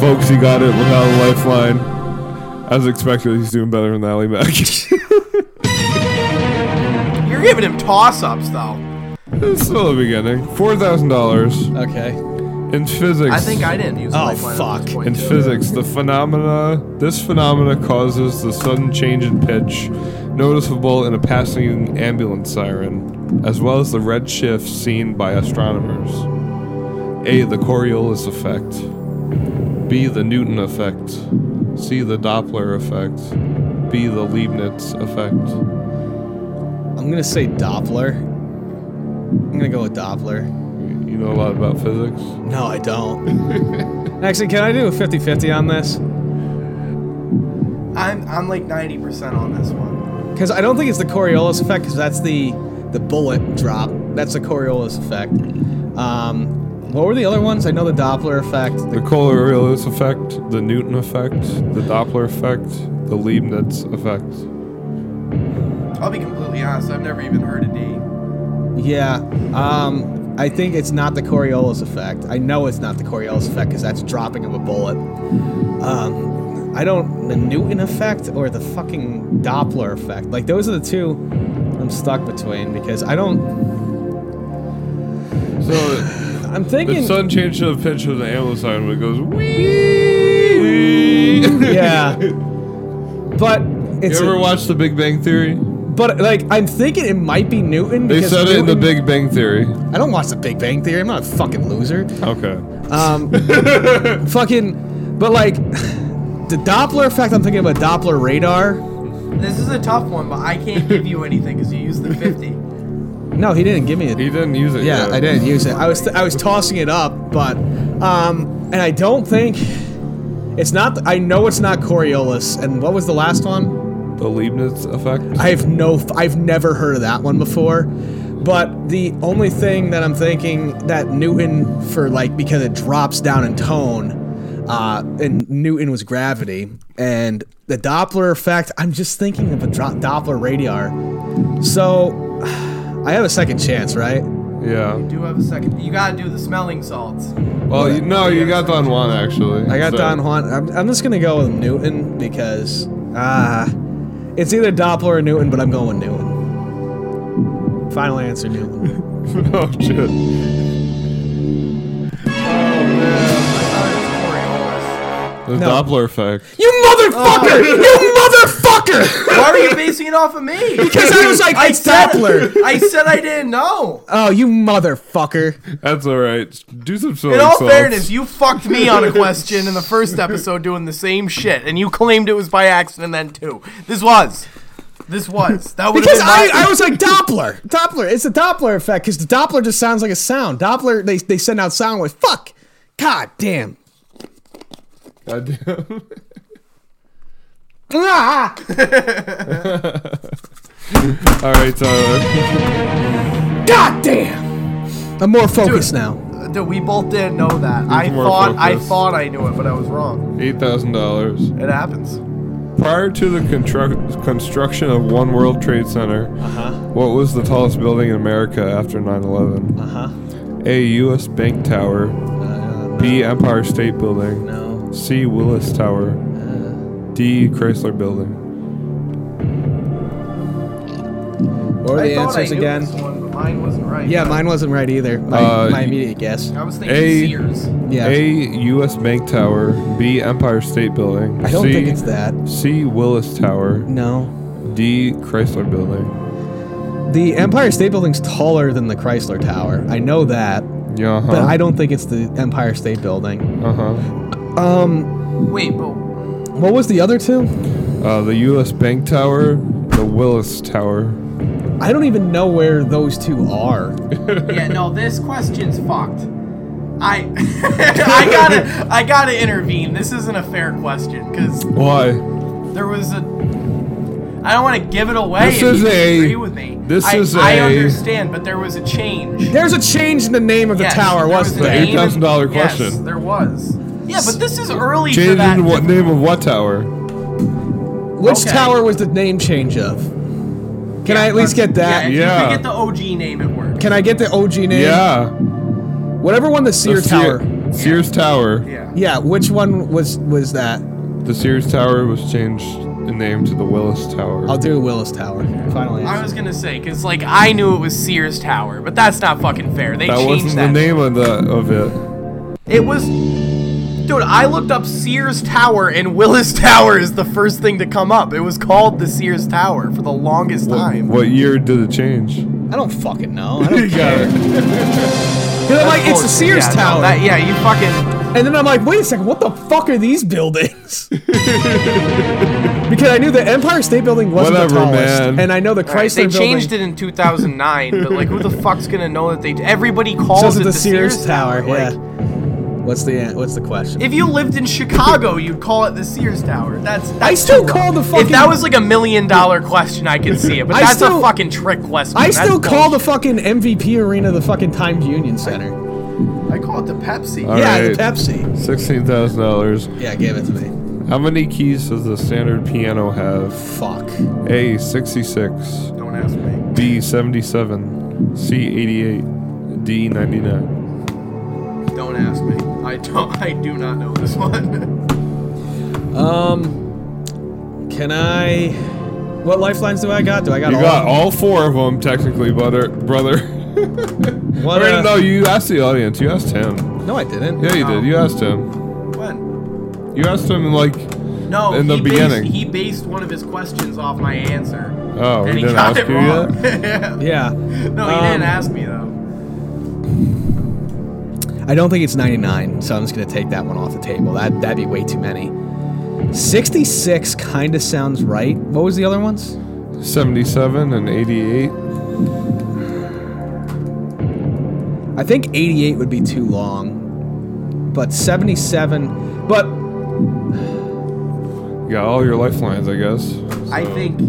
Speaker 3: Folks, he got it without a lifeline. As expected, he's doing better than Ally <laughs> Mac.
Speaker 4: You're giving him toss ups though.
Speaker 3: it's still the beginning. Four thousand dollars
Speaker 5: Okay.
Speaker 3: in physics.
Speaker 4: I think I didn't use.
Speaker 5: Oh,
Speaker 4: lifeline at this
Speaker 5: fuck.
Speaker 4: point,
Speaker 3: in
Speaker 4: too.
Speaker 3: physics, the phenomena this phenomena causes the sudden change in pitch, noticeable in a passing ambulance siren, as well as the red shift seen by astronomers. A. The Coriolis effect. B. The Newton effect. C. The Doppler effect. B. The Leibniz effect.
Speaker 5: I'm gonna say Doppler. I'm gonna go with Doppler.
Speaker 3: You know a lot about physics.
Speaker 5: No, I
Speaker 4: <laughs>
Speaker 5: don't. Actually, can I do a 50-50 on this?
Speaker 4: I'm I'm like ninety percent on this one.
Speaker 5: Because I don't think it's the Coriolis effect, because that's the the bullet drop. That's the Coriolis effect. Um, what were the other ones? I know the Doppler effect.
Speaker 3: The Coriolis effect, the Newton effect, the Doppler effect, the Leibniz effect.
Speaker 4: I'll be completely honest. I've never even heard a D.
Speaker 5: Yeah. Um, I think it's not the Coriolis effect. I know it's not the Coriolis effect because that's dropping of a bullet. Um, I don't the Newton effect or the fucking Doppler effect. Like those are the two I'm stuck between because I don't.
Speaker 3: So
Speaker 5: I'm
Speaker 3: the
Speaker 5: thinking.
Speaker 3: sun changed to the pitch of the ambulance sign when it goes wee.
Speaker 5: yeah. But
Speaker 3: <laughs> You
Speaker 5: it's.
Speaker 3: ever
Speaker 5: a-
Speaker 3: watch The Big Bang Theory?
Speaker 5: but like I'm thinking it might be Newton.
Speaker 3: They
Speaker 5: because
Speaker 3: said it in The
Speaker 5: Newton-
Speaker 3: Big Bang Theory.
Speaker 5: I don't watch the Big Bang Theory. I'm not a fucking loser.
Speaker 3: Okay.
Speaker 5: Um, fucking, but like the Doppler effect, I'm thinking of a Doppler radar,
Speaker 4: This is a tough one, but I can't give you anything because you used the 50.
Speaker 5: No, he didn't give me it.
Speaker 3: He didn't use it.
Speaker 5: Yeah,
Speaker 3: yet.
Speaker 5: I didn't use it. I was I was tossing it up, but um, and I don't think it's not. I know it's not Coriolis. And what was the last one?
Speaker 3: The Leibniz effect.
Speaker 5: I've no. I've never heard of that one before. But the only thing that I'm thinking that Newton for like because it drops down in tone, uh, and Newton was gravity and the Doppler effect. I'm just thinking of a dro- Doppler radar. So <sighs> I have a second chance, right?
Speaker 3: yeah.
Speaker 4: Do have a second. You gotta do the smelling salts.
Speaker 3: Well, you, no, you got Don Juan actually.
Speaker 5: I got
Speaker 3: So- <laughs>
Speaker 5: Don Juan. I'm, I'm just gonna go with Newton because ah, it's either Doppler or Newton, but I'm going with Newton. Final answer, Newton.
Speaker 3: oh shit. The Doppler effect.
Speaker 5: you motherfucker! You <laughs> motherfucker!
Speaker 4: Why are you basing it off of me?
Speaker 5: Because I was like,
Speaker 4: I
Speaker 5: it's
Speaker 4: said-
Speaker 5: Doppler.
Speaker 4: I said I didn't know.
Speaker 5: Oh, you motherfucker!
Speaker 3: That's all right. Do some smelling
Speaker 4: In all
Speaker 3: salts.
Speaker 4: fairness, you fucked me on a question in the first episode doing the same shit, and you claimed it was by accident then too. This was. This was. That would have
Speaker 5: Because
Speaker 4: been
Speaker 5: I,
Speaker 4: my-
Speaker 5: I was like Doppler, <laughs> Doppler. It's the Doppler effect because the Doppler just sounds like a sound. Doppler, they they send out sound waves. Fuck, god damn.
Speaker 3: Goddamn. <laughs>
Speaker 5: Ah!
Speaker 3: all right, Tyler.
Speaker 5: God damn! I'm more focused now.
Speaker 4: Dude, we both didn't know that. I
Speaker 3: more
Speaker 4: thought I
Speaker 3: focused.
Speaker 4: thought I knew it, but I was wrong.
Speaker 3: Eight thousand dollars.
Speaker 4: It happens.
Speaker 3: Prior to the construct construction of One World Trade Center,
Speaker 5: Uh-huh.
Speaker 3: what was the tallest building in America after 9/11?
Speaker 5: Uh-huh.
Speaker 3: A. U.S. Bank Tower. B. Empire State Building.
Speaker 5: Uh, No.
Speaker 3: C. Willis Tower. D. Chrysler Building.
Speaker 5: What were
Speaker 4: I
Speaker 5: the
Speaker 4: thought I
Speaker 5: answers
Speaker 4: knew
Speaker 5: again?
Speaker 4: this one, but mine wasn't right.
Speaker 5: Yeah, mine wasn't right either. My,
Speaker 3: Uh,
Speaker 5: my
Speaker 3: you-
Speaker 5: immediate guess.
Speaker 4: I was thinking
Speaker 3: A-
Speaker 1: <laughs>
Speaker 4: Sears.
Speaker 5: Yeah.
Speaker 3: A.
Speaker 5: I
Speaker 3: U.S. Bank Tower. B. Empire State Building.
Speaker 5: I don't
Speaker 3: C-
Speaker 5: think it's that.
Speaker 3: C. Willis Tower.
Speaker 5: No.
Speaker 3: D. Chrysler Building.
Speaker 5: The Empire State Building's taller than the Chrysler Tower. I know that,
Speaker 3: Yeah. Uh-huh.
Speaker 5: but I don't think it's the Empire State Building.
Speaker 3: Uh-huh.
Speaker 5: Um,
Speaker 4: Wait, but
Speaker 5: what was the other two?
Speaker 3: Uh The U.S. Bank Tower. The Willis Tower.
Speaker 5: I don't even know where those two are.
Speaker 4: Yeah, no, this question's fucked. I <laughs> I gotta I gotta intervene. This isn't a fair question because
Speaker 3: Why?
Speaker 4: there was a. I don't want to give it away.
Speaker 3: This
Speaker 4: if
Speaker 3: is
Speaker 4: you
Speaker 3: a-
Speaker 4: Agree with me.
Speaker 3: this
Speaker 4: I,
Speaker 3: is
Speaker 4: I
Speaker 3: a-
Speaker 4: understand, but there was a change.
Speaker 5: There's a change in the name of the
Speaker 4: Yes,
Speaker 5: tower,
Speaker 4: there
Speaker 5: wasn't
Speaker 4: was a
Speaker 5: there?
Speaker 4: name and-
Speaker 3: $8,000
Speaker 4: Yes,
Speaker 3: question.
Speaker 4: there was. Yeah, but this is early for
Speaker 3: Changed
Speaker 4: that.
Speaker 3: in what name of what tower?
Speaker 5: Which
Speaker 4: Okay.
Speaker 5: tower was the name change of? Can I at least get
Speaker 4: Yeah,
Speaker 5: that?
Speaker 4: if you
Speaker 3: Yeah.
Speaker 4: could get the OG name, it worked.
Speaker 5: Can I get the OG name?
Speaker 3: Yeah.
Speaker 5: Whatever one the Sears
Speaker 3: The Se-
Speaker 5: Tower.
Speaker 3: Sears Tower.
Speaker 4: Yeah.
Speaker 5: Yeah, which one was was that?
Speaker 3: The Sears Tower was changed the name to the Willis Tower.
Speaker 5: I'll do Willis Tower. Final answer.
Speaker 4: I was gonna say because like I knew it was Sears Tower, but that's not fucking fair. They
Speaker 3: that
Speaker 4: changed
Speaker 3: wasn't
Speaker 4: that.
Speaker 3: the name of the of it.
Speaker 4: It was. Dude, I looked up Sears Tower and Willis <laughs> Tower is the first thing to come up. It was called the Sears Tower for the longest time.
Speaker 3: What year did it change?
Speaker 5: I don't fucking
Speaker 4: <laughs>
Speaker 5: know. I don't
Speaker 3: You got it.
Speaker 5: Because I'm like, it's the Sears
Speaker 4: Oh, Yeah, no,
Speaker 5: Tower.
Speaker 4: that- yeah, you fucking.
Speaker 5: and then I'm like, wait a second, what the fuck are these
Speaker 3: <laughs>
Speaker 5: buildings? because I knew the Empire State Building wasn't the
Speaker 3: Whatever,
Speaker 5: tallest.
Speaker 3: man.
Speaker 5: And I know the Chrysler
Speaker 4: they
Speaker 5: Building
Speaker 4: changed it in 2009, but like, who the fuck's gonna know that they? Everybody
Speaker 5: says
Speaker 4: calls
Speaker 5: it's
Speaker 4: it
Speaker 5: the Sears, Tower.
Speaker 4: Like,
Speaker 5: yeah. What's the an- what's the question?
Speaker 4: If you lived in Chicago, you'd call it the Sears Tower. That's. that's
Speaker 5: I still
Speaker 4: too
Speaker 5: call
Speaker 4: wrong.
Speaker 5: the fucking
Speaker 4: If that was like a million dollar question, <laughs> I could see it, but
Speaker 5: I
Speaker 4: that's
Speaker 5: still-
Speaker 4: a fucking trick question.
Speaker 5: I
Speaker 4: That's
Speaker 5: still call the
Speaker 4: bullshit.
Speaker 5: fucking MVP Arena the fucking Times Union Center.
Speaker 4: I call it the Pepsi.
Speaker 3: All
Speaker 5: yeah,
Speaker 3: right.
Speaker 5: the Pepsi.
Speaker 3: Sixteen thousand dollars.
Speaker 5: Yeah, give it to me.
Speaker 3: How many keys does the standard piano have?
Speaker 5: Fuck.
Speaker 3: A sixty six.
Speaker 4: Don't ask me.
Speaker 3: B seventy seven. C eighty eight. D ninety nine.
Speaker 4: Don't ask me. I don't. I do not know this one. <laughs>
Speaker 5: Um, can I? What lifelines do I got? Do I got
Speaker 3: You
Speaker 5: all?
Speaker 3: got all four of them technically, brother. Brother. I <laughs>
Speaker 5: What,
Speaker 3: mean,
Speaker 5: uh,
Speaker 3: no, you asked the audience. You asked him.
Speaker 5: no, I didn't.
Speaker 3: Yeah, you did. You asked him.
Speaker 4: when?
Speaker 3: You asked him like,
Speaker 4: No.
Speaker 3: In
Speaker 4: he
Speaker 3: the
Speaker 4: based,
Speaker 3: beginning.
Speaker 4: he based one of his questions off my answer.
Speaker 3: oh,
Speaker 4: and he
Speaker 3: he didn't
Speaker 4: got
Speaker 3: ask
Speaker 4: it
Speaker 3: you
Speaker 4: wrong. <laughs>
Speaker 3: yet.
Speaker 4: no,
Speaker 5: Yeah.
Speaker 4: he
Speaker 5: Um,
Speaker 4: didn't ask me though.
Speaker 5: I don't think it's 99, so I'm just gonna take that one off the table. That that'd be way too many. 66 kind of sounds right. What was the other ones?
Speaker 3: 77 and 88.
Speaker 5: I think 88 would be too long. But 77, but
Speaker 3: You got all your lifelines, I guess.
Speaker 4: I think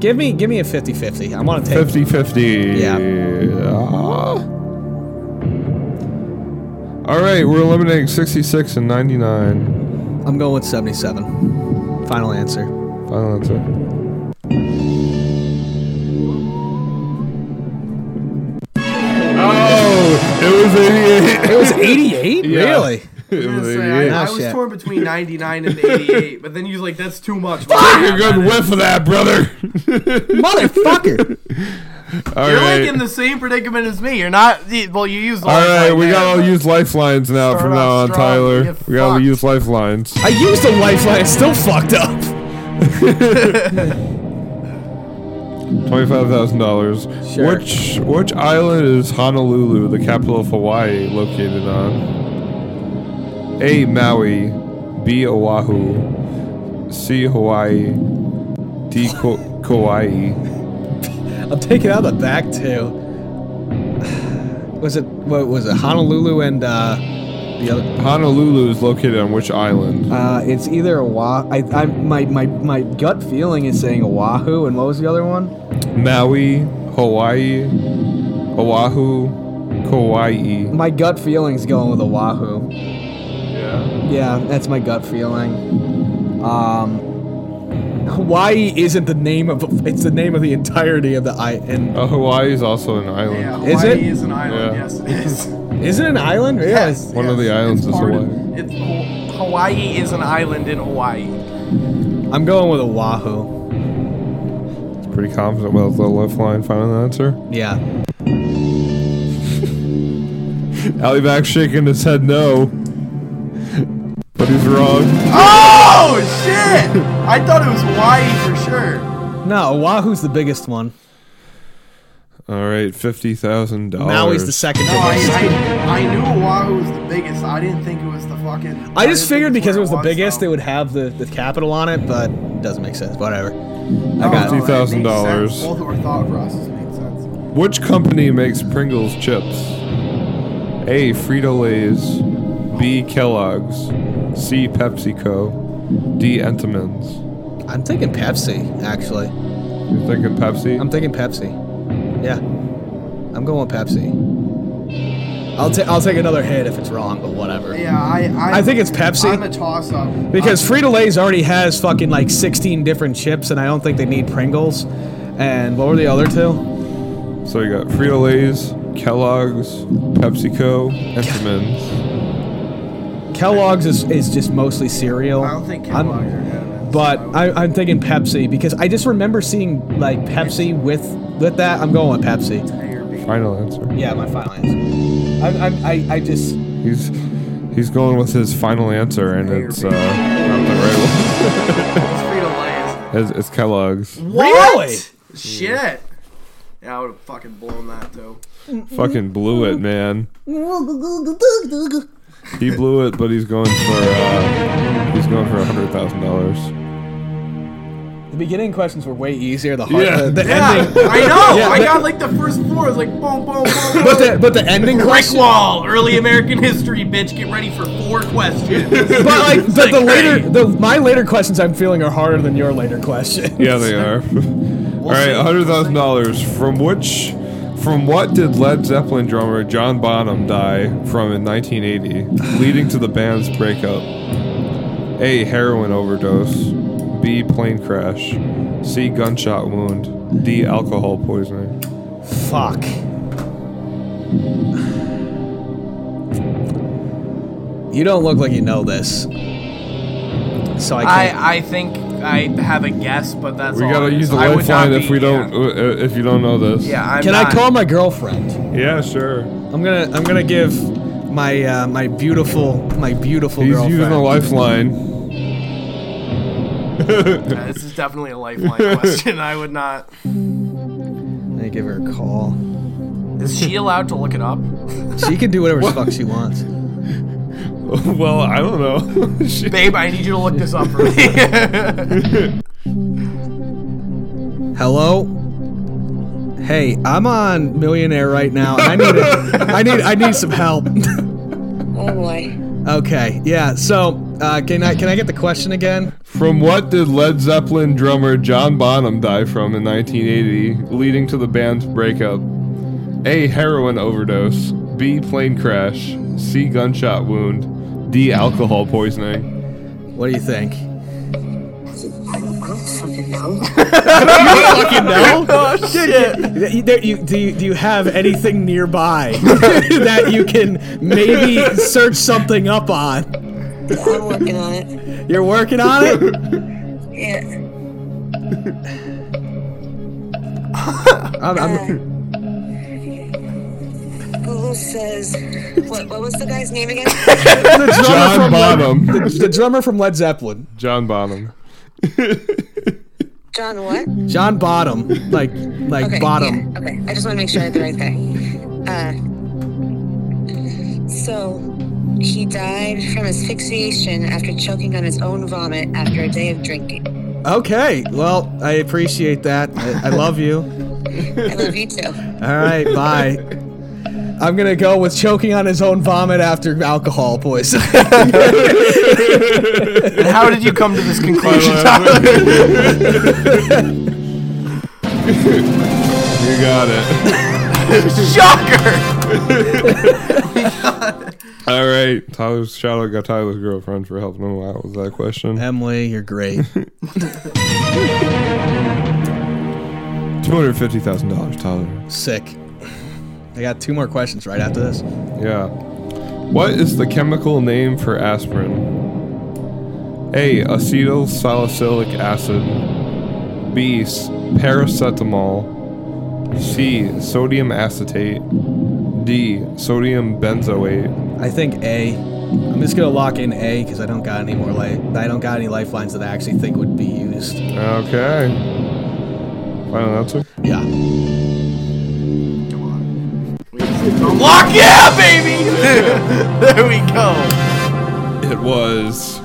Speaker 5: give me give me a 50-50. I want to take
Speaker 3: 50 50.
Speaker 5: Yeah.
Speaker 3: All right, we're eliminating 66 and 99.
Speaker 5: I'm going with 77. Final answer.
Speaker 3: Final answer. Oh, it was 88.
Speaker 5: It was 88?
Speaker 3: Yeah.
Speaker 4: I
Speaker 5: Really?
Speaker 3: It
Speaker 4: was,
Speaker 3: was
Speaker 4: gonna say,
Speaker 3: 88.
Speaker 4: I, I
Speaker 5: Oh,
Speaker 4: was
Speaker 5: shit.
Speaker 4: torn between 99 and 88, but then you was like, that's too <laughs> much. You're
Speaker 3: Take a good whiff of that, brother.
Speaker 4: <laughs>
Speaker 5: Motherfucker.
Speaker 3: All
Speaker 4: You're
Speaker 3: right.
Speaker 4: like in the same predicament as me. You're not. Well, you used.
Speaker 3: all right,
Speaker 4: lifeline
Speaker 3: we
Speaker 4: there,
Speaker 3: gotta
Speaker 4: but-
Speaker 3: use lifelines now
Speaker 4: Start
Speaker 3: from
Speaker 4: off
Speaker 3: now on,
Speaker 4: strong, you
Speaker 3: Tyler.
Speaker 4: get
Speaker 3: We gotta
Speaker 4: fucked.
Speaker 3: use lifelines.
Speaker 5: I used a lifeline, it's still fucked up.
Speaker 3: Twenty-five thousand dollars.
Speaker 5: Sure.
Speaker 3: Which which island is Honolulu, the capital of Hawaii, located on? A. Maui, B. Oahu, C. Hawaii, D. Ko- Kauai.
Speaker 5: I'm taking out the back too. Was it what was it Honolulu and uh the other
Speaker 3: Honolulu is located on which island?
Speaker 5: uh it's either Oahu I, I my, my my gut feeling is saying Oahu and what was the other one?
Speaker 3: Maui, Hawaii, Oahu, Kauai.
Speaker 5: My gut feeling's going with Oahu.
Speaker 3: Yeah.
Speaker 5: Yeah, that's my gut feeling. Um Hawaii isn't the name of it's the name of the entirety of the I and
Speaker 3: Uh, Hawaii is also an island.
Speaker 4: Yeah, Hawaii
Speaker 5: Is
Speaker 4: is
Speaker 5: it?
Speaker 4: an island.
Speaker 3: Yeah.
Speaker 4: Yes, it
Speaker 5: <laughs>
Speaker 4: is.
Speaker 5: is it an island? Yeah.
Speaker 4: Yes.
Speaker 3: One of
Speaker 4: yes,
Speaker 3: the islands
Speaker 4: it's
Speaker 3: is
Speaker 4: part of-
Speaker 3: Hawaii.
Speaker 4: It's, Ho- Hawaii is an island in Hawaii.
Speaker 5: <laughs> I'm going with Oahu.
Speaker 3: Pretty confident with the left line final answer.
Speaker 5: Yeah.
Speaker 3: Ali back shaking his head no. But he's wrong.
Speaker 4: Oh shit! I thought it was Hawaii for sure.
Speaker 5: No, Oahu's the biggest one.
Speaker 3: All right, fifty thousand dollars.
Speaker 5: Maui's the second
Speaker 4: No, I,
Speaker 5: biggest.
Speaker 4: I, I knew Oahu was the biggest. I didn't think it was the fucking.
Speaker 5: I
Speaker 4: didn't
Speaker 5: just
Speaker 4: think
Speaker 5: figured because it was the
Speaker 4: where
Speaker 5: biggest,
Speaker 4: though.
Speaker 5: they would have the, the capital on it, but it doesn't make sense. Whatever. I
Speaker 4: No,
Speaker 5: got
Speaker 4: no,
Speaker 5: it.
Speaker 4: it makes sense.
Speaker 3: $50,000.
Speaker 5: Oh,
Speaker 4: Both of our thought processes made sense.
Speaker 3: Which company makes Pringles chips? A. Frito Lay's, B. Kellogg's, C. PepsiCo, D. Entenmann's.
Speaker 5: I'm thinking Pepsi, actually.
Speaker 3: You thinking Pepsi?
Speaker 5: I'm thinking Pepsi. Yeah. I'm going with Pepsi. I'll, ta- I'll take another hit if it's wrong, but whatever.
Speaker 4: Yeah, I. I,
Speaker 5: I think it's Pepsi.
Speaker 4: I'm a toss up.
Speaker 5: Because Frito Lay's already has fucking like 16 different chips, and I don't think they need Pringles. And what were the other two?
Speaker 3: so you got Frito Lay's, Kellogg's, PepsiCo, Entenmann's.
Speaker 5: Kellogg's is, is just mostly cereal.
Speaker 4: I don't think
Speaker 5: I'm-
Speaker 4: Kellogg's are enemies.
Speaker 5: But I, I'm thinking Pepsi because I just remember seeing like Pepsi with with that. I'm going with Pepsi.
Speaker 4: A or B.
Speaker 3: Final answer.
Speaker 5: Yeah, my final answer. I, I, I, I just
Speaker 3: He's he's going with his final answer, and it's uh, not the right
Speaker 4: It's Frito
Speaker 3: one. It's, it's Kellogg's.
Speaker 5: really
Speaker 4: Lay's. Shit. Yeah, I would have fucking blown that too.
Speaker 3: Fucking blew it, man. He blew it, but he's going for uh, he's going for a hundred thousand dollars.
Speaker 5: the beginning questions were way easier. The hard,
Speaker 3: Yeah.
Speaker 5: the, the
Speaker 4: Yeah,
Speaker 5: ending,
Speaker 4: I know.
Speaker 5: Yeah,
Speaker 4: I
Speaker 5: but-
Speaker 4: got like the first four. It's like boom, boom, boom.
Speaker 5: but the but the ending
Speaker 4: Brick
Speaker 5: question.
Speaker 4: wall, early American history, bitch. Get ready for four questions.
Speaker 5: But like
Speaker 4: It's
Speaker 5: the, the
Speaker 4: hey,
Speaker 5: later the my later questions I'm feeling are harder than your later questions.
Speaker 3: Yeah,
Speaker 4: <laughs>
Speaker 3: they are. <laughs> All right, a hundred thousand dollars from which from what did Led Zeppelin drummer John Bonham die from in 1980, leading to the band's breakup? A. Heroin overdose. B. Plane crash. C. Gunshot wound. D. Alcohol poisoning.
Speaker 5: <laughs> Fuck. You don't look like you know this. So I can't.
Speaker 4: I I think I have a guess, but that's
Speaker 3: We
Speaker 4: all
Speaker 3: gotta
Speaker 4: it is.
Speaker 3: use the
Speaker 4: I would not
Speaker 3: lifeline if
Speaker 4: be-
Speaker 3: we
Speaker 4: yeah.
Speaker 3: don't uh, if you don't know this.
Speaker 4: Yeah, I'm
Speaker 5: Can I
Speaker 4: not-
Speaker 5: call my girlfriend?
Speaker 3: Yeah, sure.
Speaker 5: I'm gonna I'm gonna give my uh, my beautiful my beautiful
Speaker 3: He's
Speaker 5: girlfriend.
Speaker 3: using a lifeline. <laughs>
Speaker 4: Yeah, this is definitely a lifeline question. I would not.
Speaker 5: I'm gonna give her a call. <laughs>
Speaker 4: Is she allowed to look it up?
Speaker 5: She can do whatever the fuck she wants.
Speaker 3: well, I don't know. <laughs> Shit.
Speaker 4: Babe, I need you to look this up for me.
Speaker 5: Hello. Hey, I'm on Millionaire right now, and I need a, I need I need some help. <laughs>
Speaker 11: Oh boy.
Speaker 5: okay, yeah. So uh, can I can I get the question again?
Speaker 3: From what did Led Zeppelin drummer John Bonham die from in 1980, leading to the band's breakup? A. Heroin overdose. B. Plane crash. C. Gunshot wound. D. Alcohol poisoning.
Speaker 5: What do you think?
Speaker 4: <laughs> oh shit!
Speaker 5: Th- you- there- you- do, you, do you have anything nearby <laughs> that you can maybe search something up on?
Speaker 11: I'm working on it.
Speaker 5: You're working on it?
Speaker 11: Yeah.
Speaker 5: <laughs> I'm, I'm,
Speaker 11: Google says, what, what was the guy's name again?
Speaker 5: the drummer
Speaker 3: John
Speaker 5: from Led-
Speaker 3: Bonham. <laughs>
Speaker 5: the drummer from Led Zeppelin,
Speaker 3: John Bonham.
Speaker 11: John what?
Speaker 5: John Bottom, like like
Speaker 11: Okay.
Speaker 5: Bottom.
Speaker 11: yeah, okay. I just want to make sure I had the right thing. Uh, so he died from asphyxiation after choking on his own vomit after a day of drinking.
Speaker 5: Okay, well, I appreciate that. I, I love you.
Speaker 11: I love you too.
Speaker 5: All right, bye. I'm gonna go with choking on his own vomit after alcohol poisoning. <laughs>
Speaker 4: And how did you come to this conclusion?
Speaker 3: You got it.
Speaker 4: Shocker!
Speaker 3: <laughs> All right. Tyler's shout out got Tyler's girlfriend for helping him out with that question.
Speaker 5: Emily, you're great.
Speaker 3: Two hundred fifty thousand dollars, Tyler.
Speaker 5: Sick. I got two more questions right after this.
Speaker 3: Yeah. What is the chemical name for aspirin? A. Acetyl salicylic acid. B. s- Paracetamol. C. Sodium acetate. D. Sodium benzoate.
Speaker 5: I think A. I'm just gonna lock in A because I don't got any more life. I don't got any lifelines that I actually think would be used.
Speaker 3: Okay. Final answer.
Speaker 5: Yeah.
Speaker 4: Lock yeah, baby! <laughs> there we go.
Speaker 3: It was.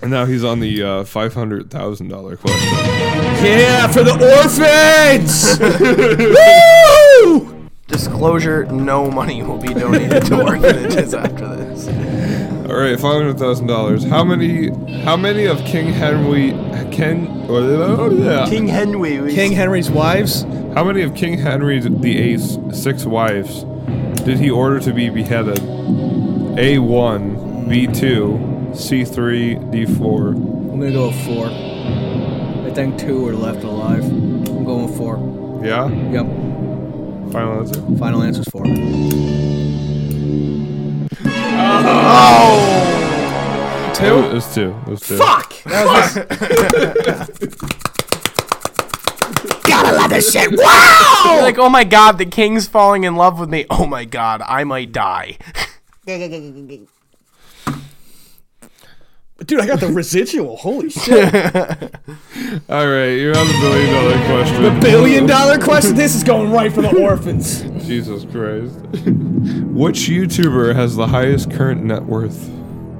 Speaker 3: And now he's on the uh, five hundred thousand dollar question.
Speaker 5: Yeah, for the <laughs> orphans! Woo!
Speaker 4: Disclosure: No money will be donated to orphanages after this.
Speaker 3: All right, five hundred thousand dollars. How many? How many of King Henry? Ken? Oh, yeah.
Speaker 4: King Henry.
Speaker 5: King Henry's wives?
Speaker 3: How many of King Henry the Eighth's six wives did he order to be beheaded? A one, B two, C three, D four.
Speaker 5: I'm gonna go with four. I think two are left alive. I'm going with four.
Speaker 3: Yeah.
Speaker 5: Yep.
Speaker 3: Final answer.
Speaker 5: Final answer's four.
Speaker 3: Two. It was two. It was two.
Speaker 5: Fuck!
Speaker 4: You're like, oh my god, the king's falling in love with me. Oh my god, I might die.
Speaker 5: Dude, I got the residual. Holy shit.
Speaker 3: All right, you're on the billion dollar question. The
Speaker 5: Billion dollar question? This is going right for the orphans.
Speaker 3: Jesus
Speaker 5: <laughs>
Speaker 3: Christ. Which YouTuber has the highest current net worth?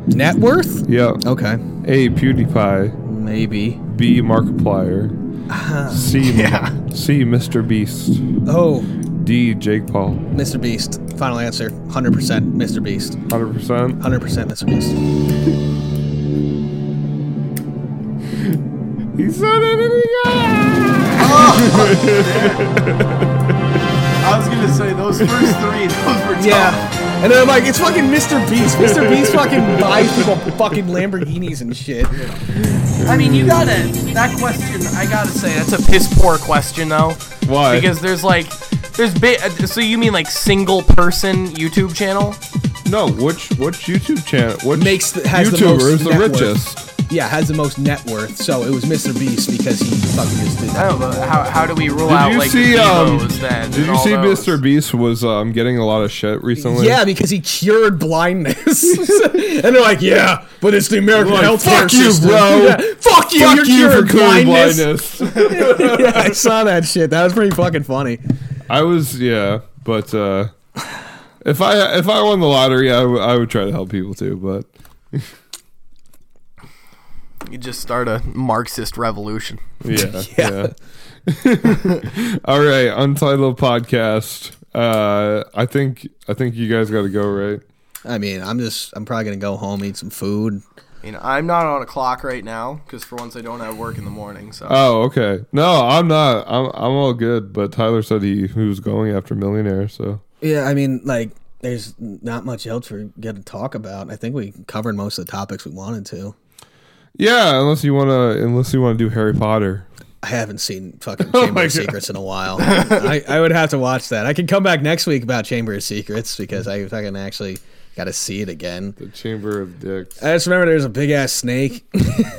Speaker 5: Net worth?
Speaker 3: Yeah.
Speaker 5: Okay.
Speaker 3: A PewDiePie.
Speaker 5: Maybe.
Speaker 3: B Markiplier. C C Mr Beast.
Speaker 5: Oh,
Speaker 3: D Jake Paul.
Speaker 5: Mr. Beast. Final answer. 100% Mr. Beast.
Speaker 3: Hundred percent.
Speaker 5: 100% Mr. Beast.
Speaker 3: He said it in the
Speaker 4: I was gonna say those first three, those were
Speaker 5: And then I'm like, it's fucking Mr. Beast. Mr. Beast fucking buys people fucking Lamborghinis and shit.
Speaker 4: I mean, you gotta that question. I gotta say, that's a piss poor question though.
Speaker 3: Why?
Speaker 4: Because there's like, there's bit. So you mean like single person YouTube channel?
Speaker 3: No, which which YouTube channel? What
Speaker 5: Makes the- has the
Speaker 3: YouTuber
Speaker 5: most
Speaker 3: is the
Speaker 5: net worth.
Speaker 3: richest?
Speaker 5: Yeah, has the most net worth. So it was Mr. Beast because he fucking just did
Speaker 4: I
Speaker 5: that.
Speaker 4: don't know. How, how do we rule
Speaker 3: Did
Speaker 4: out
Speaker 3: you
Speaker 4: like
Speaker 3: see,
Speaker 4: the
Speaker 3: um,
Speaker 4: Evos then?
Speaker 3: Did
Speaker 4: and
Speaker 3: you
Speaker 4: all
Speaker 3: see
Speaker 4: those?
Speaker 3: Mr. Beast was um, getting a lot of shit recently?
Speaker 5: Yeah, because he cured blindness. <laughs> and they're like, yeah, but it's the American
Speaker 3: Like,
Speaker 5: health
Speaker 3: fuck you,
Speaker 5: system.
Speaker 3: bro.
Speaker 5: <laughs> Yeah, fuck you,
Speaker 3: Fuck you
Speaker 5: you're
Speaker 3: for
Speaker 5: curing
Speaker 3: curing
Speaker 5: blindness. <laughs>
Speaker 3: blindness. <laughs>
Speaker 5: yeah, I saw that shit. That was pretty fucking funny.
Speaker 3: I was yeah, but uh If I if I won the lottery, I would- I would try to help people too. But
Speaker 4: <laughs> You just start a Marxist revolution.
Speaker 3: <laughs> yeah, yeah. All right, Untitled podcast. Uh, I think I think you guys got to go right.
Speaker 5: I mean, I'm just I'm probably gonna go home, eat some food.
Speaker 4: I mean, I'm not on a clock right now because for once I don't have work in the morning. So
Speaker 3: Oh, okay. No, I'm not. I'm I'm all good. But Tyler said he, he was going after millionaire. So
Speaker 5: Yeah, I mean, like there's not much else we got to talk about. I think we covered most of the topics we wanted to.
Speaker 3: yeah, unless you wanna unless you wanna do Harry Potter.
Speaker 5: I haven't seen fucking Chamber
Speaker 3: my
Speaker 5: of Secrets in a while. I, I would have to watch that. I can come back next week about Chamber of Secrets because I fucking actually got to see it again.
Speaker 3: The Chamber of Dicks.
Speaker 5: I just remember there was a big ass snake,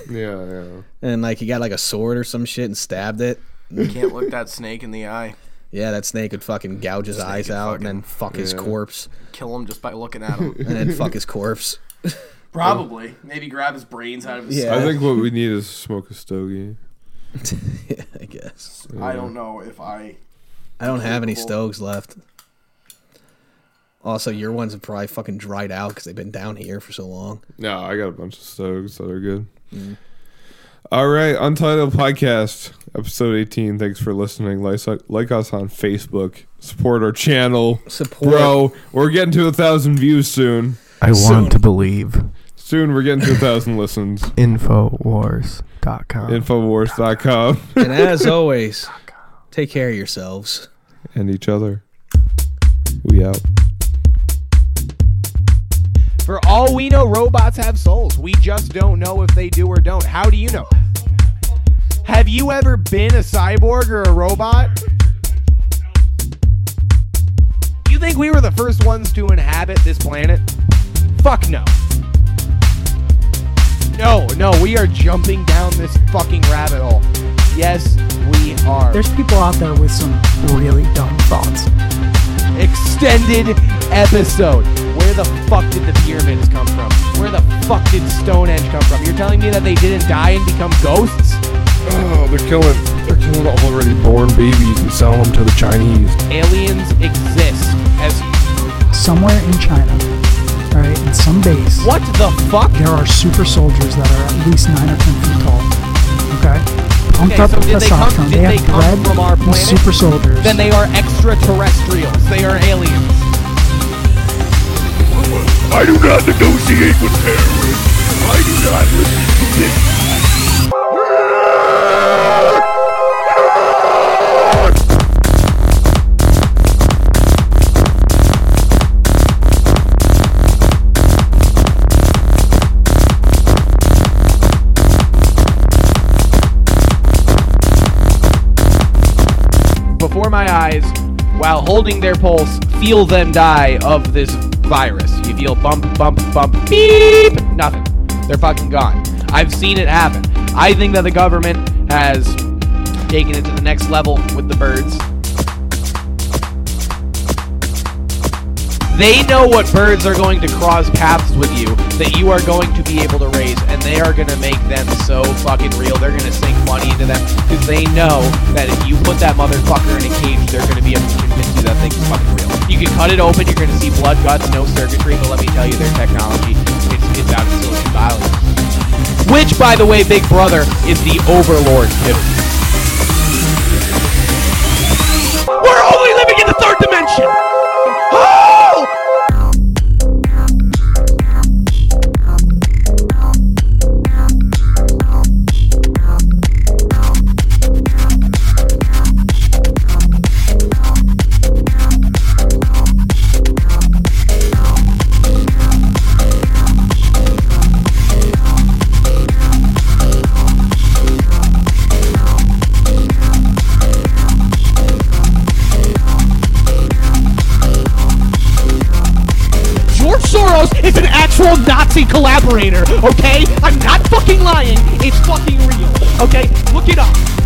Speaker 3: Yeah, yeah.
Speaker 5: and like he got like a sword or some shit and stabbed it.
Speaker 4: you can't look that snake in the eye.
Speaker 5: Yeah, that snake would fucking gouge his eyes out and then fuck his
Speaker 3: yeah.
Speaker 5: corpse
Speaker 4: Kill him just by looking at him.
Speaker 5: and then fuck his corpse.
Speaker 4: <laughs> Probably. Maybe grab his brains out of his.
Speaker 5: <laughs> Yeah.
Speaker 4: Yeah.
Speaker 3: I think what we need is smoke a stogie.
Speaker 5: yeah, I guess.
Speaker 4: I don't know if I.
Speaker 5: I don't have any
Speaker 4: Capable.
Speaker 5: stoves left. Also, your ones have probably fucking dried out because they've been down here for so long.
Speaker 3: No, I got a bunch of stogies that are good. All right, Untitled Podcast, episode 18. Thanks for listening. Like, like us on Facebook. Support our channel.
Speaker 5: Support.
Speaker 3: Bro, we're getting to a thousand views soon.
Speaker 4: I want
Speaker 5: Soon.
Speaker 4: to believe.
Speaker 3: Soon we're getting to a
Speaker 4: <laughs>
Speaker 3: thousand listens.
Speaker 4: Infowars.com. <laughs>
Speaker 3: Infowars.com
Speaker 5: And as always, take care of yourselves.
Speaker 3: and each other. We out.
Speaker 1: For all we know, robots have souls. We just don't know if they do or don't. How do you know? Have you ever been a cyborg or a robot? You think we were the first ones to inhabit this planet? Fuck no. No, no, we are jumping down this fucking rabbit hole. Yes, we are.
Speaker 8: There's people out there with some really dumb thoughts.
Speaker 1: extended episode. Where the fuck did the pyramids come from? Where the fuck did Stonehenge come from? You're telling me that they didn't die and become ghosts?
Speaker 3: Oh, they're killing they're killing already born babies and selling them to the Chinese.
Speaker 1: Aliens exist. As
Speaker 8: Somewhere in China, all right, in some base,
Speaker 1: what the fuck?
Speaker 8: there are super soldiers that are at least nine or ten feet tall. Okay, pumped
Speaker 1: Okay,
Speaker 8: up
Speaker 1: so
Speaker 8: with
Speaker 1: did they come-
Speaker 8: testosterone.
Speaker 1: did they
Speaker 8: have
Speaker 1: come
Speaker 8: bred
Speaker 1: from our
Speaker 8: these
Speaker 1: planet?
Speaker 8: super soldiers.
Speaker 1: Then they are extraterrestrials. They are aliens.
Speaker 3: I do not negotiate with terrorists. I do not listen to this.
Speaker 1: Before my eyes, while holding their pulse, feel them die of this virus. You feel bump, bump, bump, beep, nothing. They're fucking gone. I've seen it happen. I think that the government has taken it to the next level with the birds. They know what birds are going to cross paths with you that you are going to be able to raise, and they are going to make them so fucking real. They're going to sink money into them because they know that if you put that motherfucker in a cage, they're going to be able to convince you that thing's fucking real. You can cut it open, you're going to see blood, guts, no circuitry, but let me tell you, their technology it's, it's out of Silicon Valley. Which, by the way, Big Brother is the overlord too. We're only living in the third dimension. Oh! George Soros is an actual Nazi collaborator, okay? I'm not fucking lying. It's fucking real, okay? Look it up.